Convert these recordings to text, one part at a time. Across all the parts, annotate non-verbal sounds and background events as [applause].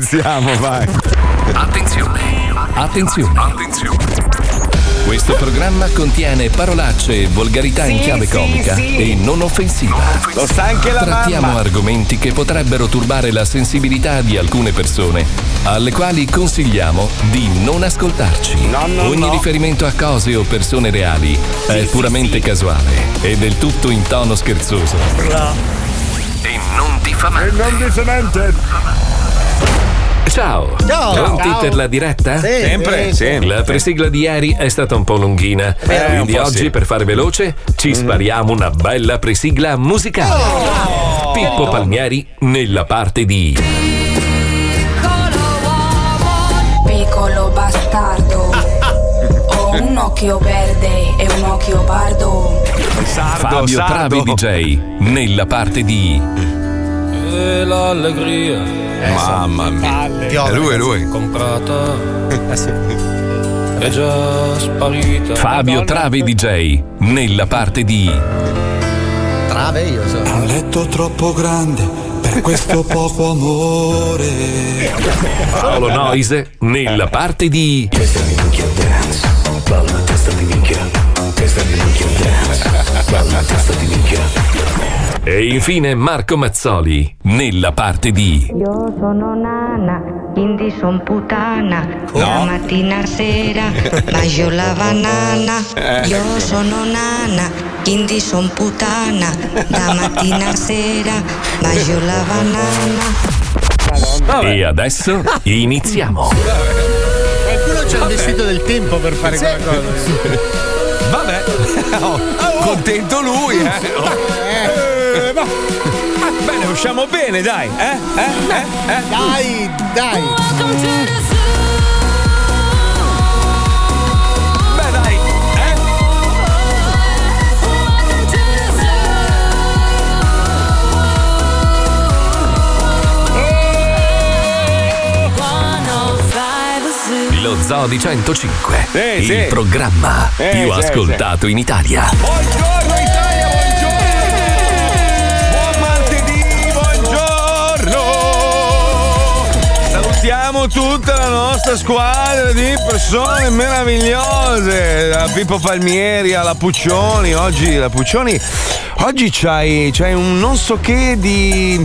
Iniziamo, vai. Attenzione. Attenzione. Questo programma contiene parolacce e volgarità in Sì, chiave sì, comica sì. e non offensiva. Lo sa anche la Trattiamo mamma. argomenti che potrebbero turbare la sensibilità di alcune persone, alle quali consigliamo di non ascoltarci. Ogni riferimento a cose o persone reali è puramente casuale e del tutto in tono scherzoso. E non diffamante. E non diffamante. Ciao. Ciao. Pronti Ciao. per la diretta? Sì. Sempre. Sì. La presigla di ieri è stata un po' lunghina. Eh, quindi un po' oggi, sì. per fare veloce, Mm. ci spariamo una bella presigla musicale. Oh. Pippo Palmieri nella parte di. Piccolo bastardo. Ho un occhio verde e un occhio bardo. Fabio sardo. Travi DJ nella parte di. E l'allegria. Mamma mia. Piove, Eh, È lui, è ragazzi. Comprata. Eh, È già sparita. Fabio Travi DJ nella parte di. Trave io so. Un letto troppo grande per [laughs] questo poco amore. Paolo Noise nella parte di. E infine Marco Mazzoli nella parte di. Io sono nana, quindi son putana. La mattina sera mangio la banana. Eh. Io sono nana, quindi son putana. La mattina sera mangio la banana. E [laughs] adesso iniziamo. Qualcuno c'ha il vestito del tempo per fare Sì. quella cosa. [laughs] Vabbè, [laughs] Oh, contento lui, eh. oh, Eh, ma- ah, Bene, usciamo bene, dai, eh? eh, eh, eh. Dai, dai. Beh, dai. eh. oh Lo Zoo di 105, Sì, il sì. programma Eh, più sì, ascoltato in Italia. Salutiamo tutta la nostra squadra di persone meravigliose, da Pippo Palmieri alla Puccioni. Oggi la Puccioni, oggi c'hai, c'hai un non so che di.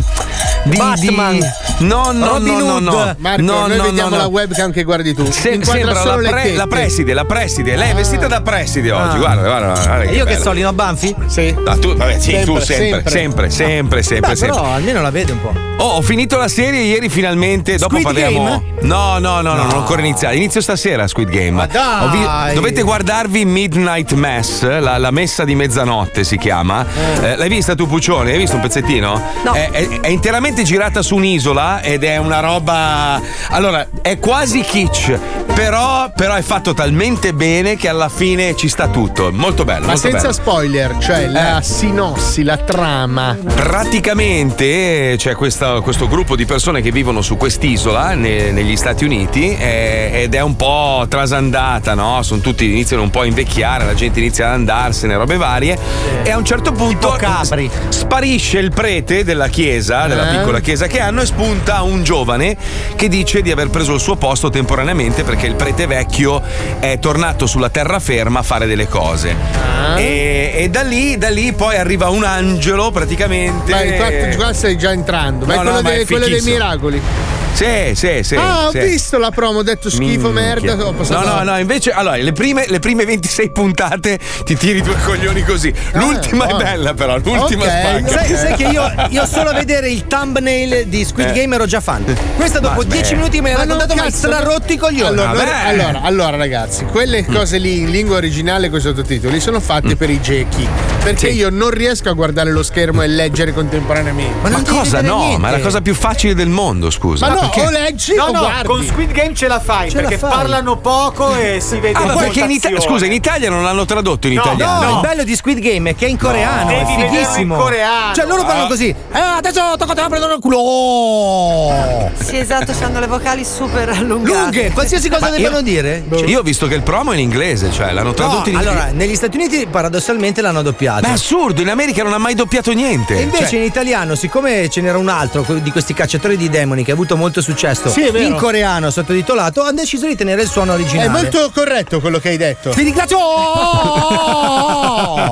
di, Batman. di no, no, Robin no, no, Hood. no. Marco, no, noi no, vediamo no, la no. webcam che guardi tu. Se- Inquadra sembra la, solo le pre- tette. la preside, la preside. Lei è vestita da preside oggi. Ah. Guarda, guarda, guarda, guarda Io che bello. so, Lino Banfi? Sì. Ah, tu, vabbè, sì, Sempre, tu sempre, sempre, Ah. sempre, sempre, sempre. Beh, però almeno la vede un po'. Oh, ho finito la serie ieri finalmente. Dopo Squid parliamo. Game? No, no, no, no, non ho ancora iniziato. Inizio stasera Squid Game. dai! Ho Dovete guardarvi Midnight Mass, la, la messa di mezzanotte si chiama. Eh, l'hai vista tu, Puccioni? Hai visto un pezzettino? No. È, è- è interamente girata su un'isola ed è una roba. Allora, è quasi kitsch, però, però è fatto talmente bene che alla fine ci sta tutto. Molto bello. Ma molto Eh. senza bello. spoiler, cioè la sinossi, la trama. Praticamente eh, c'è questa- questo gruppo di persone che vivono su quest'isola ne- negli Stati Uniti eh, ed è un po' trasandata, no? Sono tutti iniziano un po' a invecchiare, la gente inizia ad andarsene, robe varie. E a un certo punto s- sparisce il prete della chiesa, della Eh. piccola chiesa che hanno, e spunta un giovane che dice di aver preso il suo posto temporaneamente perché il prete vecchio è tornato sulla terraferma a fare delle cose. Ah. E, e da, lì, da lì poi arriva un angelo praticamente. Ma infatti qua stai già entrando. Ma No, è quello, no, ma dei, è quello dei fichissimo. miracoli. Sì, sì, sì. ah, ho sì. visto la promo, ho detto schifo, merda. Oh, No, Ho passato no, no, invece, allora, le prime, le prime 26 puntate ti tiri due coglioni così. L'ultima è bella, però, l'ultima Ok. spacca. Ah, Sai, sai che io, [laughs] io solo a vedere il thumbnail di Squid Eh. Game ero già fan. Questa dopo Vabbè. 10 minuti me l'ha raccontato, ma se l'ha rotto i coglioni. Allora, allora, Vabbè. allora, allora, ragazzi, Mm. quelle cose lì in lingua originale con i sottotitoli sono fatte per i gechi. Perché io non riesco a guardare lo schermo e leggere contemporaneamente. Ma cosa no? Ma è la cosa più facile del mondo, scusa. Ma no, perché- o leggi No, o no, guardi. con Squid Game ce la fai Ce la perché fai. parlano poco e si vede Ah, ma la perché in Italia. votazione. Scusa, in Italia non l'hanno tradotto in No, italiano. no, il bello di Squid Game è che è in coreano, è Devi vederlo in fighissimo. coreano. Cioè loro parlano Ah. così. Eh, adesso tocca a te a prendere il culo. Sì, esatto, hanno le vocali super allungate. Lunghe, qualsiasi cosa Ma debbano io- dire. Cioè, io ho visto che il promo è in inglese, cioè l'hanno No, tradotto in inglese. allora, negli Stati Uniti paradossalmente l'hanno doppiato. Ma è assurdo, in America non ha mai doppiato niente. E invece Cioè, in italiano, siccome ce n'era un altro quello di questi cacciatori di demoni che ha avuto molto molto successo. Sì, è vero. In coreano sottotitolato, hanno deciso di tenere il suono originale. È [laughs] molto corretto quello che hai detto. Ti [laughs] ringrazio!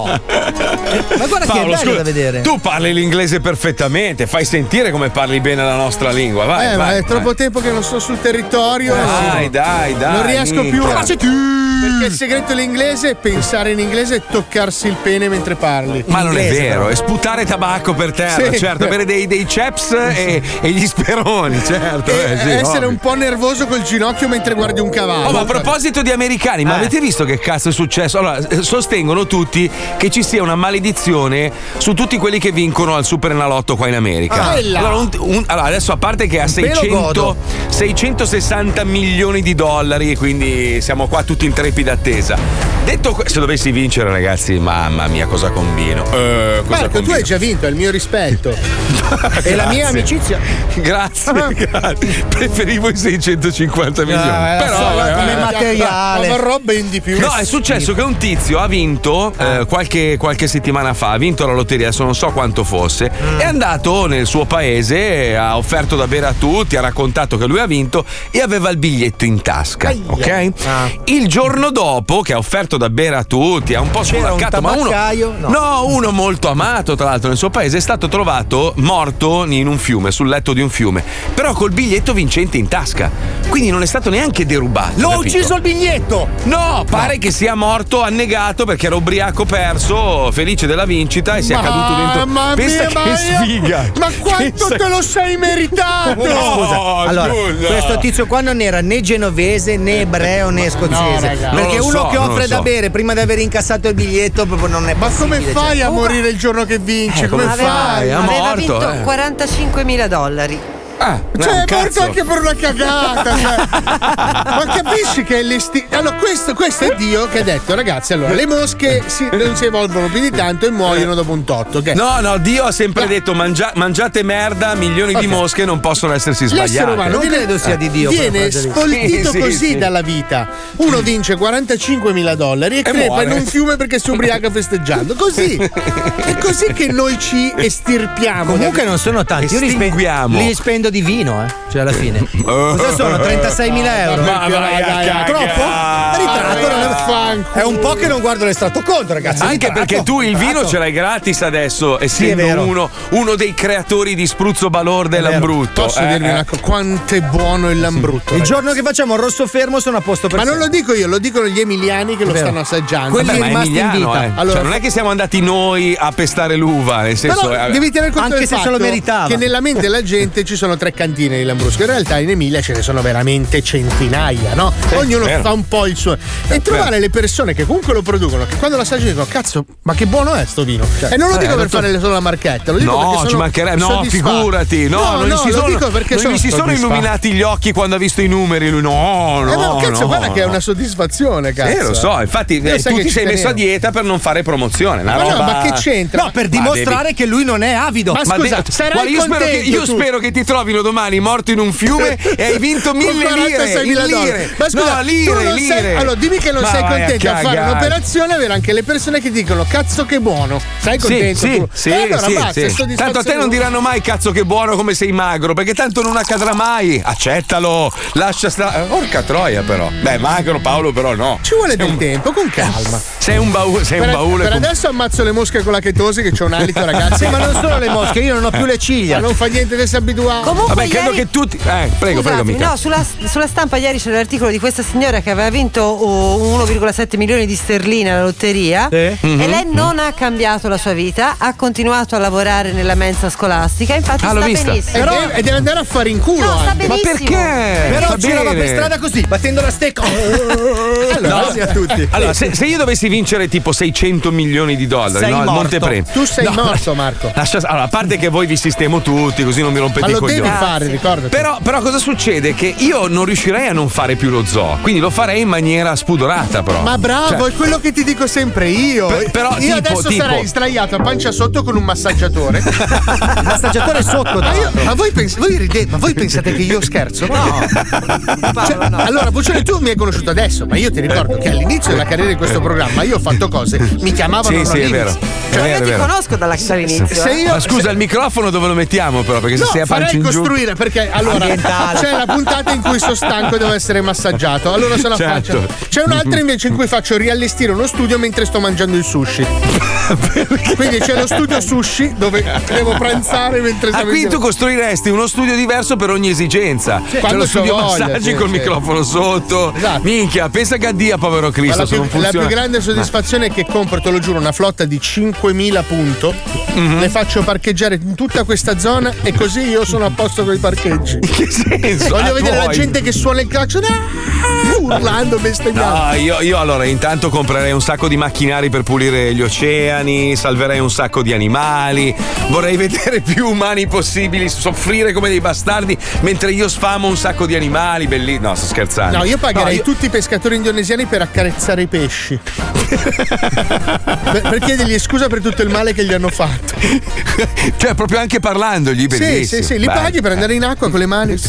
Ma guarda che è bello scusa, da vedere. Tu parli l'inglese perfettamente, fai sentire come parli bene la nostra lingua. Vai, eh, vai, ma è vai. Eh, troppo tempo che non sto sul territorio. Dai, dai, dai, Eh, Non riesco mica. più. Provaci Perché il segreto dell'inglese è pensare in inglese e toccarsi il pene mentre parli. Eh, Ma non è vero, è sputare tabacco per terra, Sì. certo, avere dei, dei chaps e, e gli speroni, certo. eh, sì, E essere ovvio. un po' nervoso col ginocchio mentre guardi un cavallo. Oh, ma a proposito di americani, Eh. ma avete visto che cazzo è successo? Allora, eh, sostengono tutti che ci sia una maledizione su tutti quelli che vincono al Super Enalotto qua in America. Ah, bella. allora, un- un- allora, adesso a parte che ha Me lo 600, godo. 660 milioni di dollari e quindi siamo qua tutti in trepida attesa. Detto que- se dovessi vincere, ragazzi, mamma mia, cosa combino? Eh, cosa Marco, tu combino? hai già vinto, è il [laughs] mio rispetto. e la mia Grazie. amicizia. [laughs] Grazie, grazie. Preferivo i 650 milioni. Ah, eh, Però, so, eh, come eh. materiale. Ma vorrò ben di più. No, è successo che un tizio ha vinto eh, qualche, qualche settimana fa, ha vinto la lotteria, adesso non so quanto fosse, è andato nel suo paese, ha offerto da bere a tutti, ha raccontato che lui ha vinto e aveva il biglietto in tasca, ok? Il giorno dopo che ha offerto da bere a tutti, ha un po' C'era un spolaccato, ma uno tabaccaio? No. No, uno molto amato tra l'altro nel suo paese è stato trovato morto in un fiume, sul letto di un fiume, però col biglietto vincente in tasca. Quindi non è stato neanche derubato. L'ho capito? ucciso il biglietto! No, pare che sia morto annegato perché era ubriaco perso, felice della vincita e sia caduto dentro. Mamma Pensa mia, che ma io- sfiga! Ma quanto te lo sei meritato? scusa, Oh, allora, questo tizio qua non era né genovese né ebreo né scozzese. raga. perché Non lo uno so, che non offre lo da so. bere prima di aver incassato il biglietto proprio non è Ma possibile. come fai cioè. a morire il giorno che vinci? Eh, come come fai? aveva- Ha aveva morto, vinto eh. 45.000 dollari. Ah, Cioè, è morto anche per una [laughs] cagata. cioè. [laughs] Ma capisci che è l'esti. Allora, questo, questo è Dio che ha detto, ragazzi. Allora, le mosche [laughs] si- non si evolvono più di tanto e muoiono dopo un totto. ok? No, no, Dio ha Eh. sempre detto mangia- mangiate merda, milioni di mosche non possono essersi L'essere sbagliate. umano viene, viene Sì, sfoltito sì, così sì. dalla vita. Uno vince 45 mila dollari e, crepa muore. in un fiume perché si [laughs] ubriaca festeggiando. Così è così che noi ci estirpiamo. Comunque non sono tanti, io li, spe- li spendo di vino, eh. Cioè alla fine. Cosa sono? 36.000 euro. Ma vai a cagare. troppo? Ma Ritratto non è- È un po' che non guardo l'estratto conto, ragazzi. Anche ritratto, Ecco. perché tu il vino ritratto. ce l'hai gratis adesso, essendo vero. uno, uno dei creatori di Spruzzo Balorde Lambrutto. Posso eh, dirvi eh. una cosa? Quanto è buono il Lambrutto. Il ragazzi. giorno che facciamo il rosso fermo sono a posto per Ma non sempre. lo dico io, lo dicono gli emiliani che lo Vero. stanno assaggiando. Quelli Vabbè, ma è rimasti in Emiliano, vita. eh. Cioè, Allora- non è che siamo andati noi a pestare l'uva, nel senso. Però eh, devi tenere conto anche del se se fatto lo meritava. che nella mente della gente ci sono tre cantine di Lambrusco. In realtà in Emilia ce ne sono veramente centinaia, no? Sì, Ognuno vero. fa un po' il suo. E trovare le persone che comunque lo producono, che quando lo assaggiano dicono "Cazzo, ma che buono è sto vino". Cioè, e non lo eh, dico per dottor- fare solo la marchetta, lo dico no, perché sono ci mancherebbe. No, soddisfatto. figurati. No, non no, gli si lo sono, dico perché non sono gli si sono soddisfatto. illuminati gli occhi quando ha visto i numeri. Lui, no, no. eh, ma cazzo, no, guarda che è no. una soddisfazione, cazzo. Eh, lo so, infatti Io eh, sai tu che ti ci sei messo tenevo. a dieta per non fare promozione. una Ma no, roba- ma che c'entra? Ah. No, per Ma dimostrare devi- che lui non è avido. Ma scusa, de- sarai guarda, io, spero che, io spero che ti trovino domani morto in un [laughs] fiume e hai vinto Con mille eh, lire, 46.000 in dollari. lire. Ma scusa, no, tu lire, non sei- lire. allora dimmi che non Ma sei vai contento a fare cagare. un'operazione e avere anche le persone che dicono cazzo che buono. Sei Sì, contento? sì, tu? sì, E allora sì, basta, sì. è Tanto a soddisfazione te non unica. diranno mai cazzo che buono come sei magro, perché tanto non accadrà mai. Accettalo, lascia stare. Orca troia però. Beh, magro Paolo però no. Ci vuole del tempo, con calma. Sei un baule, sei per, un baule. per con- adesso ammazzo le mosche con la chetosi che c'ho un alito, ragazzi. Sì, ma non solo le mosche, io non ho più le ciglia. Ma non fa niente che sei abituato. Comunque Vabbè, credo ieri- che tutti. Eh, prego, prego, Scusatemi, mica. no, sulla, sulla stampa ieri c'era l'articolo di questa signora che aveva vinto oh, 1,7 milioni di sterline alla lotteria Sì. e Mhm. lei non ha cambiato la sua vita, ha continuato a lavorare nella mensa scolastica, Ah, infatti Ah, sta benissimo. E deve, e deve andare a fare in culo. No, sta anche. benissimo. Ma perché? Però Eh, Va girava bene. per strada così, battendo la stecca. [laughs] allora, No. così a tutti. Eh, Allora, se, se io dovessi vincere tipo 600 milioni di dollari, Sei no? Al morto. Montepremi. Tu sei No, morto, Marco. [laughs] Lascia, allora, a parte che voi vi sistemo tutti, così non mi rompete Ma i lo coglioni. devi fare, ricordati. Però, però cosa succede? Che io non riuscirei a non fare più lo zoo, quindi lo farei in maniera spudorata, però. Ma bravo, Cioè, è quello che ti dico sempre io. Per- però tipo- io adesso tipo- sarei sdraiato a pancia sotto con [laughs] un massaggiatore. massaggiatore sotto, Ma, io- ma voi, pens- voi ridete, ma voi pensate che io scherzo? No. Cioè, Allora, Buccione, tu mi hai conosciuto adesso, ma io ti ricordo che all'inizio della carriera di questo programma io ho fatto cose, mi chiamavano Sì, No sì, è Limits. vero. Cioè, è vero, è vero. conosco dalla- dall'inizio. se io- Ma scusa, il microfono dove lo mettiamo, però? Perché se No, sei a farei pancia in così costruire perché allora Ambientale. c'è la puntata in cui sono stanco e devo essere massaggiato. Esatto, Allora se la Certo. faccio. C'è un'altra invece in cui faccio riallestire uno studio mentre sto mangiando il sushi. Quindi c'è lo studio sushi dove devo pranzare mentre Ah, sto quindi tu costruiresti uno studio diverso per ogni esigenza. Sì. C'è Quando lo c'ho studio voglia, massaggi sì, col sì. microfono sotto. Minchia, pensa che a Dio, povero Ma Cristo, la, se più, non la funziona. più grande soddisfazione è che compro, te lo giuro, una flotta di 5.000 punto, Mhm. le faccio parcheggiare in tutta questa zona e così io sono a posto con i parcheggi. che senso? Voglio Ah, vedere la vuoi? gente che suona il calcio "Ah!" urlando, bestemmiando. Ah, io, io allora intanto comprerei un sacco di macchinari per pulire gli oceani, salverei un sacco di animali, vorrei vedere più umani possibili soffrire come dei bastardi mentre io sfamo un sacco di animali, belli... No, sto scherzando. No, io pagherei Ah, No, io- tutti i pescatori indonesiani per accarezzare i pesci. per, per chiedergli scusa per tutto il male che gli hanno fatto. Cioè, proprio anche parlandogli, Sì, sì, sì, li paghi per andare in acqua con le mani.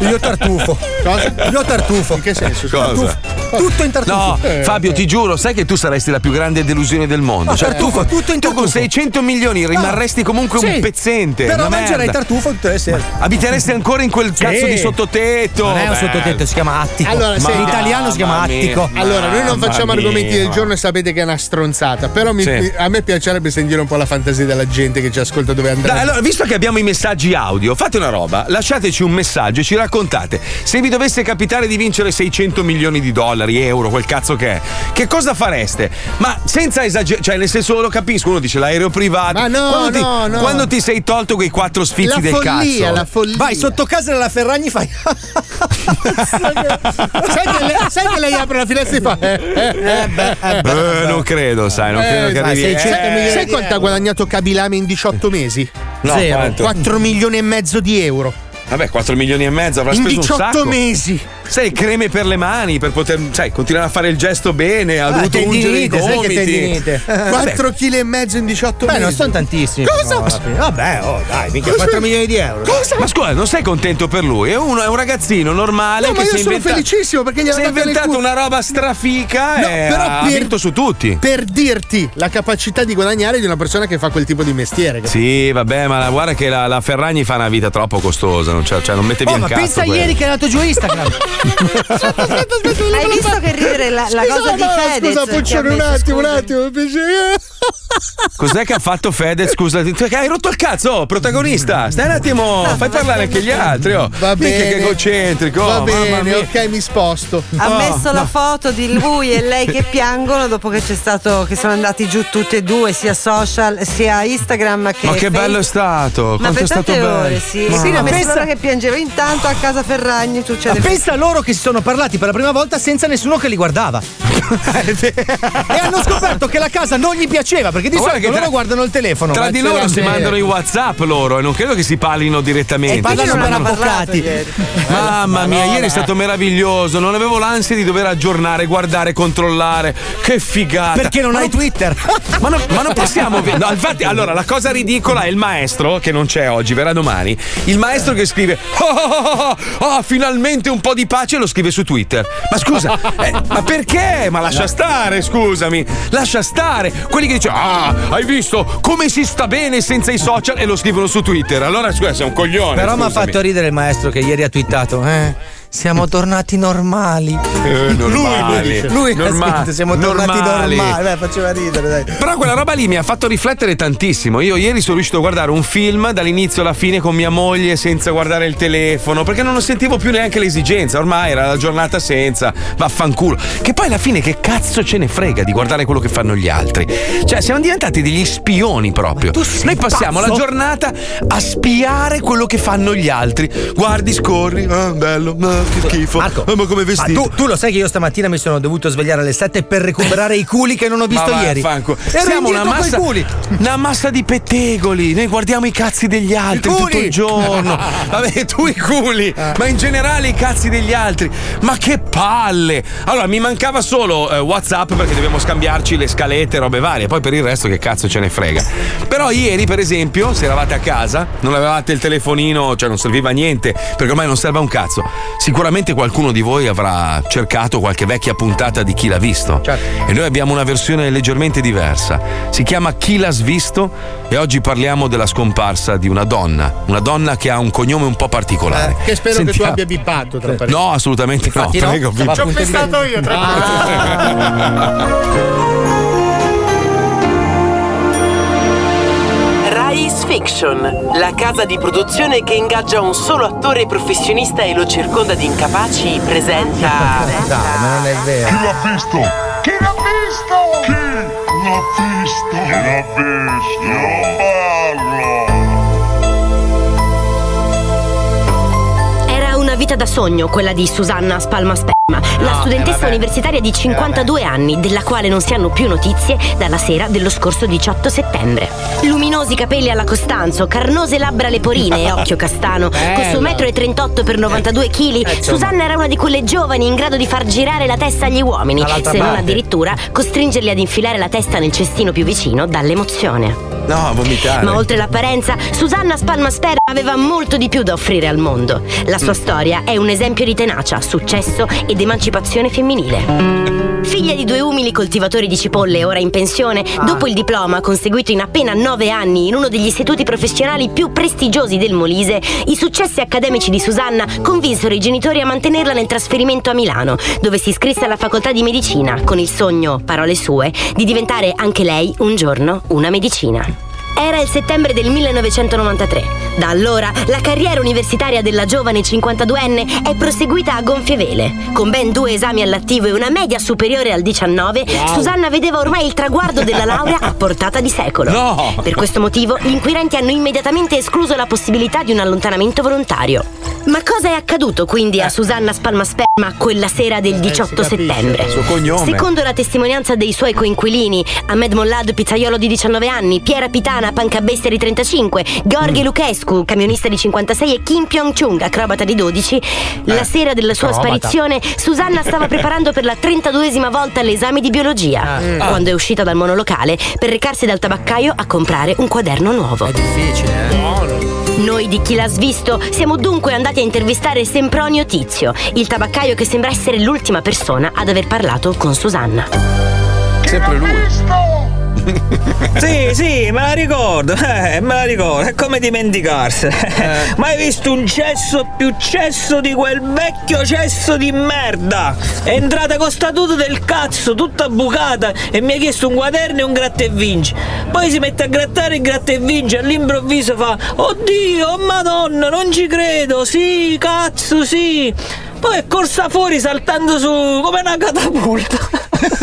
Io tartufo. Cosa? Io tartufo. In che senso? Cosa? Tutto in tartufo. No, Eh, Fabio, eh. ti giuro, sai che tu saresti la più grande delusione del mondo. Ah, Cioè, tartufo, Ah. tu, tu con 600 milioni rimarresti comunque un Sì. pezzente. Però una mangerai merda. tartufo tutte le sere. Abiteresti ancora in quel cazzo di sottotetto. Non è un Beh. sottotetto, si chiama attico. Allora, in senti- italiano si chiama Mamma mia. attico. Allora, noi non facciamo argomenti del giorno e sapete che è una stronzata. Però mi- Sì. mi- a me piacerebbe sentire un po' la fantasia della gente che ci ascolta dove andrà. Dai, allora, visto che abbiamo i messaggi audio, fate una roba, lasciateci un messaggio e ci raccontate se vi dovesse capitare di vincere 600 milioni di dollari, euro, quel cazzo che è, che cosa fareste? Ma senza esagerare, cioè nel senso lo capisco, uno dice l'aereo privato, ma no, quando, no, ti, no. quando ti sei tolto quei quattro sfizi del cazzo, Vai sotto casa della Ferragni fai. sai, che lei, sai che lei apre la finestra e fa. Eh, eh, eh, eh, Eh, non credo, sai, non credo che eh, arrivi. 600 eh, milioni sai quanto ha guadagnato Kabilame in 18 mesi? No, quanto? 4 milioni e mezzo di euro. Vabbè, 4 milioni e mezzo avrà In speso 18 un sacco. mesi. Sai, creme per le mani per poter, sai, continuare a fare il gesto bene, ha Ah, dovuto ungere i gomiti. Eh, [laughs] 4 kg e mezzo in 18 Beh, mesi. non sono tantissimi. Cosa? però, alla Eh, fine. Vabbè, oh, dai, mica 4 milioni di euro. Ma scusa, non sei contento per lui? È, uno- è un ragazzino normale No, che ma io si è sono inventa- felicissimo perché gli si è hanno dato nel inventato culo. una roba strafica No, e però Eh, ha per- vinto su tutti. Per dirti la capacità di guadagnare di una persona che fa quel tipo di mestiere. Sì, vabbè, ma la- guarda che la, la Ferragni fa una vita troppo costosa, non, cioè, cioè, non mette via Oh, un ma cazzo. pensa quello. ieri che è andato giù [laughs] Instagram. Hai visto che ridere la, la cosa di Fedez? Scusa, che ha Puccione, un messo, attimo, un scusa. attimo. mi piace- Cos'è che ha fatto Fedez? Scusa, ti- cioè, che hai rotto il cazzo, oh, protagonista. Stai un attimo, fai parlare anche gli altri. Oh. Va Minchia, bene. che egocentrico. Va oh, mamma bene, mia. ok, mi sposto. Ha Oh, messo la no. foto di lui e lei [laughs] che piangono dopo che c'è stato che sono andati giù tutti e due, sia social, sia Instagram che Ma che Facebook. bello è stato! Ma Quanto per è stato tante bello! ore, sì. Ma- Sì, Ma ma pensa- pensa che piangeva intanto a casa Ferragni Ma succede pensa loro che si sono parlati per la prima volta senza nessuno che li guardava. e hanno scoperto che la casa non gli piaceva perché di Ma solito guarda che loro tra- guardano il telefono. Tra Ma di ce loro l'hanno- si mandano i WhatsApp loro e non credo che si parlino direttamente. E parlano Si per mandano- avvocati. Mamma mia, Madonna. ieri è stato meraviglioso. Non avevo l'ansia di dover aggiornare, guardare, controllare. Che figata! Perché non Ma hai Twitter? Ma, non- ma non possiamo. vi- No, infatti, allora, la cosa ridicola è il maestro, che non c'è oggi, verrà domani. Il maestro che scrive: Oh, oh, oh, oh, oh, finalmente un po' di pace, e lo scrive su Twitter. [laughs] Ma scusa, eh, ma perché? Ma lascia stare, scusami. Lascia stare. Quelli che dicono: Ah, hai visto come si sta bene senza i social e lo scrivono su Twitter. Allora, scusa, sei un coglione. Però mi ha scusami. fatto ridere il maestro che ieri ha twittato. Eh, siamo tornati normali. Eh, normali. Lui, lui ha Norma- scritto, siamo tornati normali. normali. Beh, faceva ridere, dai. Però quella roba lì mi ha fatto riflettere tantissimo. Io ieri sono riuscito a guardare un film dall'inizio alla fine con mia moglie senza guardare il telefono, perché non sentivo più neanche l'esigenza. Ormai era la giornata senza, vaffanculo. Che poi alla fine che cazzo ce ne frega di guardare quello che fanno gli altri? Cioè, siamo diventati degli spioni proprio. Noi passiamo la pazzo? giornata a spiare quello che fanno gli altri. Guardi, scorri, ah, bello, ah, che schifo. Marco, Ah, ma come Ma vestito? tu, tu lo sai che io stamattina mi sono dovuto svegliare alle 7 per recuperare i culi che non ho visto Ma ieri. vaffanculo. Ero Siamo una indietro coi massa, culi. una massa di pettegoli. Noi guardiamo i cazzi degli altri tutto culi. il giorno. [laughs] Eh. Vabbè, tu i culi, ma in generale i cazzi degli altri. Ma che palle! Allora, mi mancava solo eh, WhatsApp perché dobbiamo scambiarci le scalette, robe varie. Poi per il resto, che cazzo ce ne frega. Però ieri, per esempio, se eravate a casa, non avevate il telefonino, cioè non serviva a niente, perché ormai non serve a un cazzo. Si sicuramente qualcuno di voi avrà cercato qualche vecchia puntata di Chi l'ha visto. Certo. E noi abbiamo una versione leggermente diversa. Si chiama Chi l'ha svisto e oggi parliamo della scomparsa di una donna, una donna che ha un cognome un po' particolare. Eh, Che spero che Ah, Sentiamo- tu abbia bippato, tra parentesi. No, assolutamente Infatti no. no, Prego, stava Vito. appunto Ci ho pensato io, tra Rise Fiction, la casa di produzione che ingaggia un solo attore professionista e lo circonda di incapaci, presenta. Dai, ma non è vero. Chi l'ha visto? Chi l'ha visto? Chi l'ha visto? Chi l'ha visto? Non parlo. Era una vita da sogno quella di Susanna Spalma Sperma, la No, eh, studentessa vabbè. universitaria di 52 anni, della quale non si hanno più notizie dalla sera dello scorso 18 settembre. Luminosi capelli alla Costanzo, carnose labbra leporine [laughs] e occhio castano, col suo Bello. Eh, 1,38 m 92 kg, insomma. Susanna era una di quelle giovani in grado di far girare la testa agli uomini, Dall'altra se non parte. addirittura costringerli ad infilare la testa nel cestino più vicino dall'emozione. No, a vomitare. Ma oltre l'apparenza, Susanna Spalma Sperma aveva molto di più da offrire al mondo. La sua storia è un esempio di tenacia, successo ed emancipazione femminile. Figlia di due umili coltivatori di cipolle ora in pensione, dopo il diploma conseguito in appena nove anni in uno degli istituti professionali più prestigiosi del Molise, i successi accademici di Susanna convinsero i genitori a mantenerla nel trasferimento a Milano, dove si iscrisse alla facoltà di medicina con il sogno, parole sue, di diventare anche lei un giorno una medicina. Era il settembre del 1993. Da allora la carriera universitaria della giovane 52enne è proseguita a gonfie vele. Con ben due esami all'attivo e una media superiore al 19, Susanna vedeva ormai il traguardo [laughs] della laurea a portata di secolo. No! Per questo motivo gli inquirenti hanno immediatamente escluso la possibilità di un allontanamento volontario. Ma cosa è accaduto quindi Eh. a Susanna Spalmasperma quella sera del 18 settembre? Il suo cognome. Secondo la testimonianza dei suoi coinquilini, Ahmed Mollad, pizzaiolo di 19 anni, Piera Pitana, pancabestia di 35, Mm. Gheorghe Lucescu, camionista di 56 e Kim Pyeong-chung, acrobata di 12, la sera della sua Eh, acrobata. sparizione Susanna stava preparando per la 32esima volta l'esame di biologia, Ah. quando è uscita dal monolocale per recarsi dal tabaccaio a comprare un quaderno nuovo. È difficile, eh? Noi di Chi l'ha svisto siamo dunque andati a intervistare Sempronio Tizio, il tabaccaio che sembra essere l'ultima persona ad aver parlato con Susanna. Sempre lui. [laughs] Sì, sì, me la ricordo, eh, me la ricordo, è come dimenticarsi. Eh. Ma hai visto un cesso più cesso di quel vecchio cesso di merda? È entrata con statuto del cazzo, tutta bucata, e mi ha chiesto un quaderno e un gratta e vinci. Poi si mette a grattare il gratta e vinci, all'improvviso fa: Oddio, oh madonna, non ci credo, sì, cazzo, sì. Poi è corsa fuori saltando su come una catapulta.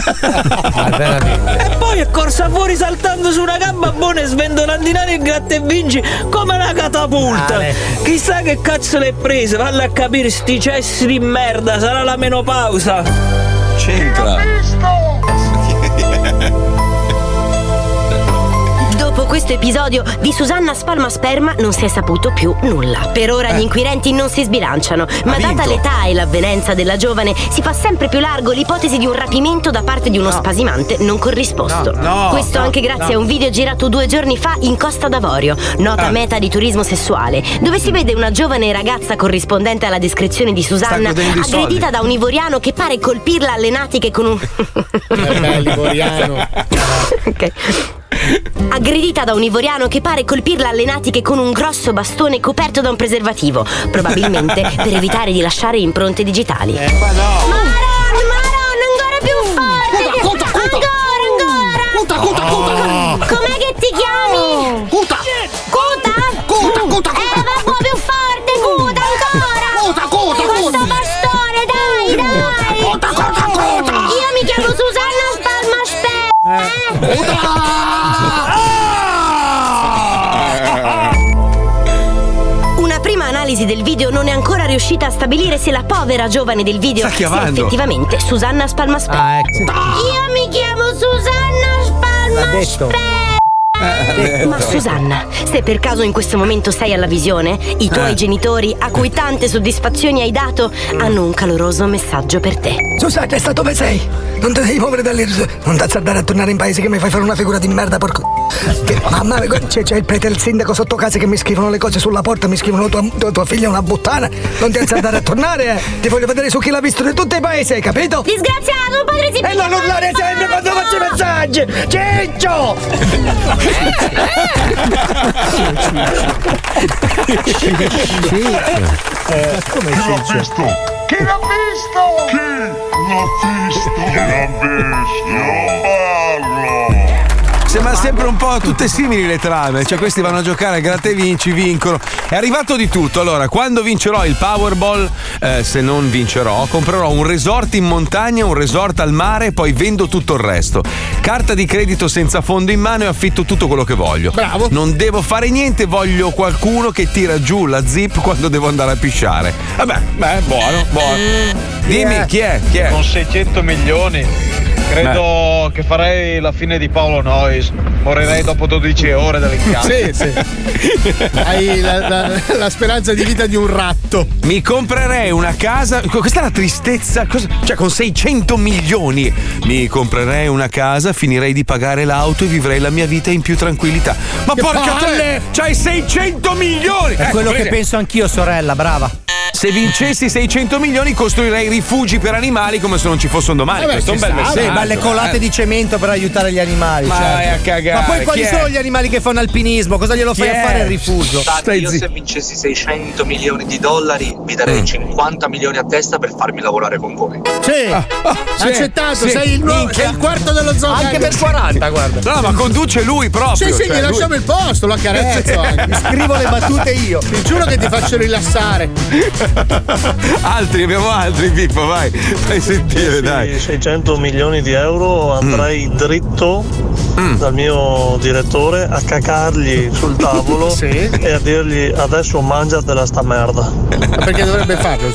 Ah, E poi è corsa fuori saltando su una gamba buona e svendolandinare il gratta e vinci come una catapulta. Chissà che cazzo l'è presa, valla a capire sti cessi di merda, sarà la menopausa. C'entra. Dopo questo episodio di Susanna Spalma Sperma non si è saputo più nulla. Per ora Eh. gli inquirenti non si sbilanciano, ma data vinto. l'età e l'avvenenza della giovane si fa sempre più largo l'ipotesi di un rapimento da parte di uno spasimante non corrisposto. No, no, questo no, anche grazie no. a un video girato due giorni fa in Costa d'Avorio, nota Ah. meta di turismo sessuale, dove si vede una giovane ragazza corrispondente alla descrizione di Susanna godendo i soldi. aggredita da un ivoriano che pare colpirla alle natiche con [laughs] un... Ok. Aggredita da un ivoriano che pare colpirla alle natiche con un grosso bastone coperto da un preservativo, probabilmente [laughs] per evitare di lasciare impronte digitali. Eh, ancora più forte! Mm. Conta, conta, Ancora, ancora! Conta, conta, conta! Oh. Com'è che ti chiami? Conta! Conta? Conta, Mm. conta, Eh, va un po' più forte, conta ancora! Conta, conta, conta! Questo bastone, dai, dai! Conta, conta, conta! Io mi chiamo Susanna Spalma Eh. eh. Una prima analisi del video non è ancora riuscita a stabilire se la povera giovane del Sta video Ah, ecco. sia chiamando. effettivamente Susanna Spalmaspè. Io mi chiamo Susanna Spalma detto. Sperma! Eh, Eh, Ma Susanna, se per caso in questo momento sei alla visione, i tuoi Eh. genitori, a cui tante soddisfazioni hai dato, hanno un caloroso messaggio per te. Susanna, sta dove sei? Non ti devi muovere dalle risole. Non ti azzardare a tornare in paese che mi fai fare una figura di merda, porco. Che- mamma, que- c'è, c'è il prete e il sindaco sotto casa che mi scrivono le cose sulla porta, mi scrivono tua, tua- tua figlia è una bottana. Non ti azzardare a tornare, eh. Ti voglio vedere su chi l'ha visto in tutto il paese, hai capito? Disgraziato, padre si E non urlare sempre quando faccio i messaggi! Ciccio! [laughs] l'ha visto? Chi l'ha visto? Chi l'ha visto? Chi l'ha visto? Io parlo. Sembra sempre un po' tutte simili le trame, cioè questi vanno a giocare a gratta e vinci, vincono. È arrivato di tutto. Allora, quando vincerò il Powerball, eh, se non vincerò, comprerò un resort in montagna, un resort al mare e poi vendo tutto il resto. Carta di credito senza fondo in mano e affitto tutto quello che voglio. Bravo. Non devo fare niente, voglio qualcuno che tira giù la zip quando devo andare a pisciare. Vabbè, [laughs] beh, buono, buono. Dimmi chi è? Chi è? Con 600 milioni. Credo che farei la fine di Paolo Nois. Morirei dopo 12 ore dall'incanto. Sì, sì. Hai la, la- la speranza di vita di un ratto. Mi comprerei una casa. co- Questa è la tristezza. cosa- cioè, con 600 milioni. Mi comprerei una casa, finirei di pagare l'auto e vivrei la mia vita in più tranquillità. Ma Che porca palle! tre! C'hai 600 milioni! È Ecco, quello che vedi? penso anch'io, sorella, brava. Se vincessi 600 milioni, costruirei rifugi per animali come se non ci fossero domani. Vabbè, Questo è un Eh ci bel sta, messaggio. ma le colate eh. di cemento per aiutare gli animali. Ma certo. vai a cagare, Ma poi quali chi è? sono gli animali che fanno alpinismo? Cosa glielo fai Chi a è? fare il rifugio? Infatti, io se vincessi 600 milioni di dollari mi Mm. darei 50 milioni a testa per farmi lavorare con voi. Eh, Sì, Ah, sì, accettato, sì. sei il, nuovo- Minchia. sei il quarto dello zoo. Anche per 40, guarda. No, ma conduce lui proprio, Sì, sì, cioè, gli lui- lasciamo il posto, lo accarezzo. Sì. anche. Scrivo le battute io. Ti giuro che ti faccio rilassare. Altri, abbiamo altri, Pippo, vai. Fai sentire, dai. Mm. 600 milioni di euro andrei dritto Mm. dal mio direttore a cacargli sul [laughs] tavolo e a dirgli adesso mangiatela sta merda. Perché dovrebbe farlo?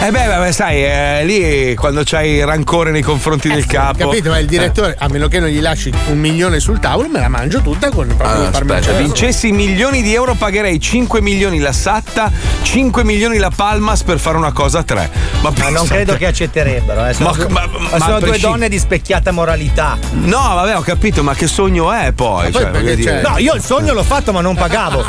Eh beh, vabbè, sai, eh, lì quando c'hai rancore nei Eh confronti del capo. Eh, Capito? Ma il direttore, a meno che non gli lasci un milione sul tavolo, me la mangio tutta con proprio Allora, il Ah, aspetta, certo. parmigiano. vincessi milioni di euro pagherei 5 milioni la Satta, 5 milioni la Palmas per fare una cosa a tre. Ma, Ma non credo che accetterebbero. eh, Sono, Ma- due, ma- ma ma a sono due prescindere- donne di specchiata moralità. No, vabbè, ho capito, ma che sogno è poi? Poi Cioè, perché voglio dire- c'è- No, io il sogno l'ho fatto, ma [laughs] non pagavo.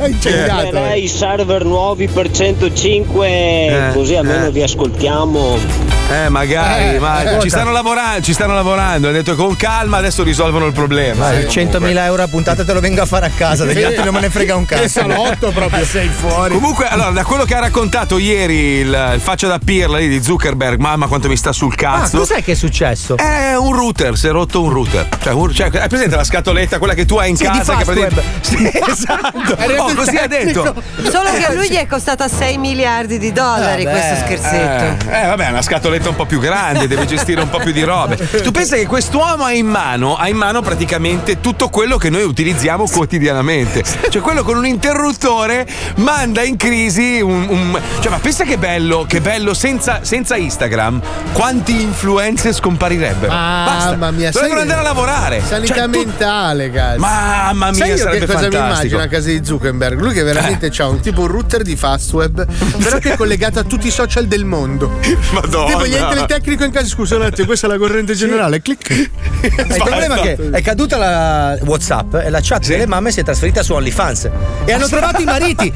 Comprerei server nuovi per 105 Eh, così almeno eh. vi ascoltiamo. Eh, magari, Eh, ma ascolta. ci stanno lavorando, ci stanno lavorando. Hanno detto con calma, adesso risolvono il problema. Vai, Eh, 100.000 euro a puntata te lo vengo a fare a casa, degli Sì. altri non me ne frega un cazzo. Che salotto proprio. [laughs] Sei fuori. Comunque, allora, da quello che ha raccontato ieri il, il faccia da pirla lì di Zuckerberg, mamma quanto mi sta sul Ah, cazzo. cos'è che è successo? È un router, si è rotto un router. Cioè, un- cioè, hai presente la scatoletta, quella che tu hai in Sì, di casa? che Fastweb. [laughs] Sì, [laughs] esatto. È arrivato Oh, il così ha detto. Eh, Solo che a lui gli è costata 6 miliardi di dollari Eh, Vabbè. questo scherzetto. Eh, eh, vabbè, è una scatoletta un po' più grande, deve gestire un po' più di robe. Tu pensa che quest'uomo ha in mano, ha in mano praticamente tutto quello che noi utilizziamo quotidianamente. Cioè, quello con un interruttore manda in crisi un. un- cioè, ma pensa che bello, che bello, senza, senza Instagram, quanti influencer scomparirebbero. Basta. Ah, Mamma mia, Dovrebbero sai- andare a lavorare. Sanità Cioè, tu- mentale, cazzo. Mamma mia, Sai io sarebbe che cosa mi fantastico. Eh. immagino a casa di Zuckerberg? Lui che veramente ha un tipo router di Fastweb, però che è collegato a tutti i social del mondo. Madonna. Tipo gli entra il tecnico in casa, scusa un attimo, questa è la corrente generale, clic. [laughs] Esatto. Il problema è che è caduta la WhatsApp e la chat delle mamme si è trasferita su OnlyFans e hanno trovato [laughs] i mariti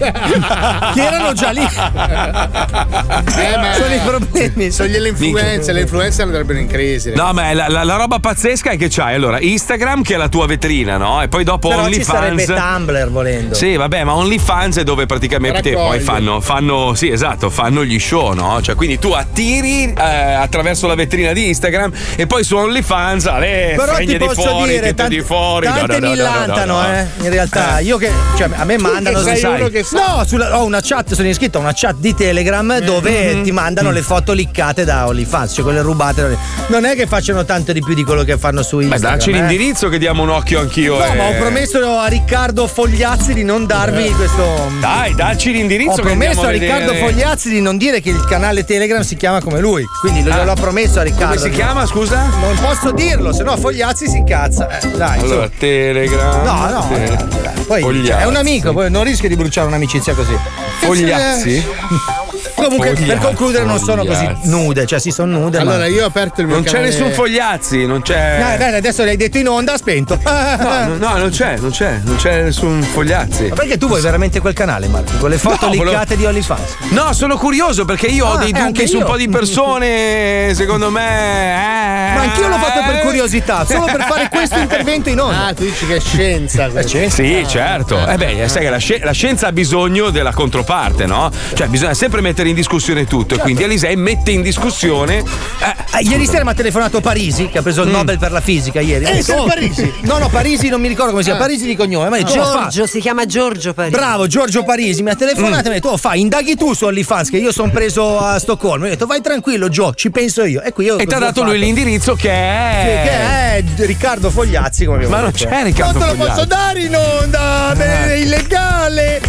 che erano già lì. [laughs] sono i problemi. Sono le influenze, Eh, Minchia. le influenze andrebbero in crisi. No, ma la, la- la roba pazzesca è che c'hai allora Instagram che è la tua vetrina, no? E poi dopo Però ci sarebbe OnlyFans. Tumblr volendo. Sì, vabbè, ma OnlyFans è dove praticamente Raccogli. poi fanno, fanno, sì, esatto, fanno gli show, no? Cioè, quindi tu attiri eh, attraverso la vetrina di Instagram e poi su OnlyFans, Ale, Però ti fregne di posso fuori, dire, tette tanti- di fuori, no, Tante no, no, mi no, no, lantano, no. eh. In realtà, io che. Cioè, a me Tu mandano. che sei Sai. uno che sa. Mm-hmm. No, sulla- ho una chat, sono iscritto a una chat di Telegram dove ti mandano le foto liccate da OnlyFans, cioè quelle rubate. Non è che facciano tanto di più di quello che fanno su Beh, Instagram. dacci eh. l'indirizzo che diamo un occhio anch'io. No, eh. ma ho promesso a Riccardo Fogliazzi di non darvi questo. Dai, dacci l'indirizzo Ho che promesso andiamo a vedere. Riccardo Fogliazzi di non dire che il canale Telegram si chiama come lui. Quindi lo- Ah. l'ho promesso a Riccardo. Come si chiama, scusa? Non posso dirlo, se no Fogliazzi si incazza. Eh, dai, su. Allora, Telegram. No, no, Poi, Fogliazzi. cioè, è un amico, poi non rischia di bruciare un'amicizia così. Fogliazzi? Comunque, per Fogliazzi, concludere, non sono così Fogliazzi. nude, cioè si sono nude. Allora, io ho aperto Non c'è nessun Fogliazzi, non Dai, c'è. dai, adesso l'hai detto in onda, ha spento. [laughs] No, no, no, non c'è, non c'è, non c'è nessun Fogliazzi. Ma perché tu vuoi veramente quel canale, Marco? Con le foto No, volevo- liccate di OnlyFans? No, sono curioso perché io ho Ah, dei eh, dubbi anche su un io. po' di persone, secondo eh. me. Ma anch'io l'ho fatto per curiosità, Ah, solo per fare [laughs] questo intervento in onda. Ah, tu dici che è scienza. scienza. Eh, Sì, certo. Eh beh, sai che la, sci- la scienza ha bisogno della controparte, no? Cioè, bisogna sempre mettere in discussione tutto. E quindi Alisei mette in discussione. Certo. eh, Ah, ieri sera mi ha telefonato Parisi, che ha preso il Nobel per la fisica ieri. Mm. Eh, Ho detto, sei "Oh, Parisi?" Eh. No, no, Parisi non mi ricordo come si chiama, Ah. Parisi di cognome. Ma ha detto, "Oh, fa- Giorgio, si chiama Giorgio Parisi. Bravo Giorgio Parisi mi ha telefonato Mm. e mi ha detto: Oh, fa, indaghi tu su OnlyFans che io sono preso a Stoccolma. Io ho detto: Vai tranquillo, Gio, ci penso io. E qui io. E ti ha dato lui l'indirizzo che Che, che è. è Riccardo Fogliazzi. Come abbiamo Ma non detto. c'è Riccardo Non te lo Fogliazzi. posso dare in onda, beh, Eh. è illegale.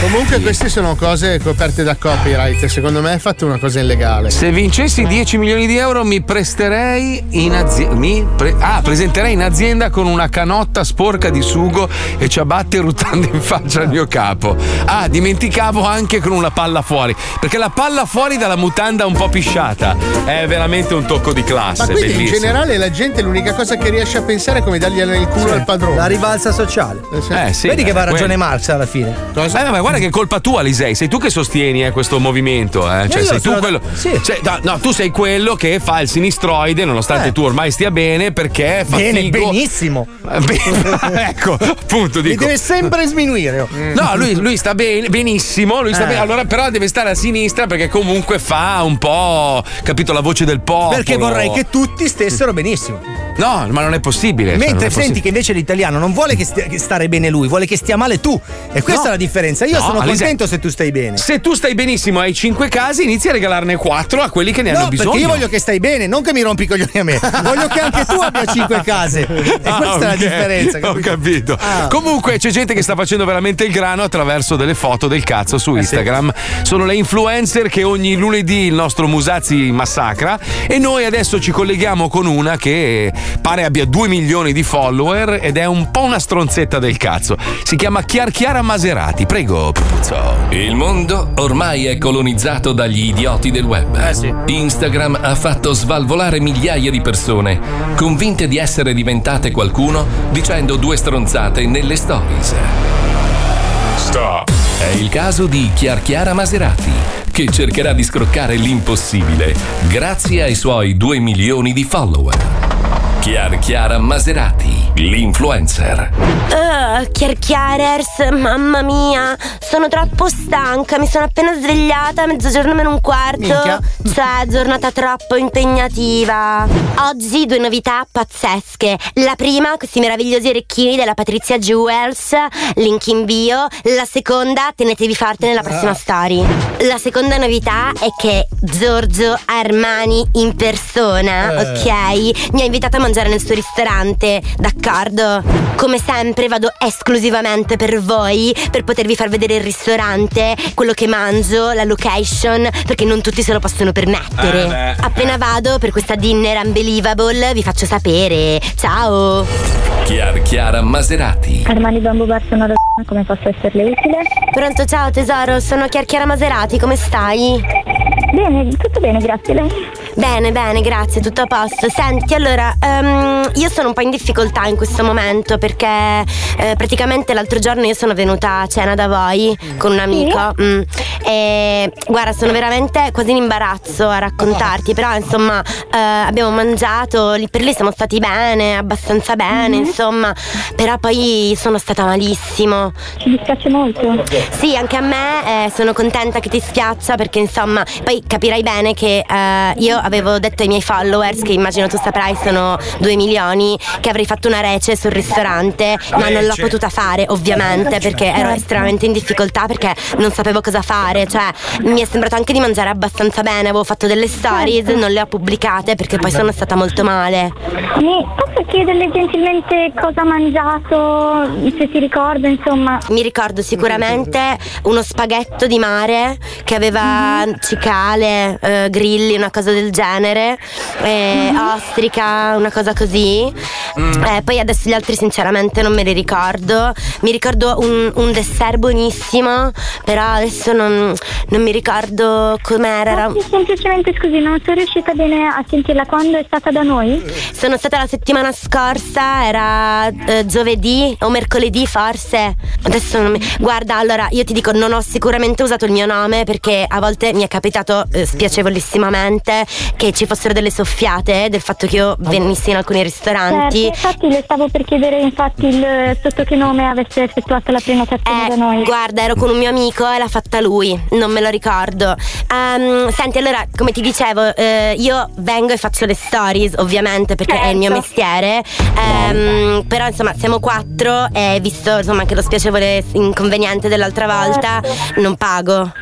Comunque queste sono cose coperte da copyright, secondo me hai fatto una cosa illegale. Se Eh. vincessi 10 milioni di euro mi presterei in azienda. Mi pre- ah, presenterei in azienda con una canotta sporca di sugo e ciabatte ruttando in faccia al mio capo. Ah, dimenticavo anche con una palla fuori. Perché la palla fuori dalla mutanda un po' pisciata è veramente un tocco di classe. Ma quindi in Ah, bellissimo. generale la gente l'unica cosa che riesce a pensare è come dargliela nel culo al padrone. La rivalsa sociale. Eh, sì, Vedi che eh, aveva ragione quello. Marx alla fine. Eh, ma guarda che è colpa tua, Lisei. Sei tu che sostieni eh, questo movimento. eh. Cioè, io sei tu sono- quello. sì. cioè, no, no, tu sei quello che fa il sinistroide, nonostante tu ormai stia bene, perché fa Eh. Bene, figo. benissimo. Beh, [laughs] ecco, appunto Mi dico. Mm. deve sempre sminuire. [laughs] oh. No, lui, lui sta bene, benissimo, lui sta Eh. bene. Allora, però deve stare a sinistra perché comunque fa un po', capito, la voce del popolo. Perché vorrei che tutti stessero benissimo. No, ma non è possibile. cioè, non è Mentre senti possibile. che invece l'italiano non vuole che stia- che stare bene lui, vuole che stia male tu. E questa No. è la differenza. Io No, sono Alise- contento se tu stai bene. Se tu stai benissimo e hai 5 casi, inizi a regalarne 4 a quelli che ne hanno No, bisogno. perché io voglio che stai bene, non che mi rompi i coglioni a me. voglio che anche tu [laughs] abbia cinque case. E Ah, questa è la ok, differenza. Ho capito? capito. Ah. Comunque c'è gente che sta facendo veramente il grano attraverso delle foto del cazzo Eh su Instagram. Sono le influencer che ogni lunedì il nostro Musazzi massacra e noi adesso ci colleghiamo con una che pare abbia 2 milioni di follower ed è un po' una stronzetta del cazzo. Si chiama Chiar Chiara Maserati. Prego, Puzzo. Il mondo ormai è colonizzato dagli idioti del web. Instagram ha fatto svalvolare migliaia di persone, convinte di essere diventate qualcuno dicendo due stronzate nelle stories. Stop. È il caso di Chiar Chiara Maserati, che cercherà di scroccare l'impossibile grazie ai suoi 2 milioni di follower. Chiar Chiara Maserati, l'influencer. Ah, Chiarchiarers, mamma mia, sono troppo stanca, mi sono appena svegliata, mezzogiorno meno un quarto. Minchia. Cioè, giornata troppo impegnativa. Oggi due novità pazzesche. La prima, questi meravigliosi orecchini della Patrizia Jewels, link in bio. La seconda, tenetevi forte nella prossima story. La seconda novità è che Giorgio Armani in persona, Eh. ok? mi ha invitato a mangiare nel suo ristorante, d'accordo? Come sempre vado esclusivamente per voi, per potervi far vedere il ristorante, quello che mangio, la location, perché non tutti se lo possono permettere. Eh, beh. Appena vado per questa dinner unbelievable vi faccio sapere. Ciao! Chiar Chiara Maserati. Armani Bamboo Bar sono da come posso esserle utile? Pronto, ciao tesoro, sono Chiarchiara Maserati, come stai? Bene, tutto bene, grazie. Bene, bene, grazie, tutto a posto. Senti, allora, ehm, io sono un po' in difficoltà in questo momento perché eh, praticamente l'altro giorno io sono venuta a cena da voi con un amico. mm, e guarda, sono veramente quasi in imbarazzo a raccontarti, però insomma eh, abbiamo mangiato, lì per lì siamo stati bene, abbastanza bene, insomma, però poi sono stata malissimo. Ci dispiace molto. Sì, anche a me eh, sono contenta che ti spiaccia perché insomma, poi capirai bene che eh, io avevo detto ai miei followers, che immagino tu saprai sono 2 milioni, che avrei fatto una rece sul ristorante, ma non l'ho Rece. potuta fare ovviamente Certo. perché ero estremamente in difficoltà perché non sapevo cosa fare, cioè mi è sembrato anche di mangiare abbastanza bene, avevo fatto delle stories, Certo. non le ho pubblicate perché poi sono stata molto male. Mi posso chiederle gentilmente cosa ha mangiato, se si ricorda, insomma. Mi ricordo sicuramente uno spaghetto di mare che aveva Mhm. cicale, eh, grilli, una cosa del genere, eh, Mhm. ostrica, una cosa così. Eh, poi adesso gli altri sinceramente non me li ricordo. Mi ricordo un, un dessert buonissimo, però adesso non, non mi ricordo com'era. era- Semplicemente scusi, non sono riuscita bene a sentirla quando è stata da noi. Sono stata la settimana scorsa, era eh, giovedì o mercoledì forse. Adesso non mi... Guarda, allora io ti dico, non ho sicuramente usato il mio nome perché a volte mi è capitato eh, spiacevolissimamente che ci fossero delle soffiate del fatto che io venissi in alcuni ristoranti. Certo, infatti le stavo per chiedere infatti il, sotto che nome avesse effettuato la prenotazione da noi. Eh, Guarda, ero con un mio amico e l'ha fatta lui, non me lo ricordo. Ehm, senti, allora, come ti dicevo, eh, io vengo e faccio le stories, ovviamente, perché è il Certo. mio mestiere. Ehm, però, insomma, siamo quattro e visto insomma anche lo spiacevole inconveniente dell'altra volta, Certo. non Eh. pago.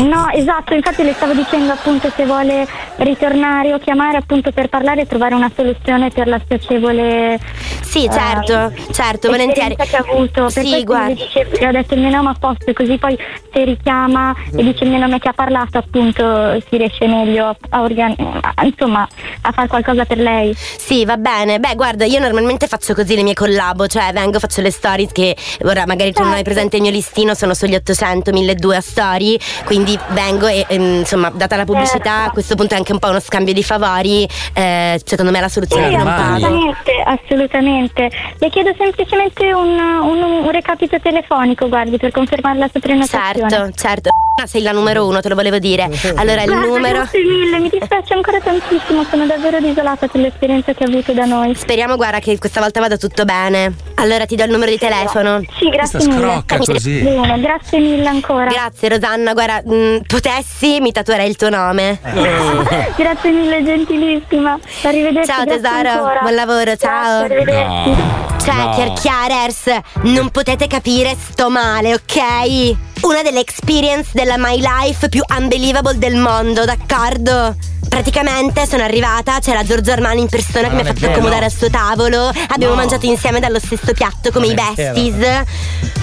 No, esatto, infatti le stavo dicendo appunto se vuole ritornare o chiamare appunto per parlare e trovare una soluzione per la spiacevole eh, Sì, certo, certo, volentieri. che ha avuto. Per Sì, questo le guarda. dice- le ho detto il mio nome a posto così poi se richiama e dice il mio nome che ha parlato appunto si riesce meglio a, organ- a- insomma a fare qualcosa per lei. Sì, va bene. Beh, guarda, io normalmente faccio così le mie collabo, cioè vengo, faccio le stories che ora magari tu non Certo. hai presente il mio listino, sono sugli 800, 1200 a story, quindi vengo e ehm, insomma, data la pubblicità, Certo. a questo punto è anche un po' uno scambio di favori, eh, secondo me è la Sì, soluzione è che non pago. assolutamente, assolutamente. Le chiedo semplicemente un, un- un recapito telefonico, guardi, per confermare la sua prenotazione. Certo, certo. Ah, Sei la numero uno, te lo volevo dire. Allora il Guarda, numero Grazie mille, mi dispiace ancora tantissimo, sono davvero desolata per l'esperienza che ha avuto da noi. Speriamo, guarda, che questa volta vada tutto bene. Allora ti do il numero di telefono. Sì, grazie Questa mille. scrocca così. Bene, grazie mille ancora. Grazie Rosanna, guarda, mh, potessi mi tatuerei il tuo nome. Eh. Grazie mille, gentilissima. Arrivederci. Ciao grazie tesoro, ancora. buon lavoro, ciao. arrivederci. No, Cioè, no. chiarchiarers, non potete capire sto male, ok? Una delle experience della My Life più unbelievable del mondo, d'accordo? Praticamente sono arrivata, c'era Giorgio Armani in persona Ma che mi ha non è fatto vero. accomodare al suo tavolo, abbiamo No. mangiato insieme dallo stesso piatto come Non i è vero. besties.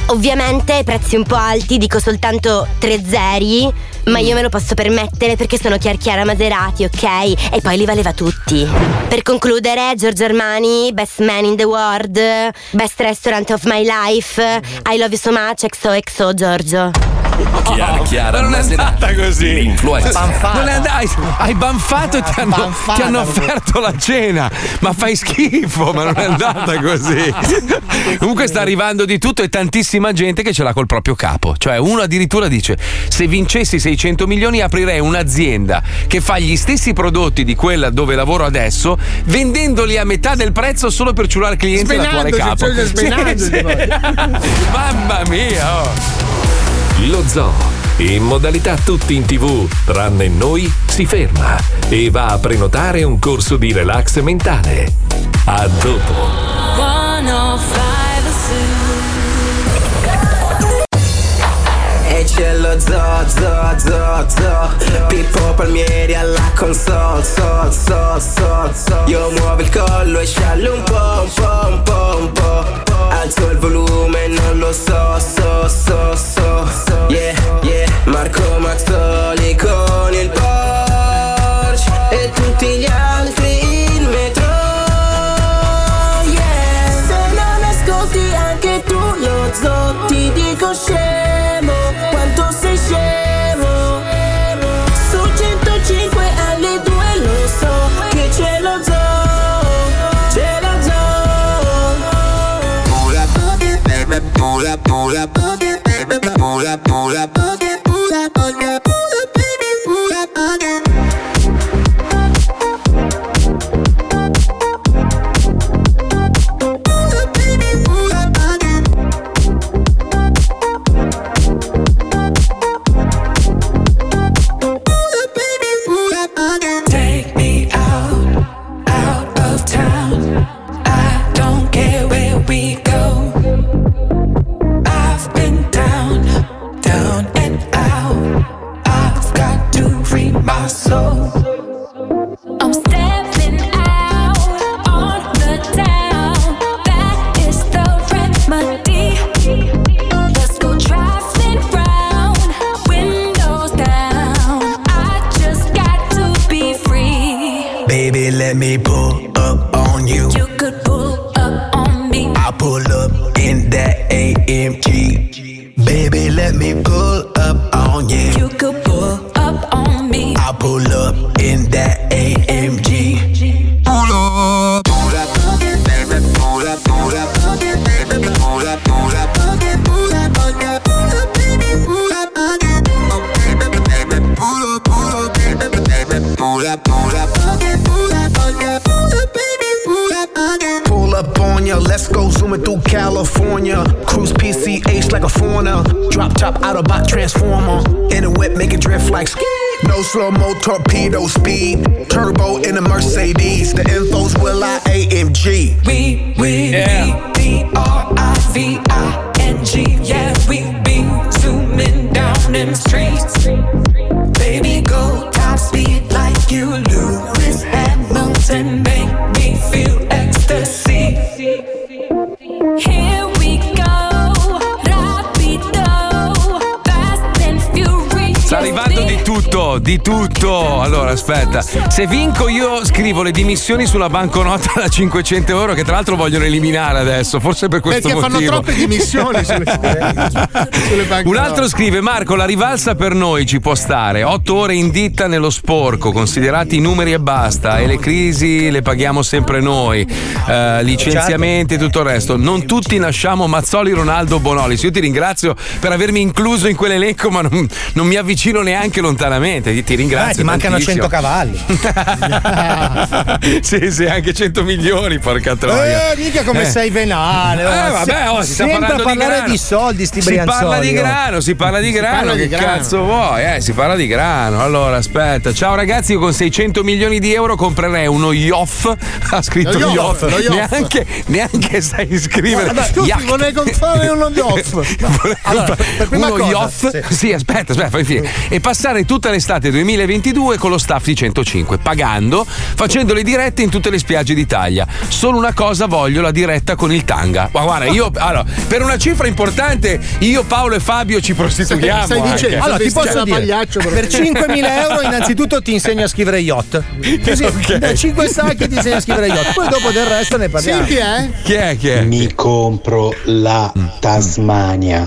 Ovviamente prezzi un po' alti, dico soltanto tre zeri, ma io me lo posso permettere perché sono chiarchiara Maserati, ok? E poi li valeva tutti. Per concludere, Giorgio Armani, best man in the world, best restaurant of my life, I love you so much, XOXO Giorgio. Chiara, Chiara, non è stata così. L'influenza. Non è andata- hai, hai banfato e ti hanno, ti hanno offerto la cena. Ma fai schifo, ma non è andata così. Comunque sta arrivando di tutto e tantissima gente che ce l'ha col proprio capo. Cioè, uno addirittura dice: Se vincessi 600 milioni, aprirei un'azienda che fa gli stessi prodotti di quella dove lavoro adesso, vendendoli a metà del prezzo solo per ciulare clienti e l'attuale capo. Smenandosi, cioè, Sì, sì. smenandosi, Mamma mia! oh. Lo zoo, in modalità tutti in tv, tranne noi, si ferma e va a prenotare un corso di relax mentale. A dopo. 105 E c'è lo zo, zo, zo, zo Pippo Palmieri alla console, so, so, so, so Io muovo il collo e sciallo un po', un po', un po', un po' Alzo il volume, non lo so, so, so, so, so Yeah, yeah Marco Mazzoli con il Porsche E tutti gli altri in metro yeah. Se non ascolti anche tu lo zoo Ti dico scemo Quanto sei scemo Su 105 alle 2 lo so Che c'è lo zoo C'è lo zoo Pula pocket, baby, pula, pula pocket, baby, pula, pula pocket, pula pocket, pula baby, pula pocket. Pula baby, pula pocket. Pula baby, pula pocket. Take me let me pull up on you. You could pull up on me. I pull up in that AMG. Baby, let me pull up on you. You could pull up on me. I pull up in that AMG. Pull up. Pull up. Baby, pull up. Pull up. Baby, pull up. Pull up. Pull up. Pull up. Pull up, pull up, pull up, pull up, baby, pull up, pull up on ya. Let's go zooming through California. Cruise PCH like a foreigner. Drop top Autobot transformer. In a whip, make it drift like ski. No slow mo torpedo speed. Turbo in a Mercedes. The info's will I AMG. We we yeah. we R I V I N G. Yeah, we be zooming down them streets. Baby, go top speed like you Lewis Hamilton. Make me feel ecstasy. Here we go, rapido, fast and furious. Sta arrivando di tutto, di tutto. Allora, aspetta. Se vinco io scrivo le dimissioni sulla banconota da 500 euro che tra l'altro vogliono eliminare adesso, forse per questo Perché fanno motivo. troppe dimissioni [laughs] sulle, sulle banche. Un altro scrive: Marco, la rivalsa per noi ci può stare. Otto ore in ditta nello sporco, considerati i numeri e basta. E le crisi le paghiamo sempre noi. Eh, licenziamenti e tutto il resto. Non tutti nasciamo Mazzoli, Ronaldo, Bonolis. Io ti ringrazio per avermi incluso in quell'elenco, ma non, non mi avvicino neanche lontanamente. Ti- Ti ringrazio. Ah, ti mancano tantissimo. 100 cavalli. [laughs] sì, sì, anche 100 milioni, porca troia. Eh, mica come Eh. sei venale. Eh, oh, ma vabbè, oh, si sta sempre parlando a di parlare grano. di, soldi, sti Si parla brianzoli, di oh. grano, si parla di Si grano, parla di che grano. cazzo vuoi? Eh, si parla di grano. Allora, aspetta. Ciao ragazzi, io con 600 milioni di euro comprerei uno Yoff. [laughs] Ha scritto Lo Yoff, Yoff, lo Yoff. Neanche, neanche sai scrivere. Guarda, tu ti Yacht. volevi [laughs] comprare uno Yoff. Volevo Allora, fare per prima uno cosa, Yoff. [laughs] Sì. aspetta, aspetta, fai fine. E passare tutta l'estate 2022 con lo staff di 105, pagando, facendo le dirette in tutte le spiagge d'Italia. Solo una cosa voglio, la diretta con il tanga. Ma guarda, io allora, per una cifra importante, io Paolo e Fabio ci prostituiamo. Stai dicendo, anche. Allora, ti posso dire, per 5.000 euro innanzitutto ti insegno a scrivere [laughs] yacht. Così, Ok. da 5 sacchi ti insegno a scrivere yacht. Poi dopo del resto ne parliamo. Senti, eh? Chi è che Mi compro la Tasmania.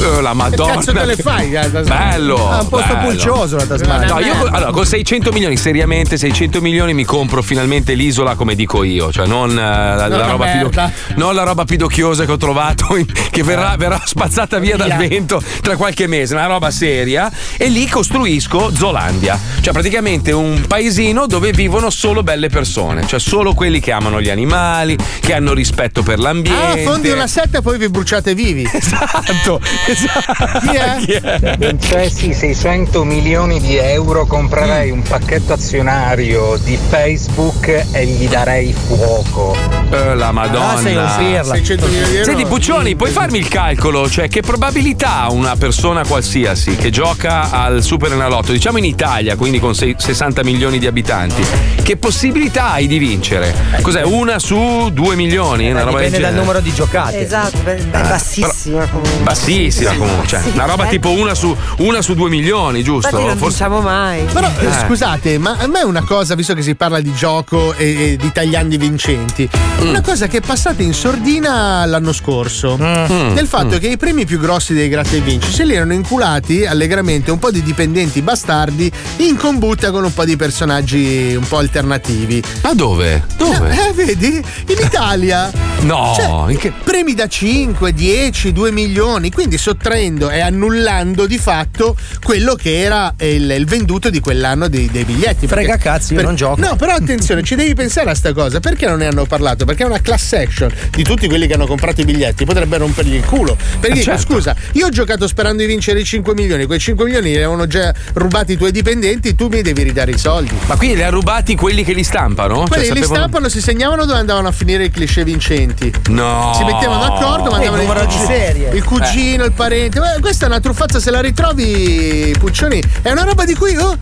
Eh, La Madonna. cazzo te le fai, la Tasmania? Bello. Ah, un posto bello. pulcioso la Tasmania. No, Eh. io con, allora, con 600 milioni, seriamente, 600 milioni mi compro finalmente l'isola come dico io, cioè non, eh, la, No, la che roba pido- merda. non la roba pidocchiosa che ho trovato, in- che verrà, verrà spazzata via dal vento tra qualche mese, una roba seria. E lì costruisco Zolandia, cioè praticamente un paesino dove vivono solo belle persone, cioè solo quelli che amano gli animali, che hanno rispetto per Ah, l'ambiente. fondi una setta e poi vi bruciate vivi. Esatto, esatto. Chi è? Vincessi 600 milioni di euro comprerei un pacchetto azionario di Facebook e gli darei fuoco. Eh, la madonna. sei un firla. 600 milioni di euro. Senti, Puccioni, puoi farmi il calcolo? Cioè, che probabilità ha una persona qualsiasi che gioca al Super Enalotto, diciamo in Italia, quindi con sei- 60 milioni di abitanti, che possibilità hai di vincere? Cos'è? Una su 2 milioni? Eh, Una roba del Eh, Dipende genere? Eh, dal numero di giocate. Esatto, beh, beh, bassissima comunque. Bassissima comunque, cioè, una roba eh. tipo una su, una su 2 milioni, giusto? Infatti non diciamo mai. Però eh, Eh. scusate, ma a me una cosa, visto che si parla di gioco e, e di tagliandi vincenti, Mm. una cosa che è passata in sordina l'anno scorso, Mm. del fatto Mm. che i premi più grossi dei gratta e vinci se li erano inculati allegramente un po' di dipendenti bastardi in combutta con un po' di personaggi un po' alternativi. Ma dove? Dove? Eh, vedi? In Italia. No, Cioè, in che- premi da 5, 10, 2 milioni, quindi sottraendo e annullando di fatto quello che era il, il venduto di quell'anno dei, dei biglietti. Frega cazzi, io non gioco. No, però attenzione, ci devi pensare a sta cosa, perché non ne hanno parlato? Perché è una class action di tutti quelli che hanno comprato i biglietti, potrebbero rompergli il culo. Perché Eh, dico, certo. scusa, io ho giocato sperando di vincere i 5 milioni, quei 5 milioni li avevano già rubati i tuoi dipendenti, tu mi devi ridare i soldi. Ma quindi li ha rubati quelli che li stampano? Quelli Cioè, li sapevano- stampano, si segnavano dove andavano a finire i cliché vincenti. No. Eh. Si mettevano Eh, d'accordo, mandavano il, di cugino- il cugino, il parente. Beh, questa è una truffazza, se la ritrovi, Puccioni. È una roba di cui oh,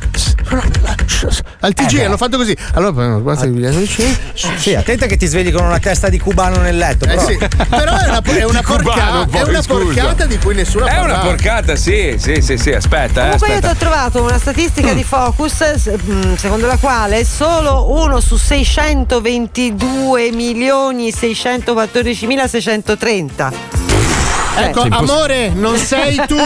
Al TG Eh, beh. Eh, hanno fatto così. Allora, poi, guarda, Guglielmo dice- Sì, attenta che ti svegli con una testa di cubano nel letto. Eh Però, sì, però è una, è una porcata, è una porcata di cui nessuno ha È una parlato. porcata, sì, sì, sì, sì, aspetta, eh, Comunque io ti aspetta. ho trovato una statistica di Focus se- mm, secondo la quale solo uno su 622 milioni 614 mila Cioè, 630. Ecco, amore, non sei [laughs] tu.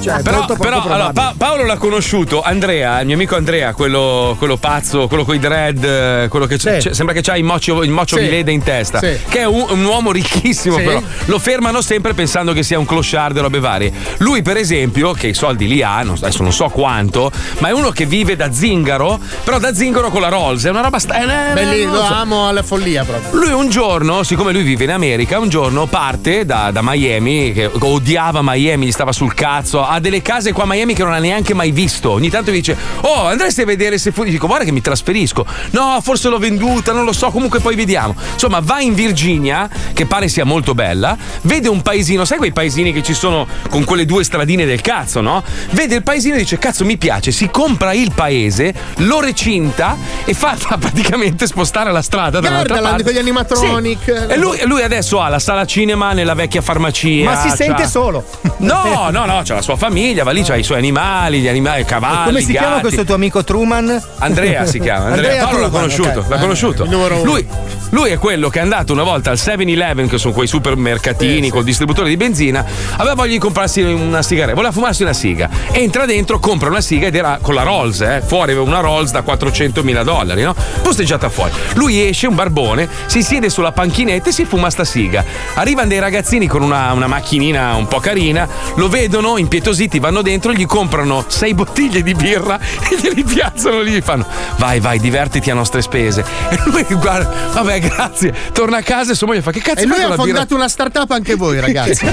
cioè, Però, però, allora, Pa- Paolo l'ha conosciuto, Andrea, il mio amico Andrea, quello, quello pazzo, quello con i dread, eh, quello che c'è- c'è- sembra che c'ha il moccio, il moccio Sì. Milede in testa, Sì. che è un, un uomo ricchissimo Sì. però, lo fermano sempre pensando che sia un clochard e robe varie. Lui per esempio, che i soldi li ha, non- adesso non so quanto, ma è uno che vive da zingaro, però da zingaro con la Rolls, è una roba... Sta- eh, eh, Bellissimo, non lo so. amo alla follia proprio. Lui un giorno, siccome lui vive in America, un giorno parte da, da Miami, che odiava Miami, gli stava sul cazzo, ha delle case qua a Miami che non ha neanche mai visto. Ogni tanto mi dice, oh andresti a vedere se fuori, dico guarda che mi trasferisco. No, forse l'ho venduta, non lo so, comunque poi vediamo. Insomma, va in Virginia, che pare sia molto bella, vede un paesino, sai quei paesini che ci sono con quelle due stradine del cazzo, no? Vede il paesino e dice, cazzo mi piace, si compra il paese, lo recinta e fa, [laughs] fa praticamente spostare la strada da un'altra Gardaland parte. con gli animatronic. E lui, lui adesso ha la sala cinema nella vecchia farmacia. Ma si sente c'ha- solo. No, no, no, c'è la sua famiglia, va lì, c'ha i suoi animali, Ah, gli animali, i cavalli. Come si chiama gatti. questo tuo amico Truman? Andrea si chiama, Andrea, Paolo l'ha Truman, conosciuto, ok. l'ha conosciuto. Lui, lui è quello che è andato una volta al 7-Eleven, che sono quei supermercatini col distributore di benzina, aveva voglia di comprarsi una sigaretta, voleva fumarsi una siga. Entra dentro, compra una siga ed era con la Rolls, eh, fuori aveva una Rolls da 400 mila dollari, no? Posteggiata fuori. Lui esce, un barbone, si siede sulla panchinetta e si fuma sta siga. Arrivano dei ragazzini con una, una macchinina un po' carina, lo vedono, impietositi, vanno dentro, gli comprano sei bottiglie di birra [laughs] e glieli piazzano lì. Gli fanno: Vai, vai, divertiti a nostre spese. [laughs] E lui guarda, vabbè, grazie. Torna a casa e sua moglie fa: Che cazzo E lui fai ha con la birra? fondato una startup anche [laughs] voi, ragazzi.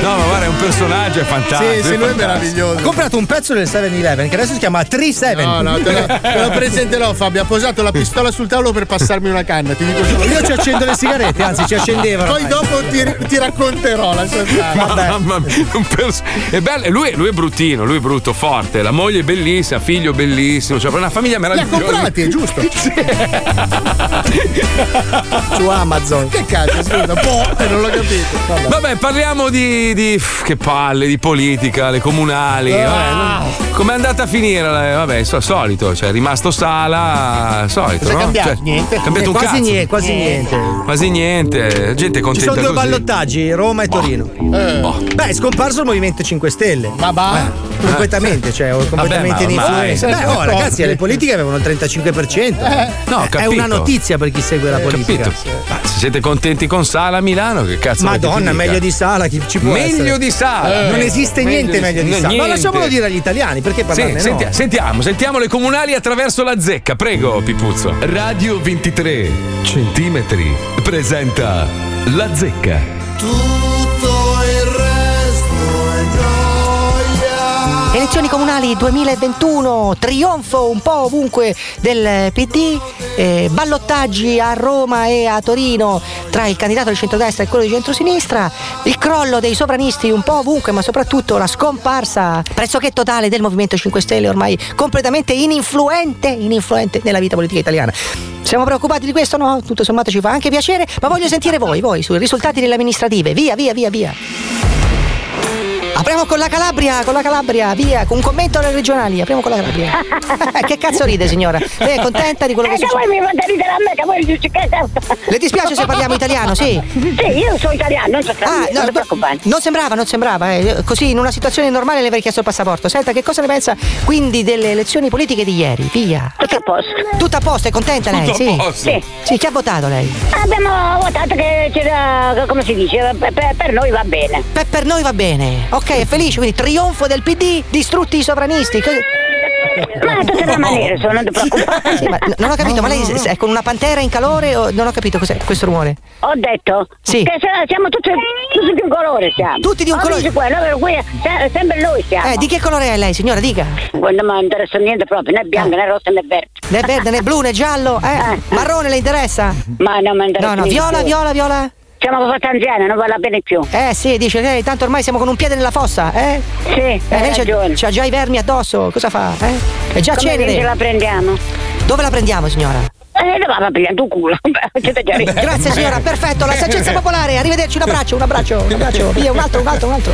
No, ma guarda, è un personaggio, è fantastico. fantastico. Ha comprato un pezzo del 7-Eleven che adesso si chiama 3-7. No, no, te lo, te lo presenterò, Fabio. Ha posato la pistola sul tavolo per passarmi una canna, ti dico solo. Io ci accendo le sigarette, anzi, ci accendevano. Poi dopo ti, ti [laughs] racconterò la sua storia. Mamma mia, un pers- è bello, lui, lui è bruttino, lui è brutto, forte. La moglie è bellissima, figlio bellissimo, cioè una famiglia Li ha meravigliosa. comprati, è [laughs] giusto? Su Amazon. Che cazzo, scusa, boh, eh, non l'ho capito. Vabbè. Vabbè, parliamo di, di- pff, che palle, di politica, le comunali. vabbè, Ah. Ah. non- com'è andata a finire? la- Vabbè, so- solito, cioè è rimasto sala, solito. Cosa è no? cambiato? Cioè, Niente. Eh, è Cambiato un quasi cazzo. niente, quasi niente. Quasi niente, la gente è Ci contenta sono così. Boh. due ballottaggi, Roma e Torino. Eh. Beh, è scomparso il Movimento 5 Stelle. Ma Completamente, cioè, completamente ma in ormai- influenza. Beh, oh, ragazzi, le politiche avevano il 35%. Eh. No, ho è capito. Eh, una notizia per chi segue la politica. Capito? Ma se siete contenti con Sala a Milano, che cazzo volete Madonna, che ti dica? meglio di Sala, chi ci può Meglio essere? di Sala. Non Eh. esiste Meglio niente di- meglio di no, Sala. Ma niente. lasciamolo dire agli italiani, perché Sì, parlarne senti- no? sentiamo, sentiamo le comunali attraverso la zecca, prego Pipuzzo. Radio 23 centimetri presenta La zecca. Tutto il resto è noia. Elezioni comunali 2021, trionfo un po' ovunque del PD, eh, ballottaggi a Roma e a Torino tra il candidato di centrodestra e quello di centrosinistra, il crollo dei sovranisti un po' ovunque, ma soprattutto la scomparsa pressoché totale del Movimento 5 Stelle, ormai completamente ininfluente, ininfluente nella vita politica italiana. Siamo preoccupati di questo? No, tutto sommato ci fa anche piacere, ma voglio sentire voi, voi, sui risultati delle amministrative. Via, via, via, via. Apriamo con la Calabria, con la Calabria, via, con un commento alle regionali, apriamo con la [laughs] Calabria. Eh, che cazzo ride signora? Lei è contenta di quello che Eh, che succede? voi mi fate ridere a me, che voi dici che Le dispiace se parliamo italiano, sì? Sì, io sono italiano, non so Ah, no, non sembrava, non sembrava, eh. così in una situazione normale le avrei chiesto il passaporto. Senta, che cosa ne pensa quindi delle elezioni politiche di ieri? Via. Tutto a posto. Tutto a posto, è contenta lei? Tutto a sì. posto. Sì. Sì, chi ha votato lei? Abbiamo votato che c'era, come si dice, per, per noi va bene. Per, per noi va bene. Ok, è felice, quindi trionfo del PD, distrutti i sovranisti. Ma tutte ramanere sono, non ti preoccupare. Eh, ma n- non ho capito, ma lei s- è con una pantera in calore o non ho capito cos'è questo rumore? Ho detto che se- siamo tutti, tutti di un colore siamo. Tutti di un colore? Quello, quello, quello, se- sempre noi siamo. Eh, di che colore è lei, signora? Dica. Ah. Guarda, non mi interessa niente proprio, né bianco, né rosso, né verde. Né verde, né blu, né giallo, eh? Marrone le interessa? Ma non mi interessa No, no, niente. viola, viola, viola. Siamo proprio tanziani, non vale la pena più. Eh sì, dice, eh, tanto ormai siamo con un piede nella fossa, eh? Sì, eh, hai lei c'ha, ragione. c'ha già i vermi addosso, cosa fa? Eh? È già Come cenere. dice, la prendiamo? Dove la prendiamo, signora? Eh, la vado a pigliare tu culo. [laughs] Grazie signora, perfetto, [laughs] la saggezza popolare, arrivederci, un abbraccio, un abbraccio, un abbraccio, via, un altro, un altro, un altro.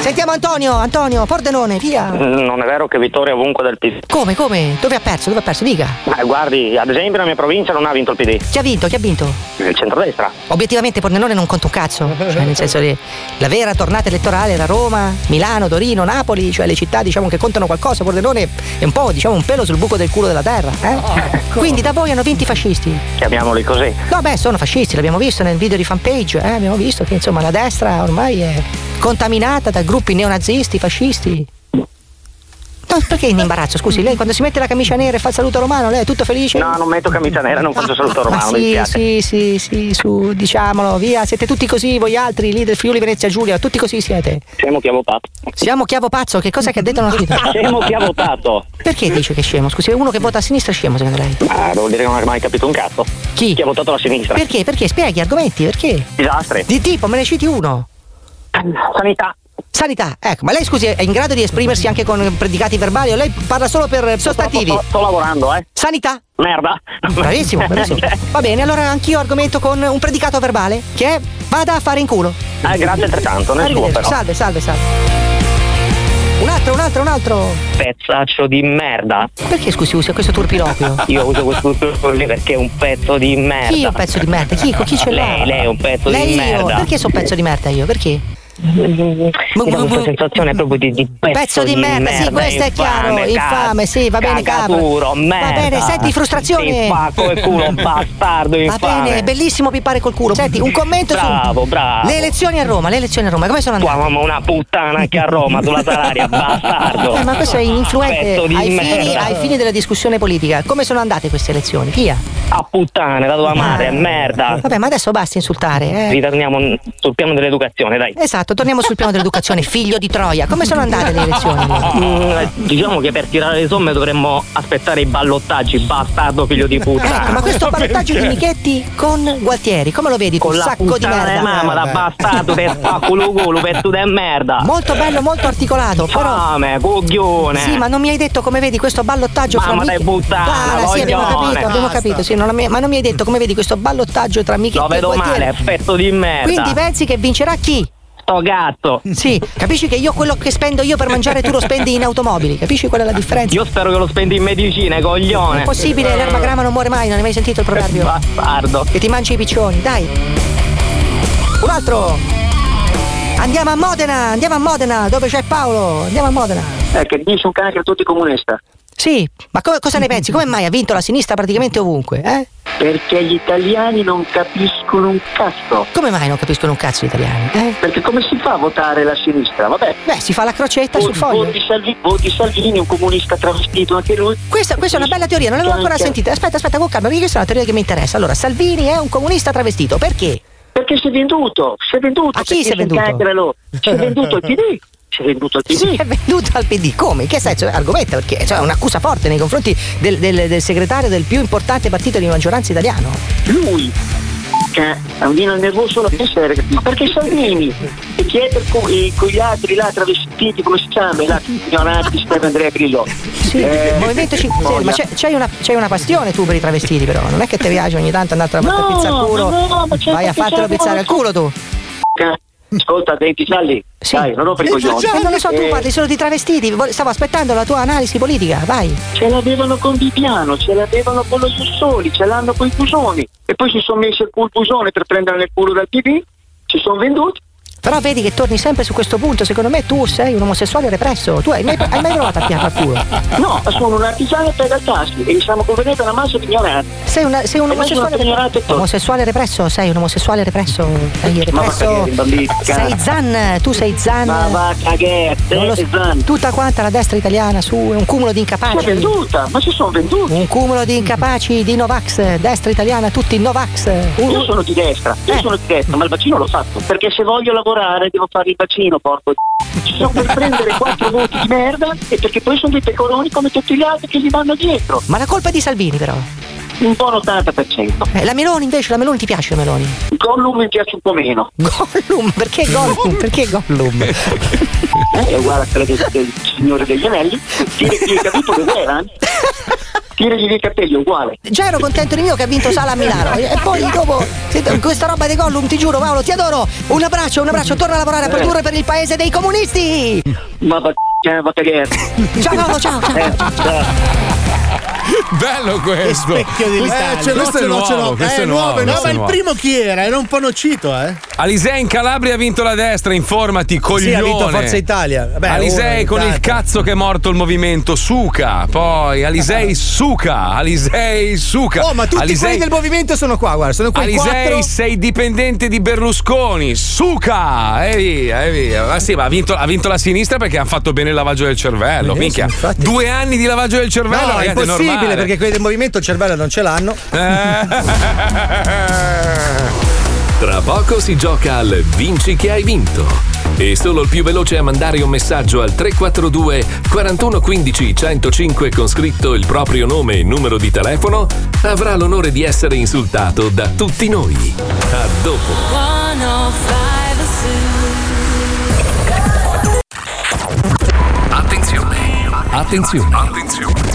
Sentiamo Antonio, Antonio, Pordenone, via. Mm, Non è vero che Vittoria è ovunque del PD. Come, come? Dove ha perso? Dove ha perso? Dica. Ma guardi, ad esempio la mia provincia non ha vinto il PD. Chi ha vinto? Chi ha vinto? Il centrodestra. Obiettivamente Pordenone non conta un cazzo, cioè nel senso che la vera tornata elettorale era Roma, Milano, Torino, Napoli, cioè le città diciamo che contano qualcosa, Pordenone è un po' diciamo un pelo sul buco del culo della terra, eh? Quindi da voi hanno vinto i fascisti. Chiamiamoli così. No, beh, sono fascisti, l'abbiamo visto nel video di fanpage, eh? abbiamo visto che insomma la destra ormai è contaminata da gruppi neonazisti, fascisti. No, perché in imbarazzo? Scusi, lei quando si mette la camicia nera e fa il saluto romano, lei è tutto felice? No, non metto camicia nera, non faccio saluto Ma romano, mi Ah, sì, dispiace. sì, sì, sì, su, diciamolo, via, siete tutti così, voi altri lì del Friuli Venezia Giulia, tutti così siete. Siamo chi ha votato. Siamo chiavo pazzo, che cosa che ha detto non ho capito? [laughs] Siamo chi ha votato. Perché dice che è scemo? Scusi, uno che vota a sinistra è scemo secondo lei? Ah, devo dire che non hai mai capito un cazzo. Chi? Chi ha votato la sinistra? Perché? Perché? Spieghi argomenti, perché? Disastri. Di tipo, me ne citi uno. Sanità. Sanità, ecco, ma lei scusi, è in grado di esprimersi anche con predicati verbali o lei parla solo per sostantivi? Sto, sto lavorando, eh. Sanità. Merda. Bravissimo, [laughs] bravissimo. Va bene, allora anch'io argomento con un predicato verbale che è vada a fare in culo. Eh, grazie altrettanto, nel suo Arrivederci, però. salve, salve, salve. Un altro, un altro, un altro. Pezzaccio di merda. Perché scusi usa questo turpiloquio? Io uso questo [laughs] tutto lì perché è un pezzo di [laughs] merda. Chi è un pezzo di merda? Chi, chi ce l'ha? Lei, lei è un pezzo Lei di io? merda. Mm. Perché sono pezzo di merda io? Perché? Ma questa sensazione proprio di, di pezzo, mm, Pezzo di merda, sì, questo è chiaro, infame, sì, va bene, cavolo. Cagaturo, merda. Va bene, senti, frustrazione. Sì, fa come culo, bastardo, Va infame. bene, bellissimo pippare col culo. Senti, un commento Bravo, su. bravo. Le elezioni a Roma, le elezioni a Roma, come sono andate? Tua mamma è una puttana anche a Roma, sulla salaria, bastardo. [laughs] Eh, ma questo è influente Pezzo di ai fini, merda. ai fini della discussione politica. Come sono andate queste elezioni? Via. Ah. A puttane, la tua madre, è merda. Vabbè, ma adesso basta insultare, eh. Ritorniamo sul piano dell'educazione, dai. Esatto, torniamo sul piano dell'educazione, figlio di Troia. Come sono andate le elezioni? Mm, Diciamo che per tirare le somme dovremmo aspettare i ballottaggi, bastardo figlio di puttana. Ecco, ma [laughs] questo ballottaggio di Michetti con Gualtieri, come lo vedi? tu? con Un la sacco di puttana merda. mamma da bastardo te spaccolo culo pezzo di merda Molto bello, molto articolato, però. fame coglione Sì, ma non mi hai detto come vedi questo ballottaggio Mamma, fra dai, Mich- puttana, Guarda, sì, abbiamo coglione. capito, abbiamo Basta. capito, sì, non mi- ma non mi hai detto come vedi questo ballottaggio tra Michetti lo e vedo Gualtieri. male pezzo di merda Quindi pensi che vincerà chi? sto gatto Sì, capisci che io quello che spendo io per mangiare tu lo spendi in automobili, capisci qual è la differenza? io spero che lo spendi in medicina eh, coglione È possibile, l'erbagrama non muore mai, non hai mai sentito il proverbio? Eh. Bastardo. Che ti mangi i piccioni, dai. Un altro. Andiamo a Modena, andiamo a Modena, dove c'è Paolo? Andiamo a Modena. eh, che dici un cane che tutti comunista Sì, ma co- cosa ne pensi? Come mai ha vinto la sinistra praticamente ovunque, eh? perché gli italiani non capiscono un cazzo Come mai non capiscono un cazzo gli italiani? perché come si fa a votare la sinistra vabbè Eh? Beh, si fa la crocetta sul foglio. voti Salvini, voti Salvini un comunista travestito anche lui Questa, questa è una bella teoria, non l'avevo ancora sentita. Aspetta, aspetta, con calma, perché questa è una teoria che mi interessa. Allora, Salvini è un comunista travestito, perché? Perché si è venduto, si è venduto. A chi perché si è venduto? incagrano. Si è [laughs] venduto al PD, si è venduto al PD. Si è venduto al PD, come? In che senso? Argomenta, perché cioè, è un'accusa forte nei confronti del, del- del segretario del più importante partito di maggioranza italiano. Lui, che è un vino nervoso la pensare, ma perché Salvini? E chi è per cui con gli altri là travestiti come si chiama, là ignoranti, Stefano Andrea Grillo? Eh, Sì, Eh, Movimento 5 Stelle, ma c'è- c'hai una, c'hai una passione tu per i travestiti, però. Non è che ti piace ogni tanto andare a No, farti pizzare il culo. ma no, ma c'è Vai a perché fartelo c'è la pizzare al culo tu. Ascolta, denti gialli. Dai, non ho per i coglioni. Eh, non lo so, tu Eh, parli solo di travestiti. vo- Stavo aspettando la tua analisi politica, vai. Ce l'avevano con Viviano, ce l'avevano con lo Jussoli, ce l'hanno con i Busoni. E poi si sono messi il cul Busone per prendere nel culo dal PD, si sono venduti. Però vedi che torni sempre su questo punto. Secondo me tu sei un omosessuale represso. Tu hai mai, hai mai provato a piangere qualcuno? No, sono un artigiano e pega il tassi e siamo convenuti una massa di ignoranti. Sei, una- sei un E noi siamo omosessuale ignoranti e represso. tonti. Omosessuale represso? Sei un omosessuale represso? Sei Ma va a represso? cagare, bambini, Sei cazzo. Zan, tu sei Zan. Ma va a cagare, te Non lo sei so. Zan. Tutta quanta la destra italiana su, è un cumulo di Si è incapaci. venduta, ma si sono venduti. Un cumulo di incapaci di Novax, destra italiana, tutti Novax. Uh. Io sono di destra, Eh. io sono di destra, ma il bacino l'ho fatto. Perché se voglio lavorare devo fare il bacino, porco di Ci sono per prendere [laughs] quattro voti di merda e perché poi sono dei pecoroni come tutti gli altri che gli vanno dietro. Ma la colpa è di Salvini però. un buon 80%. Eh, la Meloni invece, la Meloni ti piace la Meloni? Gollum mi piace un po' [laughs] meno. Gollum, perché [laughs] Gollum? Perché Gollum? Eh, è uguale a quella del, del Signore degli Anelli. Tiragli i capelli dove era? Tiragli dei capelli, è uguale. Già ero contento di mio che ha vinto Sala a Milano e poi dopo sento questa roba di Gollum ti giuro Paolo ti adoro un abbraccio un abbraccio torna a lavorare a produrre per il paese dei comunisti Ma va eh, va cagare. ciao Paolo ciao ciao Bello questo. Che specchio dell'Italia. Eh, ce l'ho, questo ce l'ho, è nuovo, ce l'ho. Questo Eh, è nuovo, no, questo ma è il nuovo. primo chi era? Era un po' nocito, eh. Alisei in Calabria ha vinto la destra, informati, coglione. ha vinto Forza Italia. Vabbè, Alisei uno, con il tanti. cazzo che è morto il movimento, suca. Poi [laughs] Alisei suca, Alisei suca. Oh, ma tutti quelli Alisei, del movimento sono qua, guarda, sono quei Alisei, quattro. sei dipendente di Berlusconi, suca! Eh, E via, e via. Ma Ah, sì, ma ha vinto, ha vinto la sinistra perché hanno fatto bene il lavaggio del cervello. minchia. Benissimo, Eh, infatti. Due anni di lavaggio del cervello, No, ragazzi, è è impossibile normale. perché quelli del movimento il cervello non ce l'hanno. Eh. Tra poco si gioca al Vinci che hai vinto. E solo il più veloce a mandare un messaggio al 342 4115 105 con scritto il proprio nome e numero di telefono avrà l'onore di essere insultato da tutti noi. A dopo. oh 105 Attenzione. Attenzione.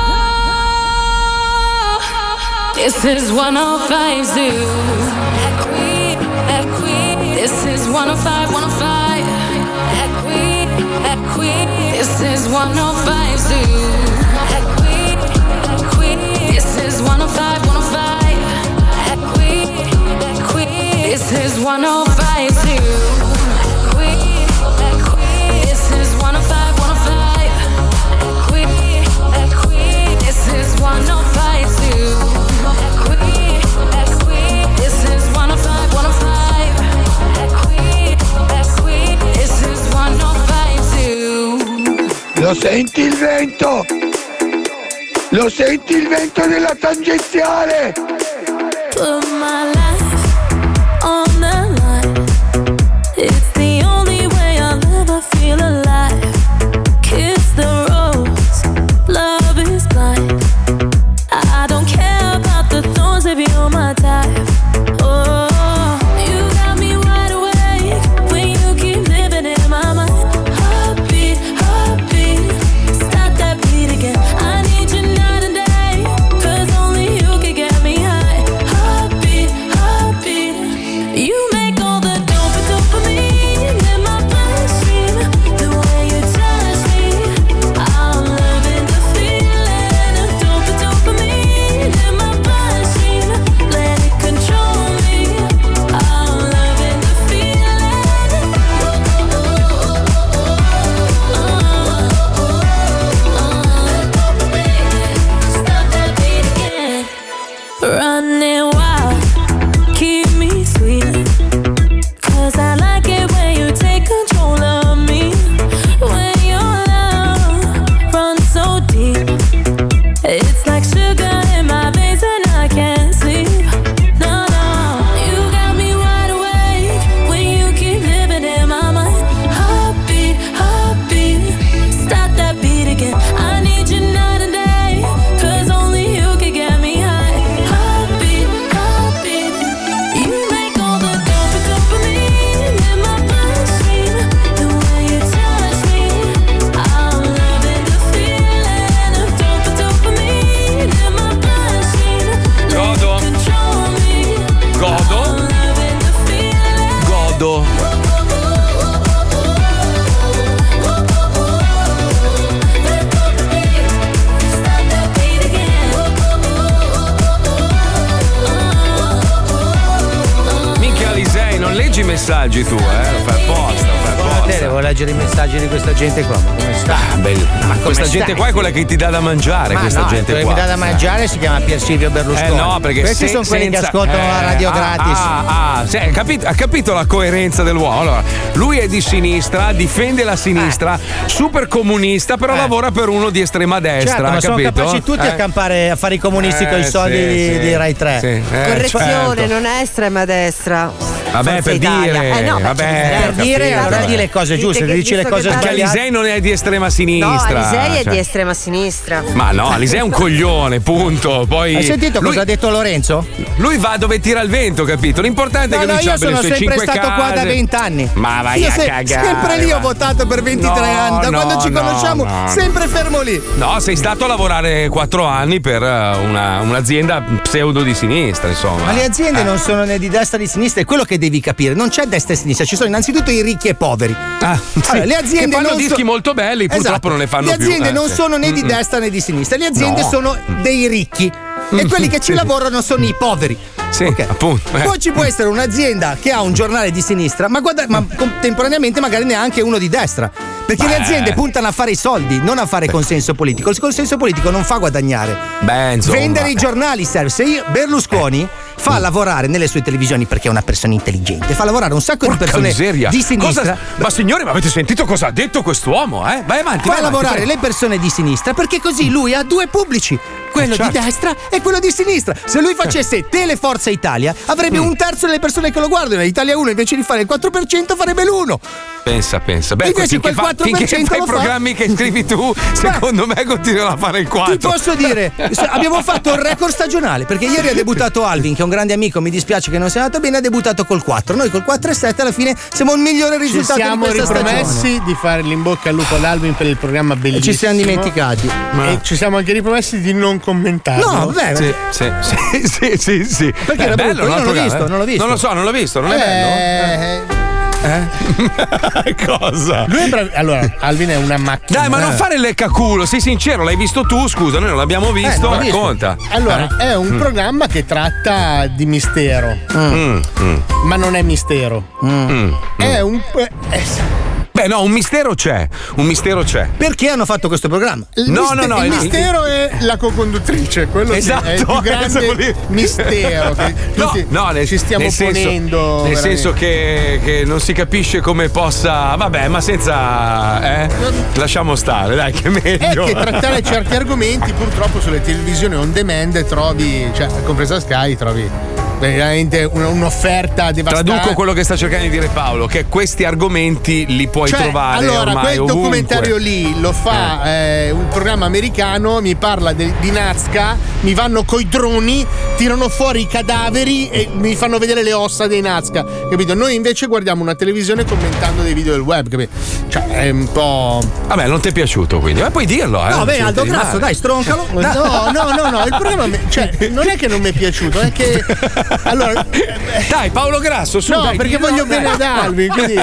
This is 105 Zoo. Equi, equi. This is 105, 105. Equi, equi. This is 105 Zoo. Equi, equi. This is 105, 105. Equi, equi. This is 105 Zoo. Equi, equi. This is 105, 105. Equi, equi. This is 105 Zoo. Equi, equi. This is 105, 105. Equi, equi. This is 105 Zoo. Lo senti il vento? Lo senti il vento della tangenziale? Put my life on the line. It's the only way I'll ever feel alive. Kiss the rose, love is blind. I don't care about the thorns if you're my type. Oh, you got me wide awake when you keep living in my mind. Heartbeat, heartbeat, stop that beat again. I need you night and day, 'cause only you can get me high. Heartbeat, heartbeat, you make all the dope dopamine in my bloodstream. The way you touch me, I'm loving the feeling of dope dopamine in my bloodstream. Let it control me, I'm loving the feeling. Running wild, keep me sweet. Cause I like it when you take control of me. When your love runs so deep, it's like sugar in my veins and I can't sleep. No, no, you got me wide awake when you keep living in my mind. Heartbeat, heartbeat, stop that beat again. I need you night and day, 'cause only you can get me high. Heartbeat, heartbeat, you make all the dope dopamine in my bloodstream. The way you touch me, I'm loving the feeling of dope dopamine in my bloodstream. Godo. Control me. Godo. Godo. Minchia Alisei, non leggi i messaggi tu, eh? Lo fai apposta, lo fai apposta. Te devo leggere leggere i messaggi di questa gente qua. Ma come sta? Ah, bello. Ma come questa stai? gente qua è quella che ti dà da mangiare, Ma questa no, gente quello qua. che mi dà da mangiare si chiama Pier Silvio Berlusconi. Eh no, perché Questi se- sono quelli che senza- ascoltano la eh, radio ah, gratis. Ah, ah, se- ha, capito, ha capito la coerenza dell'uomo. Allora, lui è di sinistra, difende la sinistra, Eh. super comunista, però lavora per uno di estrema destra. Certo, ma ha sono capito? capaci tutti a Eh. campare a fare i comunisti Eh, con i soldi sì, di, sì. di Rai 3. Sì, eh, Correzione, certo. non è estrema destra. Vabbè, Forza per Italia. dire, Eh, no, beh, vabbè, c'è ho per capito, dire, allora vabbè. di le cose Dite giuste, che dici le visto cose che Perché sbagliate- Alisei non è di estrema No, sinistra. Alisei è cioè. di estrema sinistra. Ma no, Alisei è un coglione, punto. Poi Hai sentito lui, cosa ha detto Lorenzo? lui va dove tira il vento, capito? L'importante No, è che no, lui io abbia le sono sue sempre cinque stato qua da case. 20 anni. Ma vai Io a se- cagare. sempre lì ho va. votato per 23 No, anni, da no, quando ci no, conosciamo, no. sempre fermo lì. No, sei stato a lavorare quattro anni per eh, una- un'azienda pseudo di sinistra, insomma. Eh, Ma le aziende non sono né di destra né di sinistra, è quello che devi capire. Non c'è destra e sinistra, ci sono innanzitutto i ricchi e i poveri. Allora, le aziende Ah, che fanno non so- dischi molto belli, purtroppo Esatto. non ne fanno Le più. aziende eh, non sì. sono né di Mm-mm. destra né di sinistra, le aziende No. sono dei ricchi e quelli che ci lavorano sono i poveri. Sì, appunto. eh. Poi ci può essere un'azienda che ha un giornale di sinistra, ma, guarda- ma contemporaneamente magari ne ha anche uno di destra. Perché le Beh. aziende puntano a fare i soldi, non a fare consenso politico. Il consenso politico non fa guadagnare. Beh, insomma. Eh. Mm. Vendere i giornali serve. Se io- Berlusconi fa lavorare nelle sue televisioni perché è una persona intelligente, fa lavorare un sacco Porca di persone miseria. di sinistra. Cosa- Ma signori, ma avete sentito cosa ha detto quest'uomo? Eh? Vai avanti. vai Fa avanti, lavorare prego. le persone di sinistra perché così lui ha due pubblici, quello certo. di destra e quello di sinistra. Se [laughs] lui facesse Teleforza Italia avrebbe Mm. un terzo delle persone che lo guardano. Italia 1 invece di fare il 4% farebbe l'1. Pensa, pensa. Beh, ecco, Invece finché, quel fa- 4% finché fai lo i fa. programmi che scrivi [laughs] tu, secondo me continuerà a fare il 4. Ti [laughs] posso dire, se- abbiamo fatto un record stagionale perché ieri ha debuttato Alvin, che è un grande amico, mi dispiace che non sia andato bene, ha debuttato col 4. Noi col 4 e 7 alla fine siamo il migliore Ci risultato siamo di questa ripromessi stagione. di fare l'inbocca al lupo ad Alvin per il programma bellissimo. ci siamo dimenticati. E ci siamo anche ripromessi di non commentare. No, vabbè, Sì, sì, sì, [laughs] sì, sì, sì. Perché era brutto? Io non l'ho programma, visto, eh. non l'ho visto. Eh. Non lo so, non l'ho visto, non è Eh? bello. Cosa? Lui è bravo. Allora, Alvin è una macchina. Dai, ma non Eh. fare il leccaculo, sei sincero, l'hai visto tu, scusa, noi non l'abbiamo Eh, visto, non l'ho visto. racconta. Allora, Eh? è un Mm. programma che tratta di mistero. Mm, mm. Ma non è mistero. Mm, È mm. un. eh, Beh, no, un mistero c'è, un mistero c'è. Perché hanno fatto questo programma? Il No, miste- no, no, Il il- mistero è la co-conduttrice, quello sì, Esatto, [laughs] è il più grande mistero. Che no, tutti no, nel- ci stiamo nel senso- ponendo. nel senso che, che non si capisce come possa. Vabbè, ma senza. eh, lasciamo stare, dai, che è È meglio. Eh, che trattare certi argomenti purtroppo sulle televisioni on demand trovi, cioè, compresa Sky, trovi veramente un- un'offerta devastante. Traduco quello che sta cercando di dire Paolo, che questi argomenti li puoi Cioè, trovare. allora, ormai quel ovunque. documentario lì lo fa eh, un programma americano, mi parla de- di Nazca, mi vanno coi droni, tirano fuori i cadaveri e mi fanno vedere le ossa dei Nazca, capito? Noi invece guardiamo una televisione commentando dei video del web, capito? Cioè, è un po'... Vabbè, non ti è piaciuto quindi, ma puoi dirlo, eh. No, non beh, c'è niente Aldo di Grasso, male. dai, stroncalo. No, no, no, no, il problema me- cioè, non è che non mi è piaciuto, è che allora Dai, Paolo Grasso, su, No, dai, perché dillo, voglio dai. [laughs] bene ad Alvin, quindi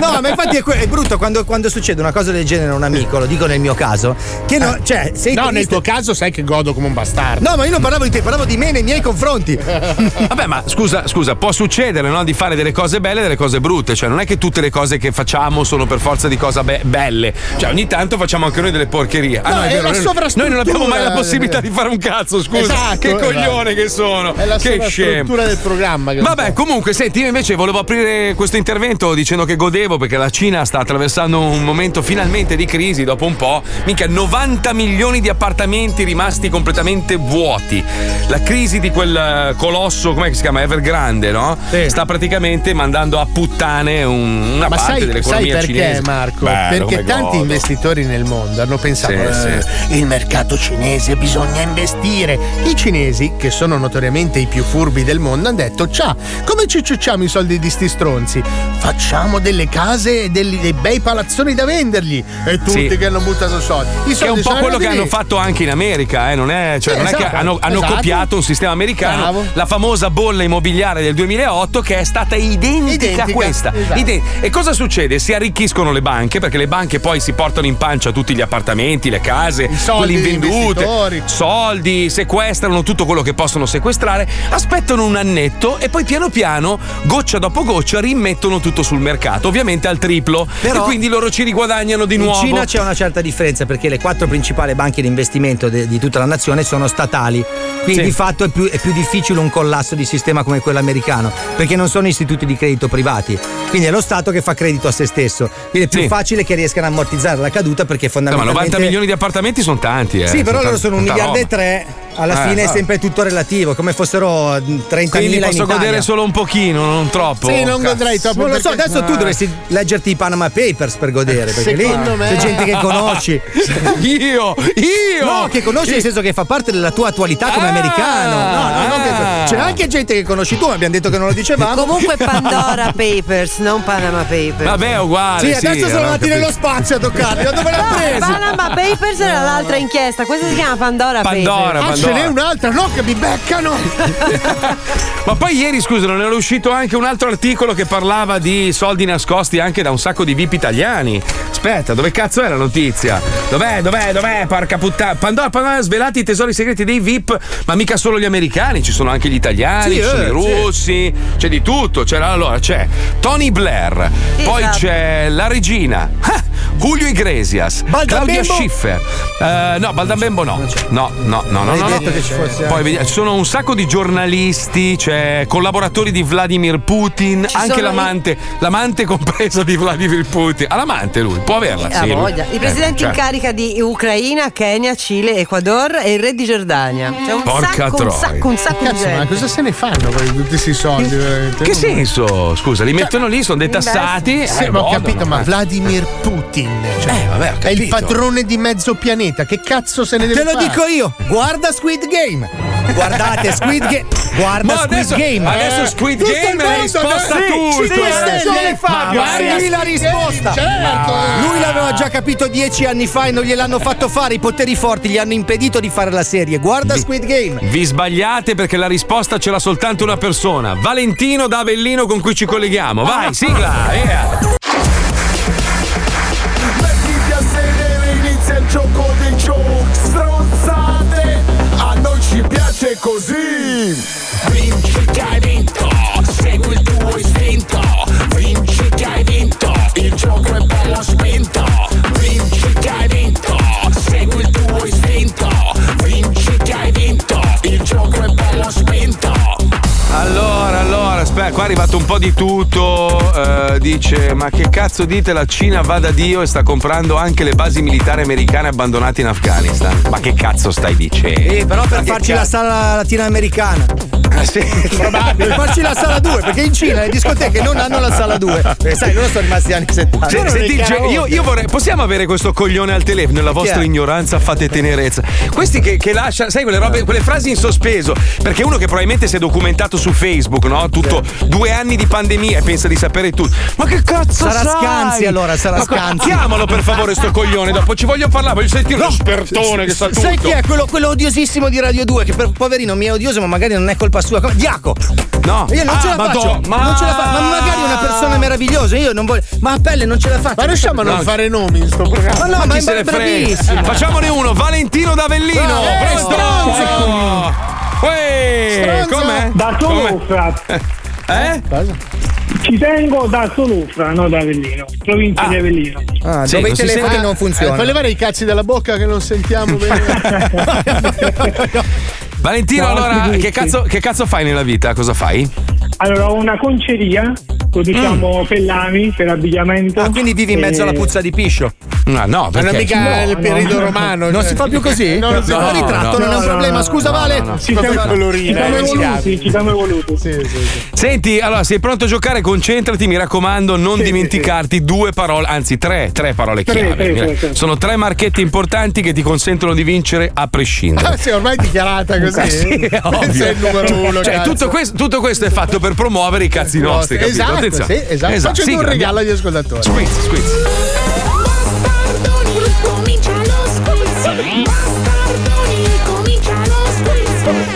No, ma infatti è, que- è brutto quando, quando succede una cosa del genere a un amico, lo dico nel mio caso, che no, cioè, sei Eh, No, nel triste- tuo caso sai che godo come un bastardo. No, ma io non parlavo di te, parlavo di me nei miei [laughs] confronti. Vabbè, ma scusa, scusa, può succedere no, di fare delle cose belle e delle cose brutte, cioè non è che tutte le cose che facciamo sono per forza di cose be- belle, cioè ogni tanto facciamo anche noi delle porcherie. Ah, No, no, è vero, la noi- Noi non abbiamo mai la sovrastruttura. possibilità di fare un cazzo, scusa. Esatto, che esatto. coglione che sono. È la che scemo. struttura del programma. che- Vabbè, comunque, senti, io invece volevo aprire questo intervento dicendo che godevo perché la Cina sta attraversando un momento finalmente di crisi dopo un po'. Mica 90 milioni di appartamenti rimasti completamente vuoti. La crisi di quel eh, colosso, come si chiama? Evergrande, no? Sta praticamente mandando a puttane un- una Ma parte sai, sai dell'economia perché cinese. Marco? Bello, perché come tanti godo. investitori nel mondo hanno pensato Sì, "Eh, il mercato cinese bisogna investire. I cinesi, che sono notoriamente i più furbi del mondo, hanno detto ciao, come ci ciucciamo i soldi di sti stronzi? Facciamo delle case e degli- dei bei palazzoni da vendergli. E tutti Sì. che hanno buttato soldi. I Che è un soldi po' sono quello che andati hanno lì. fatto anche in America, eh, non è, cioè, Sì, non è esatto, che hanno, hanno esatto. copiato un sistema americano, Bravo. la famosa bolla immobiliare del 2008 che è stata identica, Identica, a questa. esatto. Ide- e cosa succede? Si arricchiscono le banche perché le banche poi si portano in pancia tutti gli appartamenti, le case, soldi quelli degli invenduti, investitori. soldi, sequestrano tutto quello che possono sequestrare, aspettano un annetto e poi piano piano, goccia dopo goccia, rimettono tutto sul mercato, ovviamente al triplo. Però- e quindi loro ci riguadagnano di nuovo. In Cina c'è una certa differenza perché le quattro principali banche di investimento de- di tutta la nazione sono statali. Quindi Sì. di fatto è più, è più difficile un collasso di sistema come quello americano perché non sono istituti di credito privati. Quindi è lo Stato che fa credito a se stesso. Quindi è più Sì. facile che riescano a ammortizzare la caduta perché No, ma fondamentalmente. 90 milioni di appartamenti sono tanti, eh. Sì, però loro sono un tanta miliardo e roba. tre. Alla Eh, fine è vabbè. sempre tutto relativo, come fossero mm, 30 Quindi mila in posso Italia. godere solo un pochino, non troppo. Sì, non Cazzo. godrai troppo. Non lo so, perché- adesso tu Ah. dovresti leggerti i Panama Papers per godere, perché lì Secondo me- c'è gente che conosci. io, io! No, che conosci nel senso che fa parte della tua attualità come americano. No, no, non che- c'è anche gente che conosci tu, ma abbiamo detto che non lo dicevamo. Comunque [laughs] Pandora Papers, non Panama Papers. Vabbè, è uguale. Sì, adesso sono allora andati capito. nello spazio a toccarli. Da dove l'ha No, preso? Panama Papers era l'altra inchiesta, questa si chiama Pandora, Pandora, Papers. Ah, Pandora. ce n'è un'altra, no, che mi beccano! [laughs] Ma poi ieri, scusa, non era uscito anche un altro articolo che parlava di soldi nascosti anche da un sacco di VIP italiani. Aspetta, dove cazzo è la notizia? Dov'è, dov'è, dov'è? Parca puttana. Pandora, Pandora ha svelati i tesori segreti dei VIP, ma mica solo gli americani, ci sono anche gli italiani, Sì, ci sono eh, i russi, c'è di tutto. C'era, allora c'è Tony Blair, poi Esatto. c'è la regina. [laughs] ah, Julio Iglesias, Claudia Bembo? Schiffer. Eh, no, Baldambembo no. No, no, no, no. Hai no, detto no. che ci fosse Poi vediamo, ci sono un sacco di giornalisti, c'è collaboratori di Vladimir Putin, anche sono l'amante, l'amante compresa di Vladimir Putin. Ha l'amante lui, può averla. Ha sì, lui. voglia. I Eh, presidenti in certo. carica di Ucraina, Kenya, Cile, Ecuador e il re di Giordania. C'è un Porca sacco, un troia. sacco, un sacco di Cazzo, ma gente. cosa se ne fanno poi tutti questi soldi? veramente? Cioè, Che senso? Scusa, li mettono lì, sono detassati. Sì, eh, ma ho godono, capito, ma eh. Vladimir Putin cioè, Eh, vabbè, ho è il capito. padrone di mezzo pianeta. Che cazzo se ne deve Te lo fare? dico io, guarda Squid Game. [laughs] Guardate Squid Game. Guarda Ma Squid adesso- Game. adesso Squid Game è la risposta a tutto, eh. è Ma guardi lui la la risposta. risposta. Eh. Certo. Lui l'aveva già capito dieci anni fa e non gliel'hanno fatto fare. I poteri forti gli hanno impedito di fare la serie. Guarda Squid Game. Vi sbagliate perché la risposta ce l'ha soltanto una persona. Valentino da Avellino con cui ci colleghiamo. Vai, sigla! yeah. Mettiti a sedere, inizia il gioco dei giochi Stronzate, a noi ci piace così Vinci che hai vinto, segui il tuo istinto Vinci che hai vinto, il gioco è bello spinto Vinci che hai vinto, segui il tuo istinto Vinci che hai vinto, il gioco è bello spinto Allora, allora, aspetta, qua è arrivato un po' di tutto. eh, dice: Ma che cazzo dite? La Cina va da Dio e sta comprando anche le basi militari americane abbandonate in Afghanistan. Ma che cazzo stai dicendo? Sì, Eh, però per farci la sala latinoamericana. Ah, Per farci la sala 2, perché in Cina le discoteche non hanno la sala 2. E sai, loro sono rimasti anni 70. Se- Loro se nei dice- karaoke. Cioè, io, io vorrei, possiamo avere questo coglione al telefono? La vostra Chi è? ignoranza fate tenerezza. Questi che, che lasciano, sai, quelle, Eh. robe, quelle frasi in sospeso. Perché uno che probabilmente si è documentato su Facebook, no? Tutto due anni di pandemia e pensa di sapere tutto. Ma che cazzo Sarà sai? Scanzi, allora, sarà Ma co- Scanzi. Chiamalo per favore, sto coglione. Dopo ci voglio parlare, voglio sentire lo spertone che sa tutto. Sai chi è quello, quello odiosissimo di Radio 2? Che per poverino mi è odioso, ma magari non è colpa sua. Come- Diaco! No. Io non Ah, ce la Madò, faccio. ma- Non ce la fa- ma magari è una persona meravigliosa. Io non voglio. Ma a pelle non ce la faccio. Ma riusciamo a non fare nomi in sto programma? Ma no, ma, chi è se ne frega? bravissimo. Facciamone uno, Valentino d'Avellino. Eh, Presto! stronzo! Uè, Stronzo! Eh, com'è? Da Solufra. [laughs] Eh? Ci tengo da Solufra, no da Avellino, provincia di Avellino. Ah, dove i telefoni non funzionano. eh, Fai levare i cazzi dalla bocca che non sentiamo bene. Valentino, Ciao, allora, figurati. che cazzo, che cazzo fai nella vita? Cosa fai? Allora ho una conceria, Mm. produciamo pellami per abbigliamento. Ah, quindi vivi in mezzo Eh. alla puzza di piscio. Ah, No, no, perché? No, no. eh. Non si fa più così? No, No, no, si no, fa ritratto, no, cioè. non è un no, problema. no, Scusa, no, Vale. no, no. Ci siamo ci siamo eh, eh, evoluti, ci siamo evoluti. Senti, allora, sei pronto a giocare? Concentrati, mi raccomando, non dimenticarti due parole, anzi tre, tre parole Tre, chiave. tre, Mi- tre, tre. Sono tre marchetti importanti che ti consentono di vincere a prescindere. Ah, sì, ormai dichiarata così. Eh sì, è ovvio. Questo è Ah, il numero uno. Cioè, cazzo. tutto questo, tutto questo è fatto per promuovere i cazzi nostri, capito? Esatto, Attenzione. sì, esatto. Faccio sigla, un andiamo. regalo agli ascoltatori. Squiz, squiz. Comincia lo squiz Se non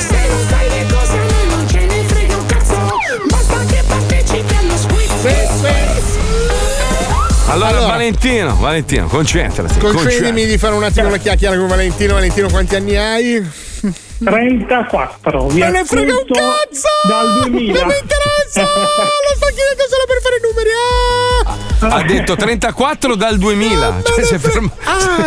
sai le cose a noi non ce ne frega un cazzo Basta che partecipi allo squiz Allora, Valentino, Valentino, concentrati. Concedimi di fare un attimo una chiacchiera con Valentino. Valentino, quanti anni hai? 34. Vi Me ne frega un ascolto cazzo! Dal 2000. Non mi [laughs] interessa! Lo sto chiedendo solo per fare i numeri! Ah! Ha detto 34 dal 2000. Cioè, si è fermato.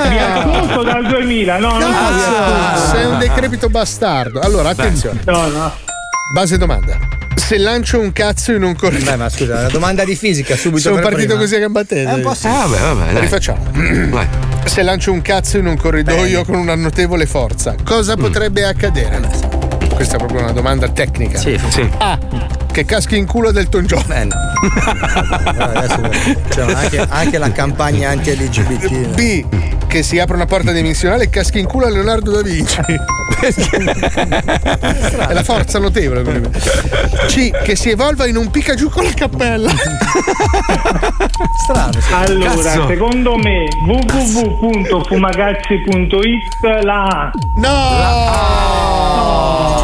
Vi ascolto dal 2000, no, non Ah, ecco. Cazzo, vi Ah. ascolto. sei un decrepito bastardo. Allora, Beh. attenzione. No, no. Base domanda. Se lancio un cazzo in un corridoio. Beh, ma scusa, una domanda di fisica subito. Sono per partito prima. così a gamba tesa. È un po' sì. Ah, vabbè, vabbè, dai. Vai. Se lancio un cazzo in un corridoio con una notevole forza, cosa potrebbe accadere? Questa è proprio una domanda tecnica. Sì, sì. A. Che caschi in culo del John. [laughs] Cioè, anche, anche la campagna anti-LGBT. Eh, B. Che si apre una porta dimensionale e caschi in culo a Leonardo [laughs] da Vinci. È cioè. la forza notevole. quindi. C. Che si evolva in un Pikachu con la cappella. [laughs] Strano. Allora, Cazzo. secondo me www.fumagazzi.it la A. No! Oh,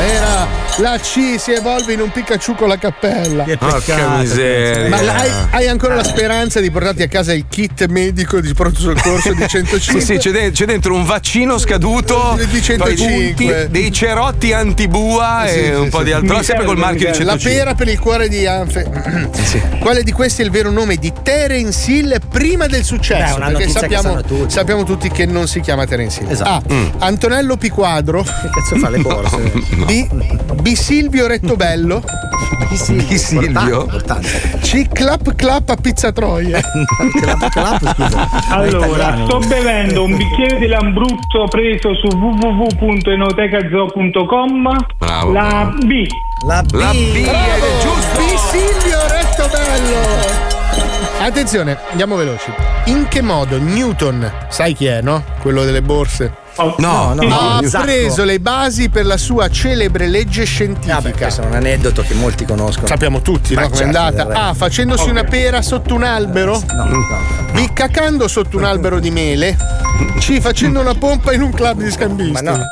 Era la C si evolve in un Pikachu con la cappella. Che Porca peccato. miseria. Ma la- hai, hai ancora la speranza di portarti a casa il kit medico di pronto soccorso [laughs] di 105? Sì, sì, c'è, de- c'è dentro un vaccino scaduto, Di 105. dei punti, dei cerotti antibua Sì, e sì, un po' sì. di altro, però sempre col marchio di La 105. pera per il cuore di Anfe. Eh, Quale di questi è il vero nome di Terence Hill prima del Beh, successo? è una perché notizia che sappiamo sanno sappiamo tutti. che non si chiama Terence Hill. Esatto. A. Mm. [laughs] Antonello Piquadro. Che cazzo fa le borse? B. B. Silvio [laughs] Rettobello. Di Silvio. C. Clap Clap a Pizza [laughs] Troia. clap Clap, scusa. Allora, sto bevendo un bicchiere di lambrutto preso su www.enotecazo.com. Bravo, La B. La B. La B. Bravo! Di Silvio Rettobello. Attenzione, andiamo veloci. In che modo Newton, sai chi è, no? Quello delle borse. no, no, Esatto. ha no, Zacco. preso le basi per la sua celebre legge scientifica. Questo è un aneddoto che molti conoscono. Sappiamo tutti, Ma no? Com'è certo, andata? Ah, del resto. A. Facendosi una pera sotto un albero. B. Cacando sotto un albero di mele. C. Facendo una pompa in un club di scambisti. Ma no, [laughs]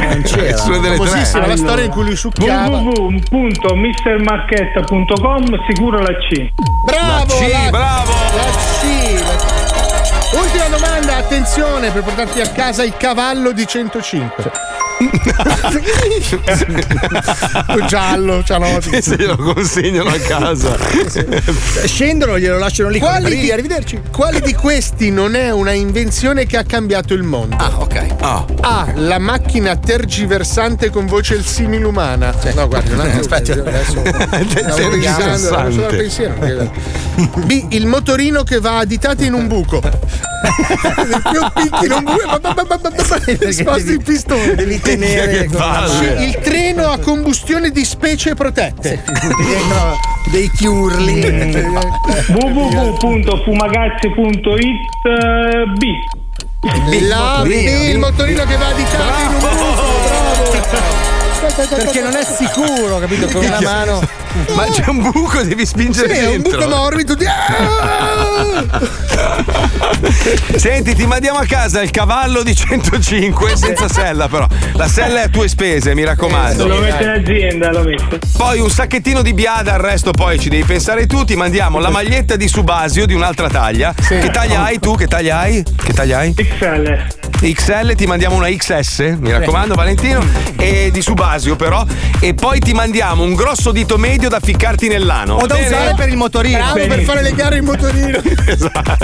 non c'era. Sono delle famosissima la storia in [laughs] cui lui succhiava. www.mistermarchetta.com sicuro la C. Bravo! La C, bravo! La C, la- Ultima domanda, attenzione per portarti a casa il cavallo di 105. Un giallo, cianotti. Se glielo consegnano a casa. Scendono, glielo lasciano lì. con Quali i di, brividi. quali di questi non è una invenzione che ha cambiato il mondo? Ah, ok. Ah. A. La macchina tergiversante con voce il simile umana. No, guardi, [laughs] un attimo. Aspetta. adesso- Stavo pensando, stavo solo Tergiversante. pensiero. [laughs] B. Il motorino che va aditato in un buco. [laughs] Più picchi in un buco. ba, ba, ba, ba, ba, ba, Sposti il pistone. Devi tenere Che con la palle. mano. ecco. Il treno a combustione di specie protette. Eh, dei chiurli. www.fumagazzi.it eh, B. La B, il motorino che va aditato in un buco. Bravo. Perché non è sicuro, capito? Con una mano. Ma c'è un buco, devi Sì, spingere è un dentro. buco morbido. di- Ah! Senti, ti mandiamo a casa il cavallo di 105 senza sella, però. La sella è a tue spese, mi raccomando. Lo mette in azienda, lo mette. Poi un sacchettino di biada, al resto poi ci devi pensare tu. Ti mandiamo la maglietta di Subasio di un'altra taglia. Che taglia hai tu? Che taglia hai? Che taglia hai? XL. XL, ti mandiamo una XS, mi raccomando, Valentino. E di Subasio, però. E poi ti mandiamo un grosso dito medio da ficcarti nell'ano. O da Bene? usare per il motorino. Bravo per [laughs] fare le gare in motorino. Esatto.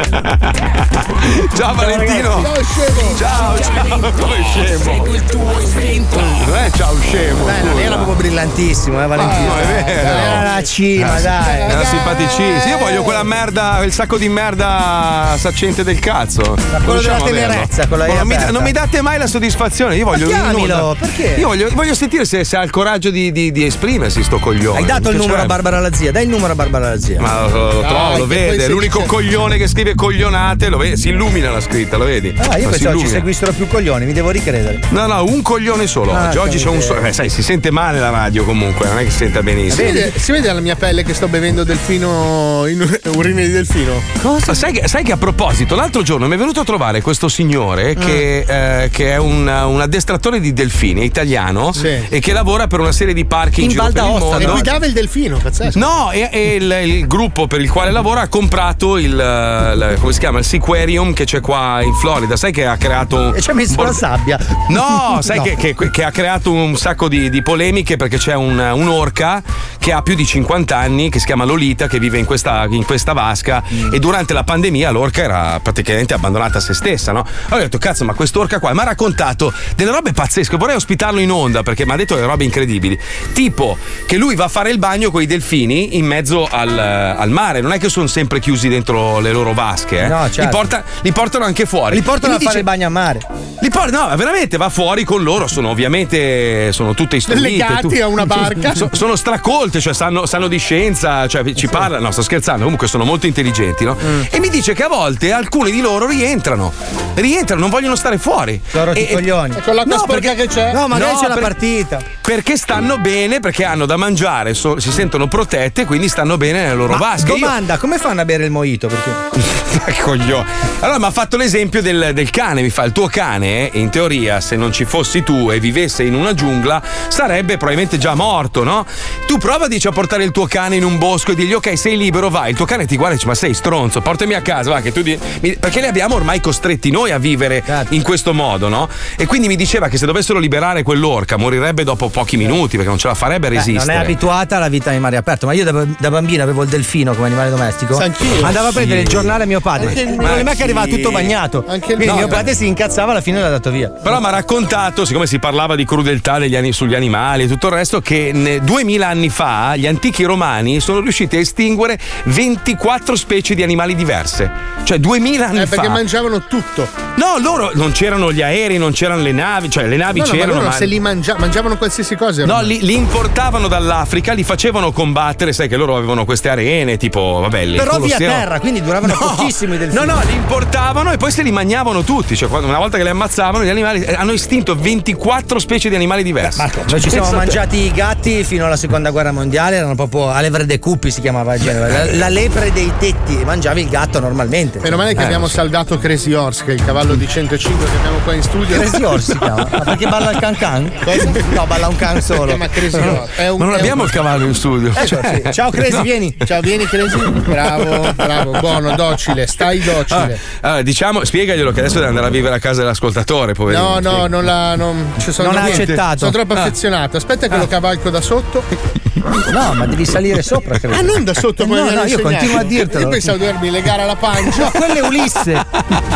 Ciao Valentino. Ciao, scemo. Ciao, ciao, come scemo. Non è Eh, ciao scemo. Beh, non era proprio brillantissimo, eh, Valentino. Ah, no, è vero. Era la Ah, cima, dai. Era simpaticissimo. Io voglio quella merda, il sacco di merda saccente del cazzo. Quello della Riusciamo a averlo? tenerezza, Diciamo Ma quello lì non mi, aperta. non mi date mai la soddisfazione. Io voglio. chiamilo, nulla. perché? Io voglio, voglio sentire se, se ha il coraggio di, di- di esprimersi, sto coglione. Hai dato il Cioè, numero a Barbara la zia, dai il numero a Barbara la zia. Ma lo, lo Dai, trovo, che lo poi vede. se È l'unico dice- coglionone che scrive coglionate, lo vede, si illumina la scritta, lo vedi? Ah, io Ma si pensavo ci illumina. seguissero più coglioni, mi devo ricredere. No, no, un coglione solo. Ah, oggi oggi c'è un capito. solo. Eh, sai, si sente male la radio comunque, non è che si senta Si benissimo. vede, si vede alla mia pelle che sto bevendo delfino in urine di delfino? Ma sai, che- sai che a proposito, l'altro giorno mi è venuto a trovare questo Mm. signore che, eh, che è un, un addestratore di delfini è italiano e che lavora per una serie di parchi in, In giro Val per il d'Aosta. E mondo. guidava il delfino, pazzesco. Eh, No, e, e il, il gruppo per il quale lavora ha comprato il, eh, il- come si chiama? Il Sequarium che c'è anche qua in Florida. Sai che ha creato. E ci ha messo la sabbia. No, sai [laughs] No. Che, che- che ha creato un sacco di, di polemiche perché c'è un- un'orca che ha più di 50 anni, che si chiama Lolita, che vive in questa, in questa vasca Mm. e durante la pandemia l'orca era praticamente abbandonata a se stessa, no? Allora ho detto, cazzo, ma quest'orca qua mi ha raccontato delle robe pazzesche, vorrei ospitarlo in onda perché mi ha detto delle robe incredibili, tipo che lui va a fare il bagno con i delfini in mezzo al, al mare, non è che sono sempre chiusi dentro le loro vasche, eh. No, certo. Li, porta- li portano anche fuori. Li portano E a lui fare il dice- bagno a mare. li por- no, veramente va fuori con loro. Sono ovviamente sono tutte istruite. Legati tu- a una barca. So- sono stracolte, cioè sanno, sanno di scienza, cioè ci parlano. No, sto scherzando, comunque sono molto intelligenti, no? Mm. E mi dice che a volte alcuni di loro rientrano. Rientrano, non vogliono stare fuori. Loro E- ti coglioni. e- no, perché che c'è? No, magari No, c'è la per- partita. perché stanno bene, perché hanno da mangiare, so- si sentono protette, quindi stanno bene nelle loro Ma vasche. Io- domanda, come fanno a bere il mojito? [laughs] Perché Coglione. Allora mi ha fatto l'esempio del, del cane, mi fa il tuo cane, eh, in teoria se non ci fossi tu e vivesse in una giungla sarebbe probabilmente già morto, no? Tu prova dici a portare il tuo cane in un bosco e digli ok sei libero, vai, il tuo cane ti guarda e dice ma sei stronzo, portami a casa, va che tu di- mi- perché li abbiamo ormai costretti noi a vivere Certo. in questo modo, no? E quindi mi diceva che se dovessero liberare quell'orca morirebbe dopo pochi minuti perché non ce la farebbe a Certo. Beh, resistere. Eh, non è abituata alla vita in mare aperto, ma io da, da bambino avevo il delfino come animale domestico. Anch'io. Andavo a prendere Sì. il giornale a mio padre. Anche il il mio. problema è che arrivava Sì. tutto bagnato. Anche il Quindi mio. mio No, padre si incazzava, alla fine l'ha dato via. Però mi ha raccontato, siccome si parlava di crudeltà degli ani- sugli animali e tutto il resto, che ne- 2000 anni fa gli antichi romani sono riusciti a estinguere 24 specie di animali diverse. Cioè 2000 anni Eh, fa. perché mangiavano tutto. No, loro non c'erano gli aerei, non c'erano le navi, cioè le Ah, navi No, no, ma c'erano, loro ma se li mangia- mangiavano qualsiasi cosa. No, ormai. li, li importavano dall'Africa, li facevano combattere, sai che loro avevano queste arene, tipo, vabbè, il Però via Colosseo. terra, [laughs] quindi duravano pochissimo i delfini. No, no, li importavano e poi se li mangiavano tutti. Cioè, quando- una volta che li ammazzavano, gli animali eh, hanno estinto 24 specie di animali diversi. Marco, Noi Cioè, ci siamo mangiati i gatti fino alla seconda guerra mondiale, erano proprio a levre de cupi si chiamava il genere, la, la lepre dei tetti, mangiavi il gatto normalmente. Eh, Meno male che abbiamo saldato Crazy Horse, che è il cavallo di 105 che abbiamo qua in studio. Crazy Horse si [laughs] chiama? Ma perché balla il can can? No, balla un can solo. Ma Crazy Horse è un- Ma non è un- abbiamo il cavallo in studio. Cioè, Ecco, sì. Ciao, Crazy, No. vieni. Ciao, vieni Crazy. Bravo, bravo, [laughs] buono, docile, stai docile. Ah, allora, diciamo, spiegaglielo che adesso deve andare a vivere a casa dell'ascoltatore, poverino. No, no, non l'ha. Non, ci sono Non l'ha niente. accettato. Sono troppo Ah. affezionato. Aspetta, che lo cavalco da sotto. No, ma devi salire sopra, credo. Eh, Ah, non da sotto come No, mi hanno no, io insegnato. continuo a dirtelo. Io pensavo di dovermi legare alla pancia. No, quella è Ulisse.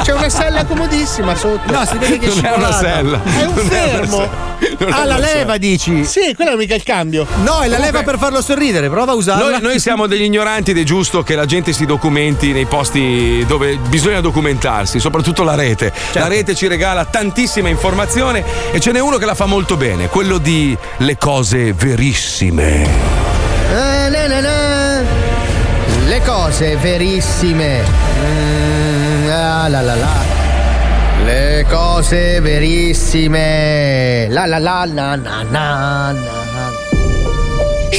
C'è una sella comodissima sotto. No, si vede che Non è scivolata. una sella. È un Non è una fermo. sella. Non è Ah, la una sella. leva dici? Sì, quella è mica il cambio. No, è la leva per farlo sorridere, prova a usarla. Noi, noi siamo degli ignoranti ed è giusto che la gente si documenti nei posti dove bisogna documentarsi, soprattutto la rete. La rete ci regala tantissima informazione e ce n'è uno che la fa molto bene, quello di le cose verissime. Eh, na, na, na. Le cose verissime. Mm, ah, la, la, la. Le cose verissime. La la la na na na na.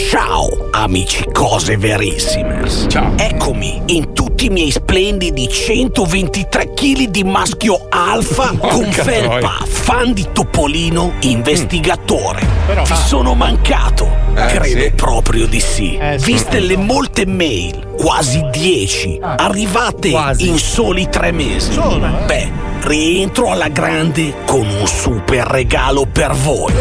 Ciao amici cose verissime. Ciao. Eccomi in tutti i miei splendidi 123 kg di maschio alfa con Porca felpa, troia. fan di Topolino, investigatore. Mm. Ti sono mancato. Eh, Credo sì. proprio di sì. Eh, sì. Viste le molte mail, quasi 10, Ah. arrivate in soli tre mesi. eh? Beh, rientro alla grande con un super regalo per voi.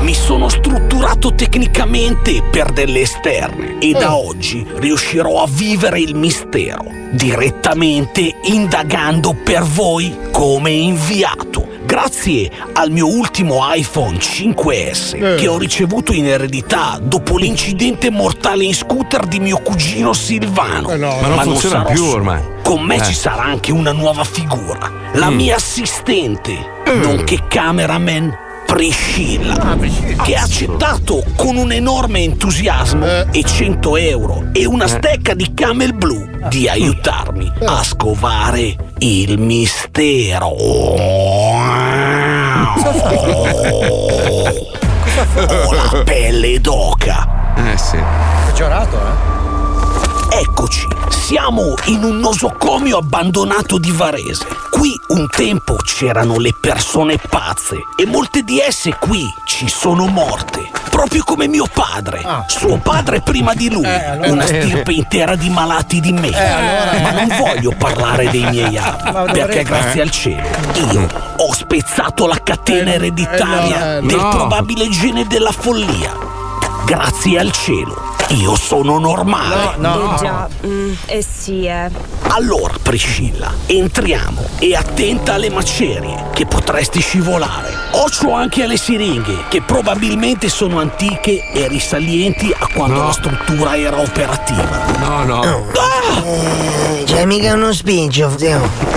Mi sono strutturato tecnicamente per delle esterne e da Eh. oggi riuscirò a vivere il mistero direttamente indagando per voi come inviato. Grazie al mio ultimo iPhone 5S Eh. che ho ricevuto in eredità dopo l'incidente mortale in scooter di mio cugino Silvano. Ma non funziona sarò più solo. ormai. Con me Eh. ci sarà anche una nuova figura, la Mm. mia assistente, nonché cameraman Priscilla, che ha accettato con un enorme entusiasmo e 100 euro e una Eh. stecca di camel blu di aiutarmi a scovare il mistero. Ho la pelle d'oca. Eh sì. Peggiorato, eh? Eccoci, siamo in un nosocomio abbandonato di Varese. Qui un tempo c'erano le persone pazze e molte di esse qui ci sono morte. Proprio come mio padre, Ah. suo padre prima di lui, Eh, una stirpe intera di malati di me. Ma non voglio parlare dei miei Ma avi, dovrei- perché grazie Eh. al cielo io ho spezzato la catena eh, ereditaria no. del No. probabile gene della follia. Grazie al cielo, io sono normale. Eh già, mm, eh sì, eh. Allora, Priscilla, entriamo e attenta alle macerie, che potresti scivolare. Occhio anche alle siringhe, che probabilmente sono antiche e risalienti a quando la struttura era operativa. No, no. C'è mica uno spingio, zio.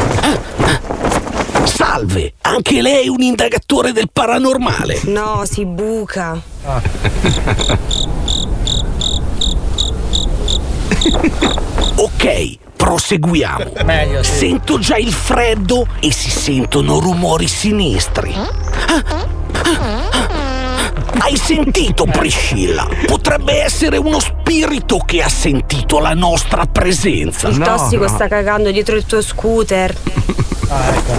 Salve, anche lei è un indagatore del paranormale. No, si buca. Ah. Ok, proseguiamo. Sento già il freddo e si sentono rumori sinistri. Eh? Eh, Hai sentito Priscilla? Potrebbe essere uno spirito che ha sentito la nostra presenza. Il tossico sta cagando dietro il tuo scooter.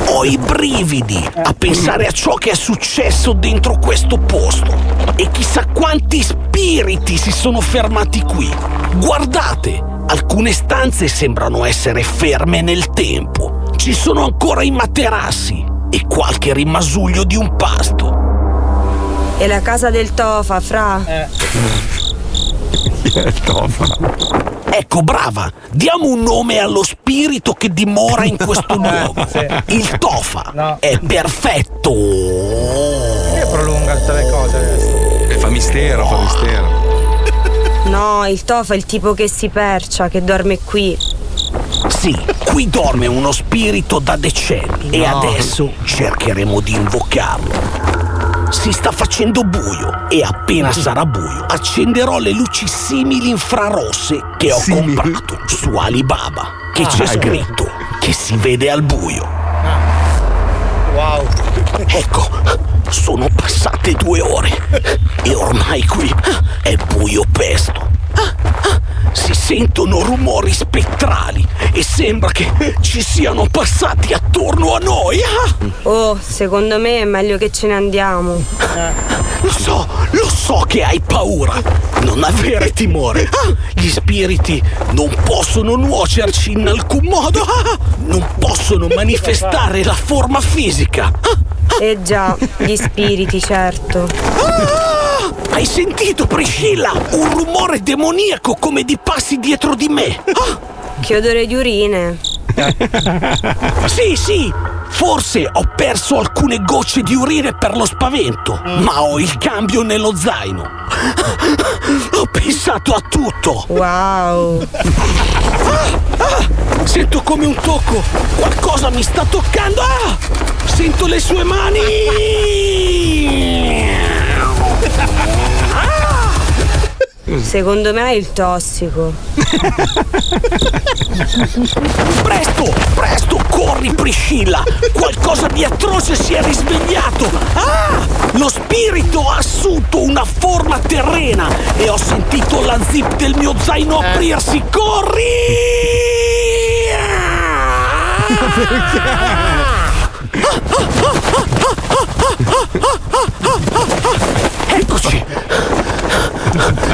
Ho i brividi a pensare a ciò che è successo dentro questo posto. E chissà quanti spiriti si sono fermati qui. Guardate, alcune stanze sembrano essere ferme nel tempo. Ci sono ancora i materassi e qualche rimasuglio di un pasto. E la casa del tofa, fra. Ecco, brava, diamo un nome allo spirito che dimora in questo luogo. Il tofa è perfetto. Che prolunga tutte le cose? Eh, Fa mistero, fa mistero. No, il tofa è il tipo che si percia, che dorme qui. Sì, qui dorme uno spirito da decenni e No. adesso cercheremo di invocarlo. Si sta facendo buio e appena sarà buio accenderò le luci simili infrarosse che ho comprato su Alibaba, che Ah, c'è ecco. Ah. scritto che si vede al buio. Wow. Ecco, sono passate due ore e ormai qui è buio pesto. Si sentono rumori spettrali e sembra che ci siano passati attorno a noi. Ah, Oh, secondo me è meglio che ce ne andiamo. Lo so, lo so che hai paura. Non avere timore. Ah, Gli spiriti non possono nuocerci in alcun modo. Ah, Non possono manifestare la forma fisica. Eh già, gli spiriti, certo. Ah, Hai sentito, Priscilla? Un rumore demoniaco come di passi dietro di me. Che odore di urine. Sì, sì. Forse ho perso alcune gocce di urine per lo spavento, ma ho il cambio nello zaino. Ho pensato a tutto. Ah, Wow. Sento come un tocco. Qualcosa mi sta toccando. Ah! Sento le sue mani. Secondo me è il tossico. Presto, presto, corri Priscilla! Qualcosa di atroce si è risvegliato! Ah! Lo spirito ha assunto una forma terrena e ho sentito la zip del mio zaino aprirsi! Corri! Ah! Eccoci!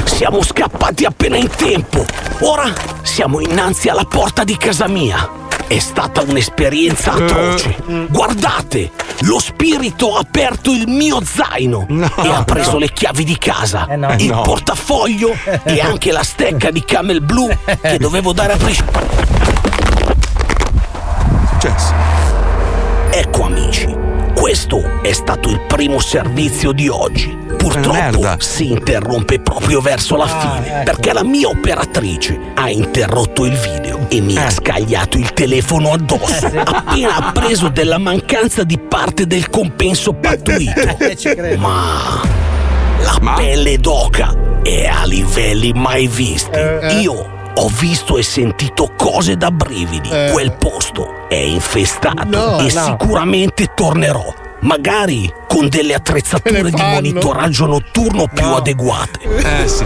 Siamo scappati appena in tempo! Ora siamo innanzi alla porta di casa mia! È stata un'esperienza Eh. atroce! Guardate! Lo spirito ha aperto il mio zaino e ha preso [laughs] no. le chiavi di casa, Eh, no. il No. [laughs] portafoglio e anche la stecca di camel blu che dovevo dare a Priscilla. Cioè, Ecco amici, questo è stato il primo servizio di oggi. Purtroppo si interrompe proprio verso la fine perché la mia operatrice ha interrotto il video e mi ha scagliato il telefono addosso appena appreso della mancanza di parte del compenso pattuito. Ma la pelle d'oca è a livelli mai visti. Eh, Io ho visto e sentito cose da brividi. Quel posto è infestato Eh. No, e no. sicuramente tornerò. Magari con delle attrezzature di monitoraggio notturno più adeguate. Eh sì.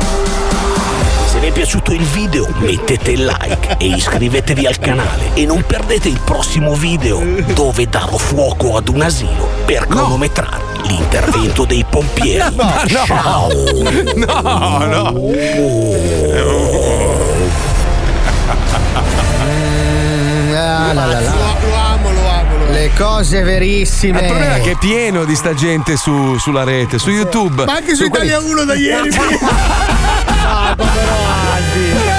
Se vi è piaciuto il video mettete il like e iscrivetevi al canale e non perdete il prossimo video dove darò fuoco ad un asilo per cronometrare l'intervento dei pompieri. No, no. Ciao! No, no! Mm, Ah, la, la, la. Lo amo, lo amo. Le cose Il problema è verissime. che è pieno di sta gente su- sulla rete, su Eh, YouTube. Ma anche su Italia 1 [laughs] da ieri.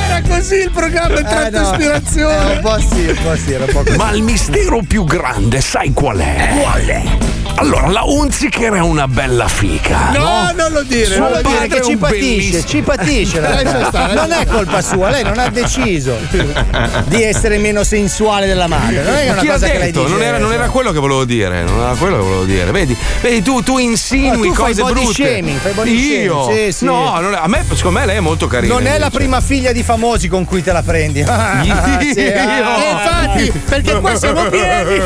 Era così il Eh, programma, è tanta ispirazione. Eh, un po' sì, un po' sì, era un po' Ma il mistero più grande, sai qual è? Qual è? Allora, la Unziker era una bella fica. No, non lo dire, Suo non lo dire, padre che è ci un patisce, bellissimo- ci [laughs] patisce in realtà. Lascia stare, lascia Non è colpa sua, lei non ha deciso di essere meno sensuale della madre. Non è che è Ma una chi l'ha cosa che lei detto? dice. Non era, non era quello che volevo dire. Non era quello che volevo dire. Vedi, vedi tu, tu insinui No, tu fai cose body brutte. shaming, fai body Io? shaming, sì, sì. No, non è- a me, secondo me lei è molto carina. Non è la invece. prima figlia di famosi con cui te la [laughs] prendi. Sì, ah. Eh, infatti, perché qua siamo [laughs] pieni.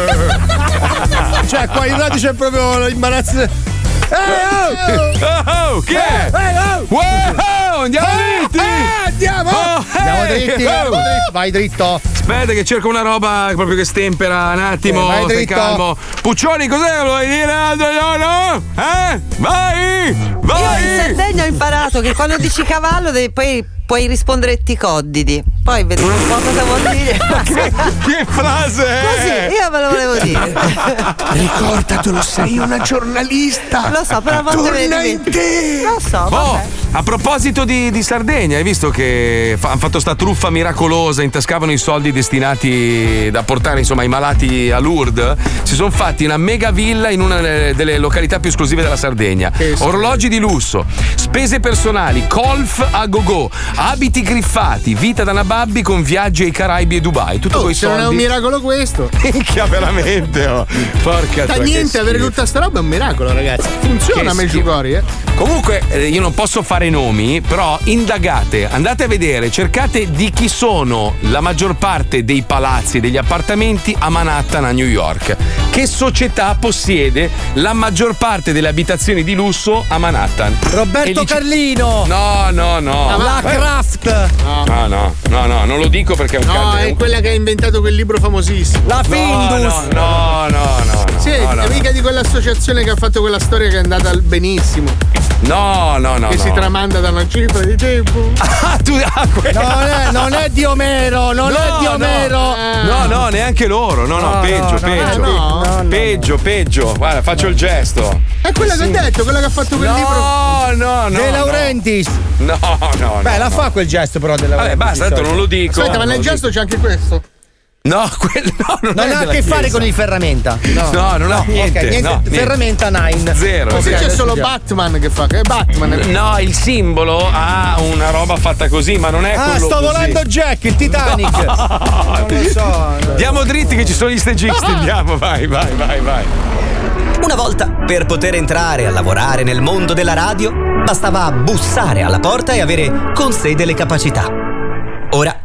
cioè, qua in radio c'è proprio l'imbarazzo. Eh, oh! Oh, oh, chi è? Eh, oh! Wow, andiamo dritti! Oh, andiamo! Andiamo [laughs] dritti, andiamo dritti, vai dritto! Eh! Aspetta, che cerco una roba proprio che stempera un attimo. Eh, vai stai dritto. calmo. Puccioni, cos'è? Lo vuoi dire? Ah, No, no, no. Eh? Vai! Io in Vai! Sardegna ho imparato che quando dici cavallo devi- poi puoi rispondere ticoddidi. Poi vedi un po' cosa vuol dire. che frase è? Così, io ve lo volevo dire. Ricordatelo, sei una giornalista. Lo so, però a volte me ne Torna in dimentico. te. Lo so, Ah, Oh, vabbè. a proposito di, di Sardegna, hai visto che fa- hanno fatto sta truffa miracolosa, intascavano i soldi destinati da portare insomma ai malati a Lourdes? Si sono fatti una mega villa in una eh, delle località più esclusive della Sardegna. Orologi di lusso, spese personali, golf a gogo, abiti griffati, vita da nababbi con viaggi ai Caraibi e Dubai. Tutto coi Oh, Se non soldi. è un miracolo questo. Minchia, veramente, oh. Porca Da tua, che niente, avere schifo. tutta sta roba è un miracolo, ragazzi. Funziona Che Medjugorje, eh. Comunque, eh, io non posso fare nomi, però indagate, andate a vedere, cercate di chi sono la maggior parte dei palazzi e degli appartamenti a Manhattan, a New York. Che società possiede la maggior parte delle abitazioni di lusso a Manhattan? Roberto Carlino! No, no, Ah, no. La Eh. Kraft! No, no, no, no, non lo dico perché è un No, cazzo. è quella che ha inventato quel libro famosissimo. La No, no, no, no, no, no. Sì, no, no, è mica di quell'associazione che ha fatto quella storia che è andata al benissimo. No, no, no. che si no. tramanda da una cifra di tempo. [laughs] Ah, tu ah, quella- non, è, non è di Omero, non No, è di no. Omero. Eh. No, Ah. no, neanche loro. No, no, No, peggio, no, peggio. no, no, peggio, peggio. Guarda, faccio il gesto. È quella che ho detto, quella che ha fatto quel No, libro. no, De Laurentiis! No, no, Beh, no, no. la fa quel gesto però della Vabbè, basta, tanto non lo dico. Aspetta, ma Non nel lo gesto c'è anche questo. No, quello no, non, Non è ha a della che fare chiesa. con il ferramenta. No, No, non ha ok, niente, no, niente. Ferramenta 9. Zero, Ok, Sì, zero. c'è adesso solo già. Batman che fa, che è Batman. No, il simbolo ha una roba fatta così, ma non è Ah, quello sto così. volando Jack, il Titanic. [laughs] No. Non lo so. Diamo dritti che ci sono gli stagisti, andiamo, vai, vai, vai, vai. Una volta, per poter entrare a lavorare nel mondo della radio, bastava bussare alla porta e avere con sé delle capacità. Ora,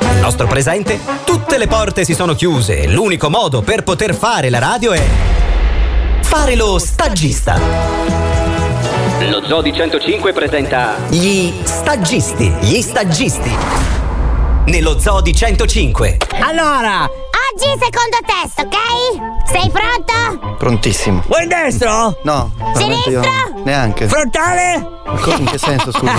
nel nostro presente, tutte le porte si sono chiuse e l'unico modo per poter fare la radio è fare lo stagista. Lo Zoo di 105 presenta Gli stagisti, gli stagisti. Nello Zoo di 105. Allora, oggi secondo test, ok? Sei pronto? Prontissimo. Vuoi il destro? No. veramente io Sinistro? Neanche. Frontale? Ma co- In che senso, [laughs] scusa?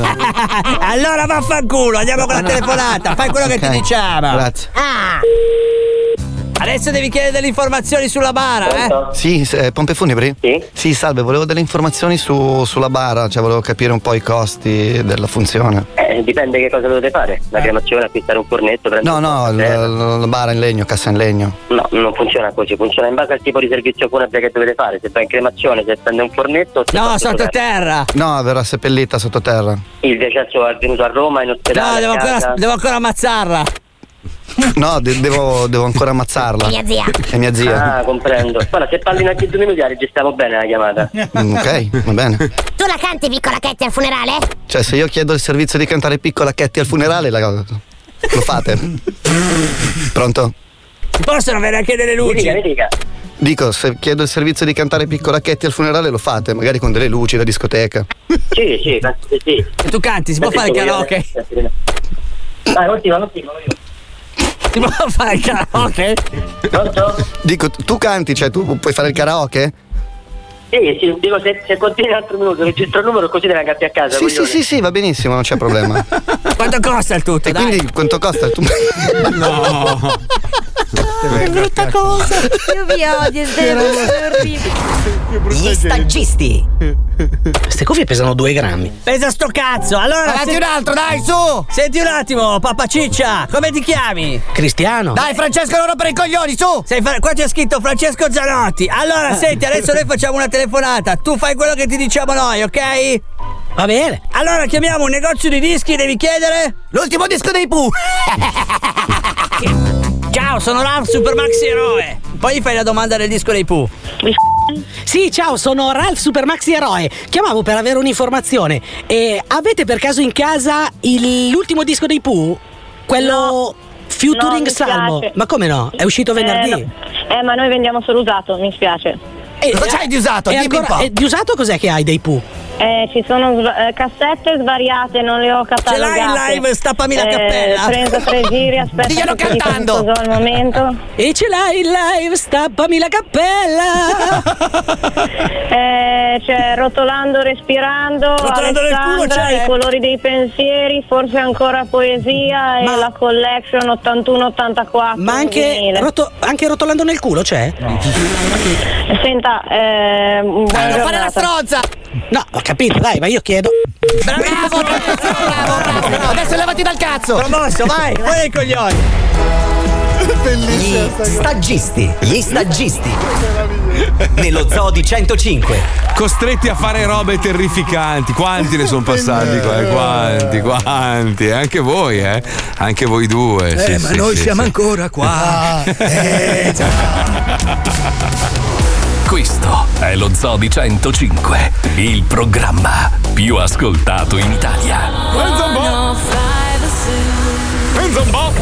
allora vaffanculo, andiamo con la telefonata. Fai quello che Ah, Ok, ti diciamo. Grazie. Ah. Adesso devi chiedere delle informazioni sulla bara, eh? Sì, s- eh, pompe funebri? Sì. salve, volevo delle informazioni su- sulla bara, cioè volevo capire un po' i costi della funzione. Eh, dipende che cosa dovete fare. La cremazione, acquistare un fornetto, prendere. No, no, l- l- la bara in legno, cassa in legno. No, non funziona così, funziona in base al tipo di servizio funebre che dovete fare, se va in cremazione, se prende un fornetto, se Ah, fa tutto bene. sottoterra. No, verrà seppellita sottoterra. Il decesso è avvenuto a Roma in ospedale. No, devo a casa. ancora- devo ancora ammazzarla. No, de- devo, devo ancora ammazzarla. È mia zia. È mia zia. Ah, [laughs] comprendo. Guarda, se parli in altri due minuti la registriamo bene la chiamata. Mm, Ok, va bene. Tu la canti piccola Ketty al funerale? Cioè, se io chiedo il servizio di cantare piccola Chetti al funerale, la- lo fate. Pronto? Possono avere anche delle luci? Mi dica, mi dica. Dico, se chiedo il servizio di cantare piccolacchetti al funerale lo fate, magari con delle luci da discoteca. Sì, sì, penso che sì. E tu canti, si può fare il karaoke? Dai, continua, continua. Si può [laughs] fare il karaoke? Dico, tu canti, cioè tu puoi fare il karaoke? Sì, sì, dico se, se continui un altro minuto, registro il numero così te la canti a casa. Sì, sì, sì, sì, va benissimo, non c'è problema. Quanto costa il tutto? E quindi quanto costa il tuo. [laughs] No! che brutta cosa! Io vi odio, è vero, è orribile. Gli stagisti. Queste cuffie pesano 2 grammi. Pesa sto cazzo! Allora. Avanti se- un altro, dai, su! Senti un attimo, papà Ciccia, come ti chiami? Cristiano? Dai, Francesco, non rompere i coglioni, su! Sei fra- qua c'è scritto Francesco Zanotti. Allora, senti, adesso noi facciamo una telefonata. Tu fai quello che ti diciamo noi, ok? Va bene. Allora, chiamiamo un negozio di dischi, devi chiedere? L'ultimo disco dei Pooh. Ciao, sono Ralph Supermax Eroe. Poi gli fai la domanda del disco dei Pooh. Sì, ciao, sono Ralph Supermaxi Eroe. Chiamavo per avere un'informazione. E avete per caso in casa il- l'ultimo disco dei Pooh? Quello No, Futuring mi Salmo. piace. Ma come no? È uscito venerdì. Eh, Eh, no. Eh, ma noi vendiamo solo usato, mi spiace. E, e ancora- e di usato cos'è che hai dei Pooh? Eh, ci sono sva- eh, cassette svariate, non le ho catalogate. Eh, Ce l'hai in live? Stappami la cappella. Prendo tre [laughs] giri, aspetta. Diglielo che ti dico cantando. tutto il momento. E ce l'hai in live, stappami la cappella. [laughs] Eh, c'è rotolando, respirando. Rotolando nel culo cioè. Alessandra, c'è? I colori dei pensieri, forse ancora poesia e la collection 81-84. Ma anche, vinile. roto- anche rotolando nel culo c'è? Senta, eh, non fare la stronza! No, ho capito, dai, ma io chiedo. [laughs] Adesso levati dal cazzo! Promosso, [laughs] vai, vai i coglioni! Gli stagisti, gli stagisti. Nello zoo di 105. Costretti a fare robe terrificanti. Quanti ne sono passati qua? eh? Quanti, quanti. Anche voi, eh? Anche voi due. Eh, ma noi siamo ancora qua. Eh, Questo è lo Zoo di 105, il programma più ascoltato in Italia. Pensa un po'. Pensa un po'.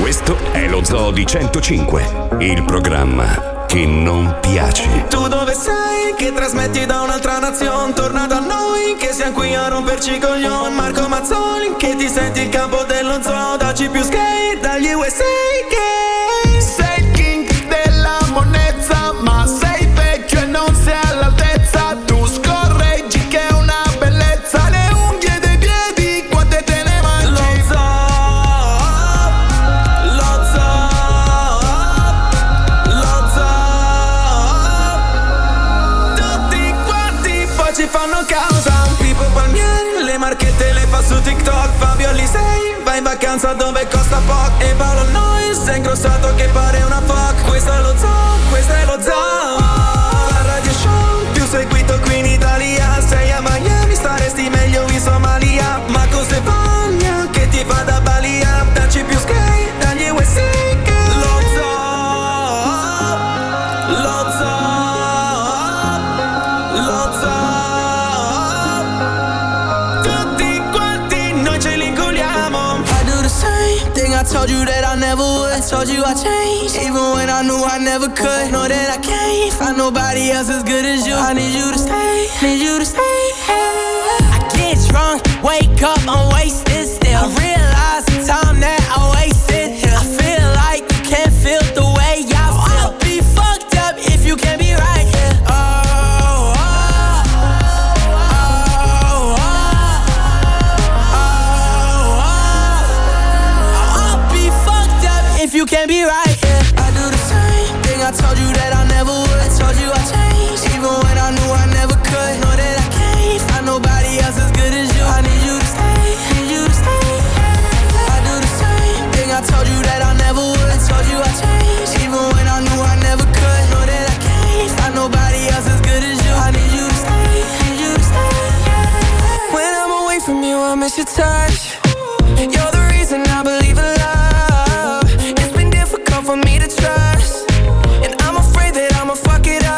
Questo è lo Zoo di 105, il programma che non piace. Tu dove sei? Che trasmetti da un'altra nazione? Torna da noi, che siamo qui a romperci i coglioni. Marco Mazzoli, che ti senti il capo dello zoo. Dacci più skate, dagli USA che sei il king della monezza. Ma sei vecchio e non sei all'altezza Tu scorreggi che è una bellezza Le unghie dei piedi quante te ne mangi Lo so, lo so, lo so. Tutti quanti poi ci fanno causa. Pippo Palmieri, le marchette le fa su TikTok. Fabio Lisei, va in vacanza dove costa poco. E Paolo Nois è ingrossato che pare una fuck. Questo è lo zoo, questo è lo zoo. La radio show più seguito qui in Italia. Sei a Miami, staresti meglio in Somalia. Ma con Stefania che ti fa da balia. Dacci più sky, dagli USA che lo zoo, lo zoo, lo zoo. Tutti quanti noi ce li incolliamo. I do the same thing I told you that I never would. I told you I changed, even when I knew I never could. Know that I can't find nobody else as good as you. I need you to stay, need you to stay. I get drunk, wake up, I'm wasted still. I realize the time that I wasted here. I feel like you can't feel the way I feel. I'll be fucked up if you can't be right here. Oh, oh, oh, oh, oh. I'll be fucked up if you can't be right. Yeah. I do the same thing. I told you that I never would. I told you I changed, even when I knew I never could. Know that I can't find nobody else as good as you. I need you to stay, need you to stay. I do the same thing. I told you that I never would. I told you I changed, even when I knew I never could. Know that I can't find nobody else as good as you. I need you to stay, need you to stay. When I'm away from you, I miss your touch. You're the reason I believe in love. It's been difficult for me to trust, and I'm afraid that I'ma fuck it up.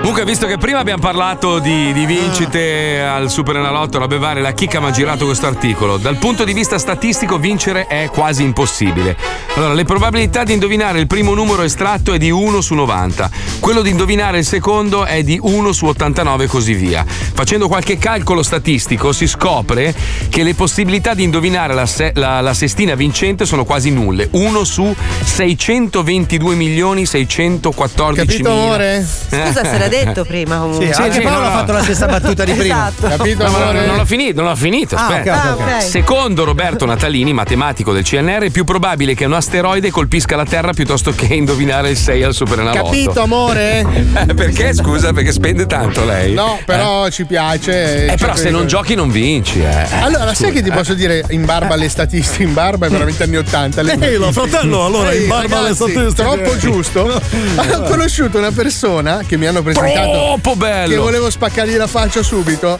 Comunque, visto che prima abbiamo parlato di, di vincite al Superenalotto, robe varie, la chicca mi ha girato questo articolo. Dal punto di vista statistico, vincere è quasi impossibile. Allora, le probabilità di indovinare il primo numero estratto è di 1 su 90, quello di indovinare il secondo è di 1 su 89 e così via. Facendo qualche calcolo statistico si scopre che le possibilità di indovinare la, se- la- la sestina vincente sono quasi nulle, 1 su 622 milioni 614 Capito, Eh. amore? Scusa se l'ha detto prima comunque. Sì, anche Paolo ha fatto la stessa battuta di prima. Esatto. Capito, No, amore? no, non l'ho finito, non l'ho finito. Ah, aspetta. ok, ok, ok. Secondo Roberto Natalini, matematico del CNR, è più probabile che un asteroide colpisca la Terra piuttosto che indovinare il 6 al Superenalotto. Capito, amore? [laughs] Eh, perché scusa? Perché spende tanto lei. No, però ci piace. Eh, Ci però se credo. non giochi non vinci, eh. Allora, sai che ti Eh. posso dire in barba alle statistiche? In barba è veramente anni 80. le Ehi, lo fratello, allora, in barba alle ragazzi, statistiche. Troppo [laughs] giusto. Ho conosciuto una persona che mi hanno presentato. Troppo bello. Che volevo spaccargli la faccia subito.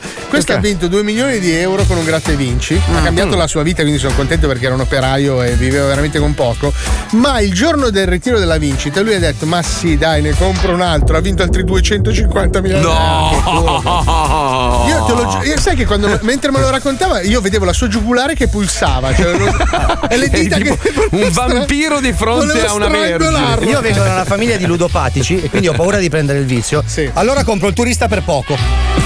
Perché? Questa ha vinto 2 milioni di euro con un gratta e vinci. Mm, Ha cambiato la sua vita, quindi sono contento perché era un operaio e viveva veramente con poco. Ma il giorno del ritiro della vincita, lui ha detto: Ma sì, dai, ne compro un altro. Ha vinto altri 250 mila No! io te lo giuro, io- sai [laughs] che quando, mentre me lo raccontava io vedevo la sua giugulare che pulsava. [laughs] Cioè, lo- e le dita che. [laughs] Un vampiro di fronte a una vergine. Io vengo da una famiglia di ludopatici e quindi ho paura di prendere il vizio. Allora compro il turista per poco.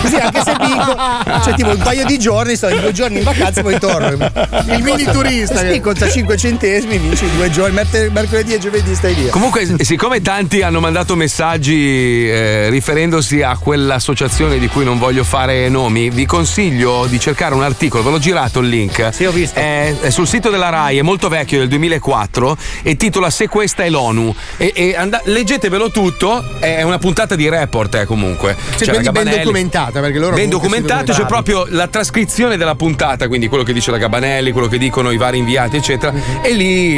Così anche se vinco, cioè tipo un paio di giorni, sto in due giorni in vacanza e poi torno. Il mini turista. Sì, costa 5 centesimi, vinci due giorni, mette- mercoledì e giovedì stai via. Comunque, siccome tanti hanno mandato messaggi eh, riferendosi a quell'associazione di cui non voglio fare nomi, vi consiglio di cercare un articolo. Ve l'ho girato il link. Sì, ho visto. È, è sul sito della Rai, è molto vecchio, del 2004, e titola Se questa è l'ONU. E, e anda- leggetevelo tutto, è una puntata di report, eh, comunque. Cioè, C'era quindi ben Gabanelli. documentata perché loro Ben comunque si documentato, c'è documentavano. proprio la trascrizione della puntata, quindi quello che dice la Gabanelli, quello che dicono i vari inviati, eccetera. E lì. si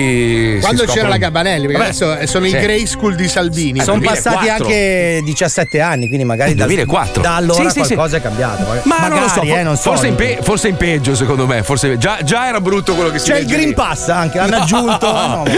Mhm. Quando c'era scoprono- la Gabanelli, perché Vabbè, adesso eh, sono sì. i Grey School di Salvini. Sono passati anche 17 anni, quindi Eh, magari da, 2004. da allora Sì, sì, sì. qualcosa è cambiato. Ma magari, non lo so, eh, non so. forse, in pe- forse in peggio secondo me, forse già, già era brutto quello che si C'è il legge Green lì. Pass anche, l'hanno No. aggiunto.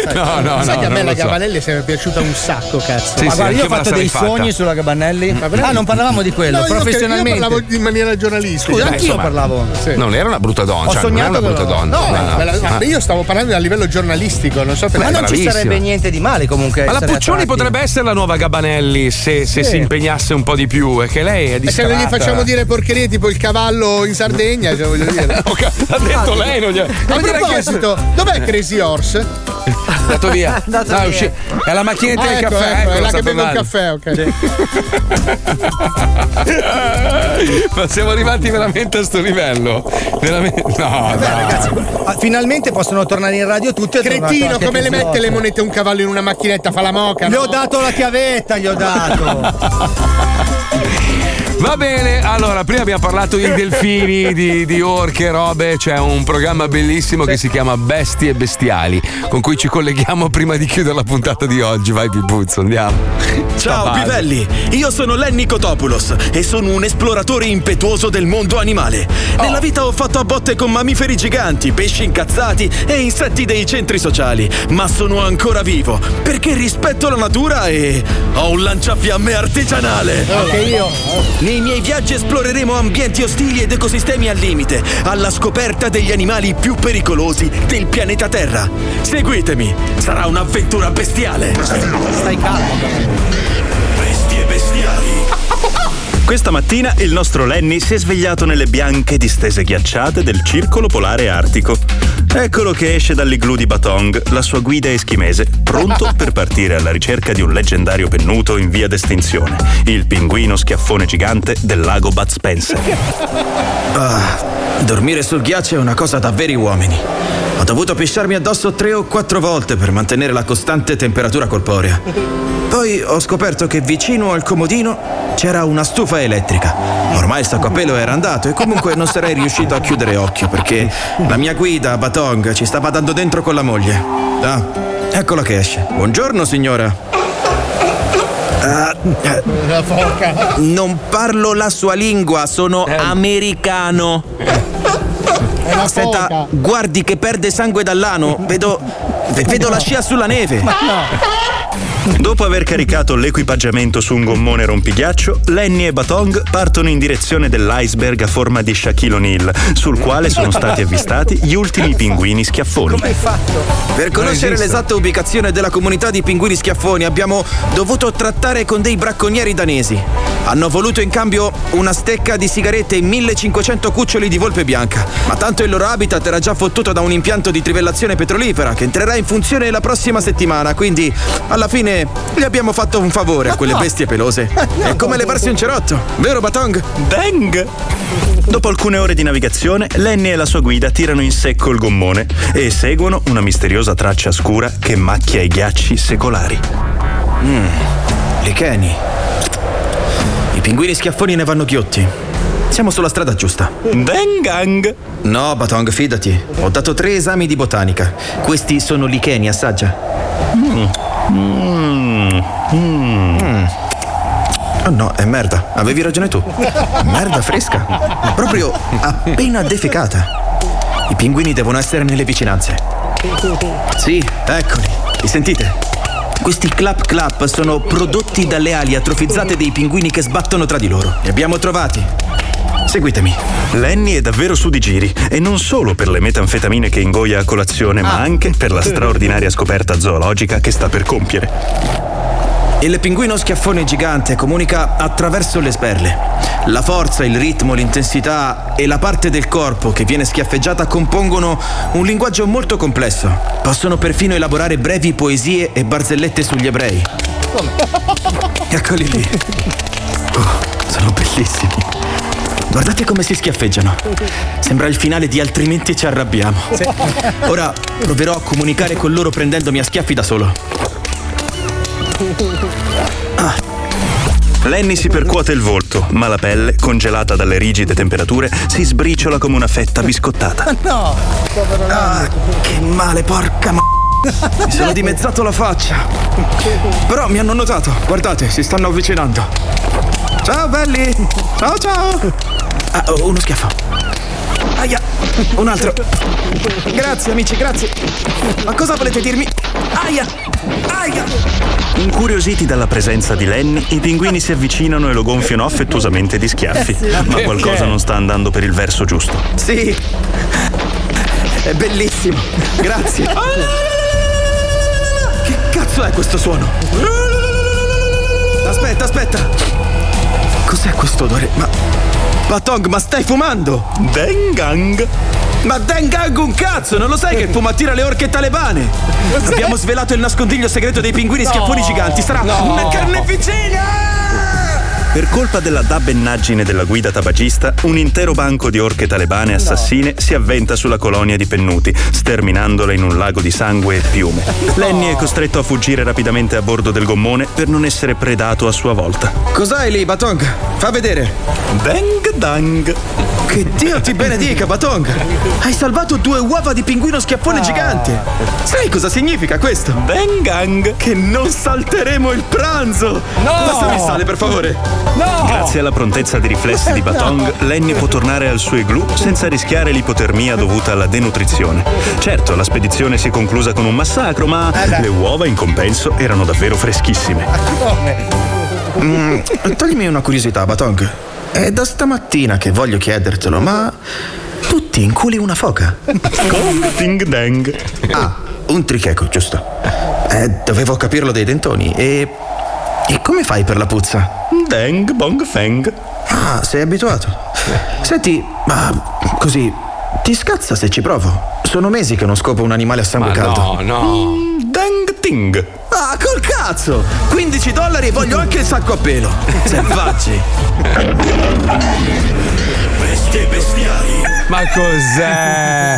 [laughs] No, ma sai- no, no, Sai no, che a me non la lo so. Gabanelli sarebbe piaciuta un sacco, cazzo. Sì, ma sì, guarda, anch'io io ho me la fatto sarei dei fatta. Mm. sogni sulla Gabanelli. Ah, non parlavamo di quello, No, io- professionalmente. Io parlavo in maniera giornalistica. Scusa, anch'io insomma, parlavo. Sì. Non era una brutta donna, Ho cioè, non sognato era una brutta che- donna. No, no, no. me la- Ah. io stavo parlando a livello giornalistico, non so perché. Ma non ci sarebbe niente di male comunque. Ma la essere Puccioni attratti. potrebbe essere la nuova Gabanelli se, se Sì. si impegnasse un po' di più, è che lei è E se disperata. non gli facciamo dire porcherie tipo il cavallo in Sardegna, cioè voglio [laughs] dire. L'ha detto lei, non gli A proposito, dov'è Crazy Horse? È andato [laughs] via. Andato No, è via. usci- È la macchinetta Ah, del ecco, caffè. ecco, ecco, è là lo che bevo il sapevamo. caffè, ok. [laughs] Ma siamo arrivati veramente a sto livello. Veramente. No, no. Ah, finalmente possono tornare in radio tutti e tornare Cretino, anche come le tutti. mette le monete un cavallo in una macchinetta? Fa la moca. Gli no? ho dato la chiavetta, gli [laughs] ho dato. Va bene, allora, prima abbiamo parlato di delfini, di, di orche, robe. C'è un programma bellissimo che si chiama Bestie e Bestiali, con cui ci colleghiamo [laughs] prima di chiudere la puntata di oggi. Vai, Pipuzzo, andiamo. Ciao Papà. Pivelli, io sono Lenny Kotopoulos e sono un esploratore impetuoso del mondo animale. Oh. Nella vita ho fatto a botte con mammiferi giganti, pesci incazzati e insetti dei centri sociali, ma sono ancora vivo perché rispetto la natura e ho un lanciafiamme artigianale. Anche io. Nei miei viaggi esploreremo ambienti ostili ed ecosistemi al limite, alla scoperta degli animali più pericolosi del pianeta Terra. Seguitemi, sarà un'avventura bestiale. Stai calmo. Bestie bestiali. Questa mattina il nostro Lenny si è svegliato nelle bianche distese ghiacciate del circolo polare artico. Eccolo che esce dall'igloo di Batong, la sua guida eschimese, pronto per partire alla ricerca di un leggendario pennuto in via d'estinzione, il pinguino schiaffone gigante del lago Bud Spencer. Ah, dormire sul ghiaccio è una cosa da veri uomini. Ho dovuto pisciarmi addosso tre o quattro volte per mantenere la costante temperatura corporea. Poi ho scoperto che vicino al comodino c'era una stufa elettrica. Ormai il sacco a pelo era andato e comunque non sarei riuscito a chiudere occhio perché la mia guida, Batong, ci stava dando dentro con la moglie. Ah, eccola che esce. Buongiorno signora. Ah, eh, La foca. non parlo la sua lingua, sono americano. Aspetta, Ah. guardi che perde sangue dall'ano. Vedo, ve- vedo la scia sulla neve. Dopo aver caricato l'equipaggiamento su un gommone rompighiaccio, Lenny e Batong partono in direzione dell'iceberg a forma di Shaquille O'Neal, sul quale sono stati avvistati gli ultimi pinguini schiaffoni. Per conoscere esiste. l'esatta ubicazione della comunità di pinguini schiaffoni abbiamo dovuto trattare con dei bracconieri danesi. Hanno voluto in cambio una stecca di sigarette e 1500 cuccioli di volpe bianca, ma tanto il loro habitat era già fottuto da un impianto di trivellazione petrolifera che entrerà in funzione la prossima settimana, quindi alla fine gli abbiamo fatto un favore a quelle bestie pelose. È come levarsi un cerotto, vero Batong? Bang! Dopo alcune ore di navigazione, Lenny e la sua guida tirano in secco il gommone e seguono una misteriosa traccia scura che macchia i ghiacci secolari. Licheni. Mm. I pinguini schiaffoni ne vanno ghiotti. Siamo sulla strada giusta. Dengang! No, Batong, fidati. Ho dato tre esami di botanica. Questi sono licheni, assaggia. Mm. Oh no, è merda. Avevi ragione tu. Merda fresca. Proprio appena defecata. I pinguini devono essere nelle vicinanze. Sì, eccoli. Li sentite? Questi clap clap sono prodotti dalle ali atrofizzate dei pinguini che sbattono tra di loro. Li abbiamo trovati. Seguitemi. Lenny è davvero su di giri e non solo per le metanfetamine che ingoia a colazione, ma anche per la straordinaria scoperta zoologica che sta per compiere. Il pinguino schiaffone gigante comunica attraverso le sberle. La forza, il ritmo, l'intensità e la parte del corpo che viene schiaffeggiata compongono un linguaggio molto complesso. Possono perfino elaborare brevi poesie e barzellette sugli ebrei. Eccoli lì. Oh, sono bellissimi. Guardate come si schiaffeggiano. Sembra il finale di Altrimenti ci arrabbiamo. Ora proverò a comunicare con loro prendendomi a schiaffi da solo. Lenny si percuote il volto, ma la pelle, congelata dalle rigide temperature, si sbriciola come una fetta biscottata. No! Ah, che male, porca m***a! Mi sono dimezzato la faccia. Però mi hanno notato. Guardate, si stanno avvicinando. Ciao belli! Ciao ciao! Ah, oh, uno schiaffo. Aia! Un altro. Grazie amici, grazie. Ma cosa volete dirmi? Aia! Aia! Incuriositi dalla presenza di Lenny, i pinguini si avvicinano e lo gonfiano affettuosamente di schiaffi. Eh sì. Ma Perché? qualcosa non sta andando per il verso giusto. Sì! È bellissimo. Grazie. Che cazzo è questo suono? Aspetta, aspetta. Cos'è questo odore? Ma. Batong, ma stai fumando? Dengang! Ma Dengang un cazzo! Non lo sai che fuma tira le orche talebane! Abbiamo svelato il nascondiglio segreto dei pinguini No. schiaffoni giganti. Sarà No. una carneficina! Per colpa della dabbennaggine della guida tabagista, un intero banco di orche talebane assassine si avventa sulla colonia di pennuti, sterminandola in un lago di sangue e piume. Lenny è costretto a fuggire rapidamente a bordo del gommone per non essere predato a sua volta. Cos'hai lì, Batong? Fa vedere. Deng dang. Che Dio ti benedica, Batong. Hai salvato due uova di pinguino schiaffone gigante. Sai cosa significa questo? Dengang. Che non salteremo il pranzo. Passami il sale, per favore. Grazie alla prontezza di riflessi di Batong, Lenny può tornare al suo igloo senza rischiare l'ipotermia dovuta alla denutrizione. Certo, la spedizione si è conclusa con un massacro, ma le uova in compenso erano davvero freschissime. Mm, toglimi una curiosità, Batong. È da stamattina che voglio chiedertelo, ma tu ti inculi una foca? Come ding dang. Ah, un tricheco, giusto. Eh, dovevo capirlo dai dentoni. E. E come fai per la puzza? Deng bong feng. Ah, sei abituato. Senti, ma così. Ti scazza se ci provo. Sono mesi che non scopo un animale a sangue caldo. No, no. Mm, Dang ting. Ah, col cazzo! 15 dollari e voglio anche il sacco a pelo. Se facci. Bestie bestiali. Ma cos'è?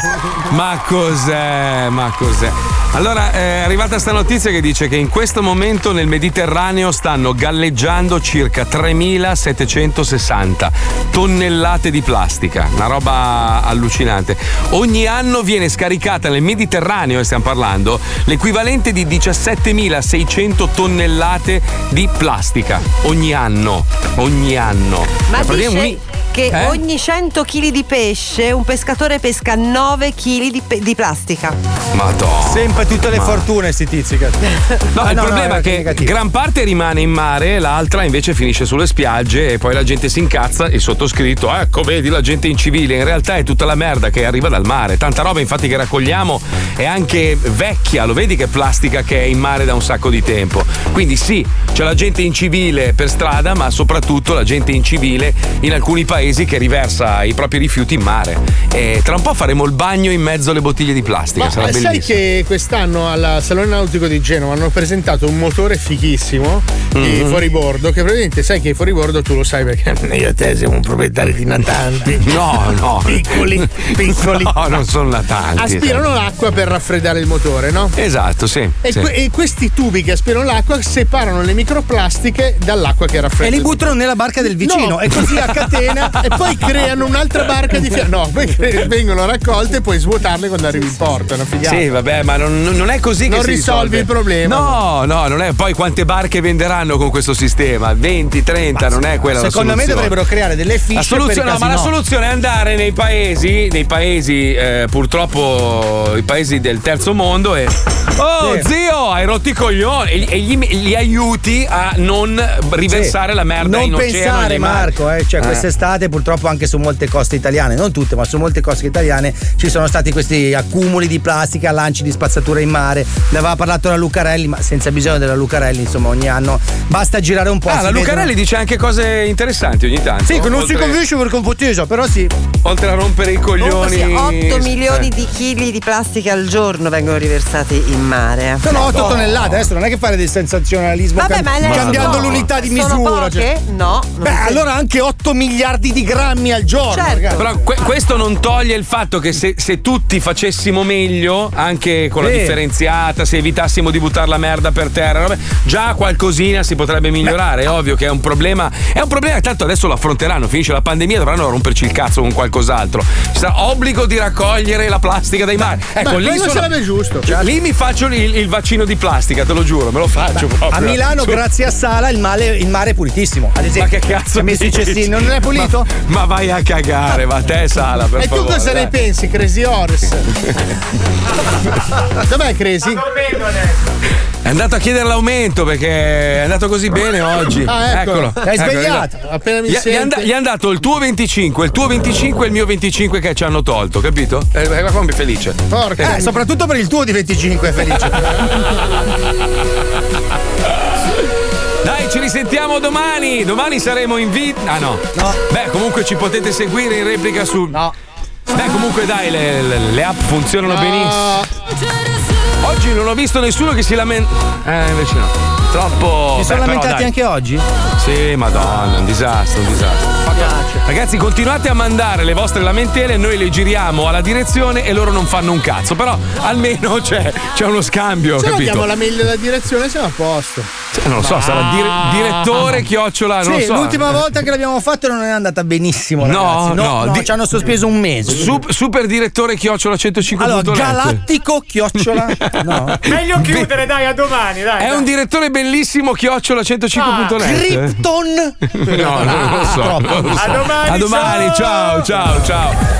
Ma cos'è? Ma cos'è? Allora, eh, è arrivata sta notizia che dice che in questo momento nel Mediterraneo stanno galleggiando circa 3760 tonnellate di plastica, una roba allucinante. Ogni anno viene scaricata nel Mediterraneo, e stiamo parlando, l'equivalente di 17600 tonnellate di plastica ogni anno, ogni anno. Ma Cioè, dice praticamente ogni- che che Eh? ogni 100 kg di pesce un pescatore pesca 9 kg di, pe- di plastica. Madonna. Sempre tutte le Ma- fortune si tizi. cazzo. No, Ah, il era problema è che negativo. gran parte rimane in mare, l'altra invece finisce sulle spiagge e poi la gente si incazza e sottoscritto, ecco vedi la gente in civile, in realtà è tutta la merda che arriva dal mare, tanta roba infatti che raccogliamo è anche vecchia, lo vedi che è plastica che è in mare da un sacco di tempo, quindi sì, c'è la gente in civile per strada ma soprattutto la gente in civile in alcuni paesi che riversa i propri rifiuti in mare e tra un po' faremo il bagno in mezzo alle bottiglie di plastica, Ma sarà sai bellissimo. che quest'anno al Salone Nautico di Genova hanno presentato un motore fichissimo di Mhm. fuoribordo che praticamente sai che i fuoribordo tu lo sai perché io e te siamo un proprietario [laughs] di natanti. No, no. Piccoli, piccoli. No, non sono natanti. Aspirano l'acqua per raffreddare il motore, no? Esatto, sì. E, sì. que- e questi tubi che aspirano l'acqua separano le microplastiche dall'acqua che raffredda. E li buttano nella barca del vicino. No, e così [laughs] a catena e poi creano un'altra barca di fianco. No, poi cre- vengono raccolte e puoi svuotarle quando arrivi in porto. È una figata. Sì, vabbè, ma non, non è così Non che si risolve. risolvi il problema. No, no, non è. Poi quante barche venderanno con questo sistema? 20, 30, non è quella Secondo la me soluzione. dovrebbero creare delle La fiche per i soluzione, no, ma la casinotti. soluzione è andare nei paesi, nei paesi eh, purtroppo i paesi del terzo mondo e Oh Sì. zio, hai rotto i coglioni e, gli- e gli, gli aiuti a non riversare Sì. la merda non in oceano pensare nei mari. Marco eh, cioè Eh. quest'estate purtroppo anche su molte coste italiane non tutte ma su molte coste italiane ci sono stati questi accumuli di plastica lanci di spazzatura in mare ne aveva parlato la Lucarelli ma senza bisogno della Lucarelli insomma ogni anno basta girare un po' Ah, si la vedono- Lucarelli dice anche cose interessanti ogni tanto. sì, che non si Oltre- convince per confuso, però sì. Oltre a rompere i coglioni. Comunque sì, 8 milioni Eh. di chili di plastica al giorno vengono riversati in mare. Oh. Sono 8 tonnellate, adesso non è che fare del sensazionalismo Vabbè, cam- ma lei- cambiando no. l'unità di Sono misura. cioè. poche? No. non Certo. Beh, è- allora anche 8 miliardi di grammi al giorno. ragazzi. Però que- questo non toglie il fatto che se, se tutti facessimo meglio, anche con la Sì. differenziata, se evitassimo di buttare la merda per terra, roba- già qualcosina si potrebbe migliorare. È ovvio che è un problema. È un problema che tanto adesso lo affronteranno. Finisce la pandemia, dovranno romperci il cazzo con qualcos'altro. Ci sarà obbligo di raccogliere la plastica dai mari. Ecco, Ma lì, quello sono- sarebbe giusto. lì mi faccio il, il vaccino di plastica, te lo giuro, me lo faccio proprio. Cioè, A Milano, Su- grazie a Sala, il, male- il mare è pulitissimo. Ad esempio, Ma che cazzo ha messo i dici? cestini, non [laughs] è pulito? Ma vai a cagare, va te sala, per e tu favore, cosa dai. ne pensi, Crazy Horse? [laughs] Dov'è Crazy? È andato a chiedere l'aumento perché è andato così bene oggi. Ah, ecco. Eccolo. L'hai Eccolo, svegliato. gli- Appena mi gli, sente. gli è anda- gli è andato il tuo 25, il tuo 25 e il mio 25 che ci hanno tolto, capito? Eh, guarda come è felice. Porca. Eh, soprattutto per il tuo di [laughs] 25, Felice. Dai, ci risentiamo domani. Domani saremo in vita. Ah no. Beh, comunque ci potete seguire in replica su. No. Beh, comunque dai, le, le- le app funzionano benissimo. Oggi non ho visto nessuno che si lamenta. Eh, invece no. Troppo. Ci sono Beh, però, lamentati dai. anche oggi? Sì, madonna, un disastro, un disastro. Ragazzi, continuate a mandare le vostre lamentele, noi le giriamo alla direzione e loro non fanno un cazzo. Però almeno [laughs] c'è, c'è uno scambio, Se no capito? diamo la mail della direzione siamo a posto. Cioè, non lo so, sarà dire- direttore chiocciola, non Ah. sì, lo so. eh. l'ultima volta che l'abbiamo fatto non è andata benissimo. No, ragazzi. no, di- ci hanno sospeso un mese. Sup- super direttore chiocciola 105. Allora, galattico [laughs] chiocciola. No. Meglio chiudere, dai, a domani, dai. È un direttore bellissimo chiocciola Ah, 105.net. eh. [laughs] Krypton. No, non lo so. non lo so. A domani, A domani, ciao, ciao, ciao.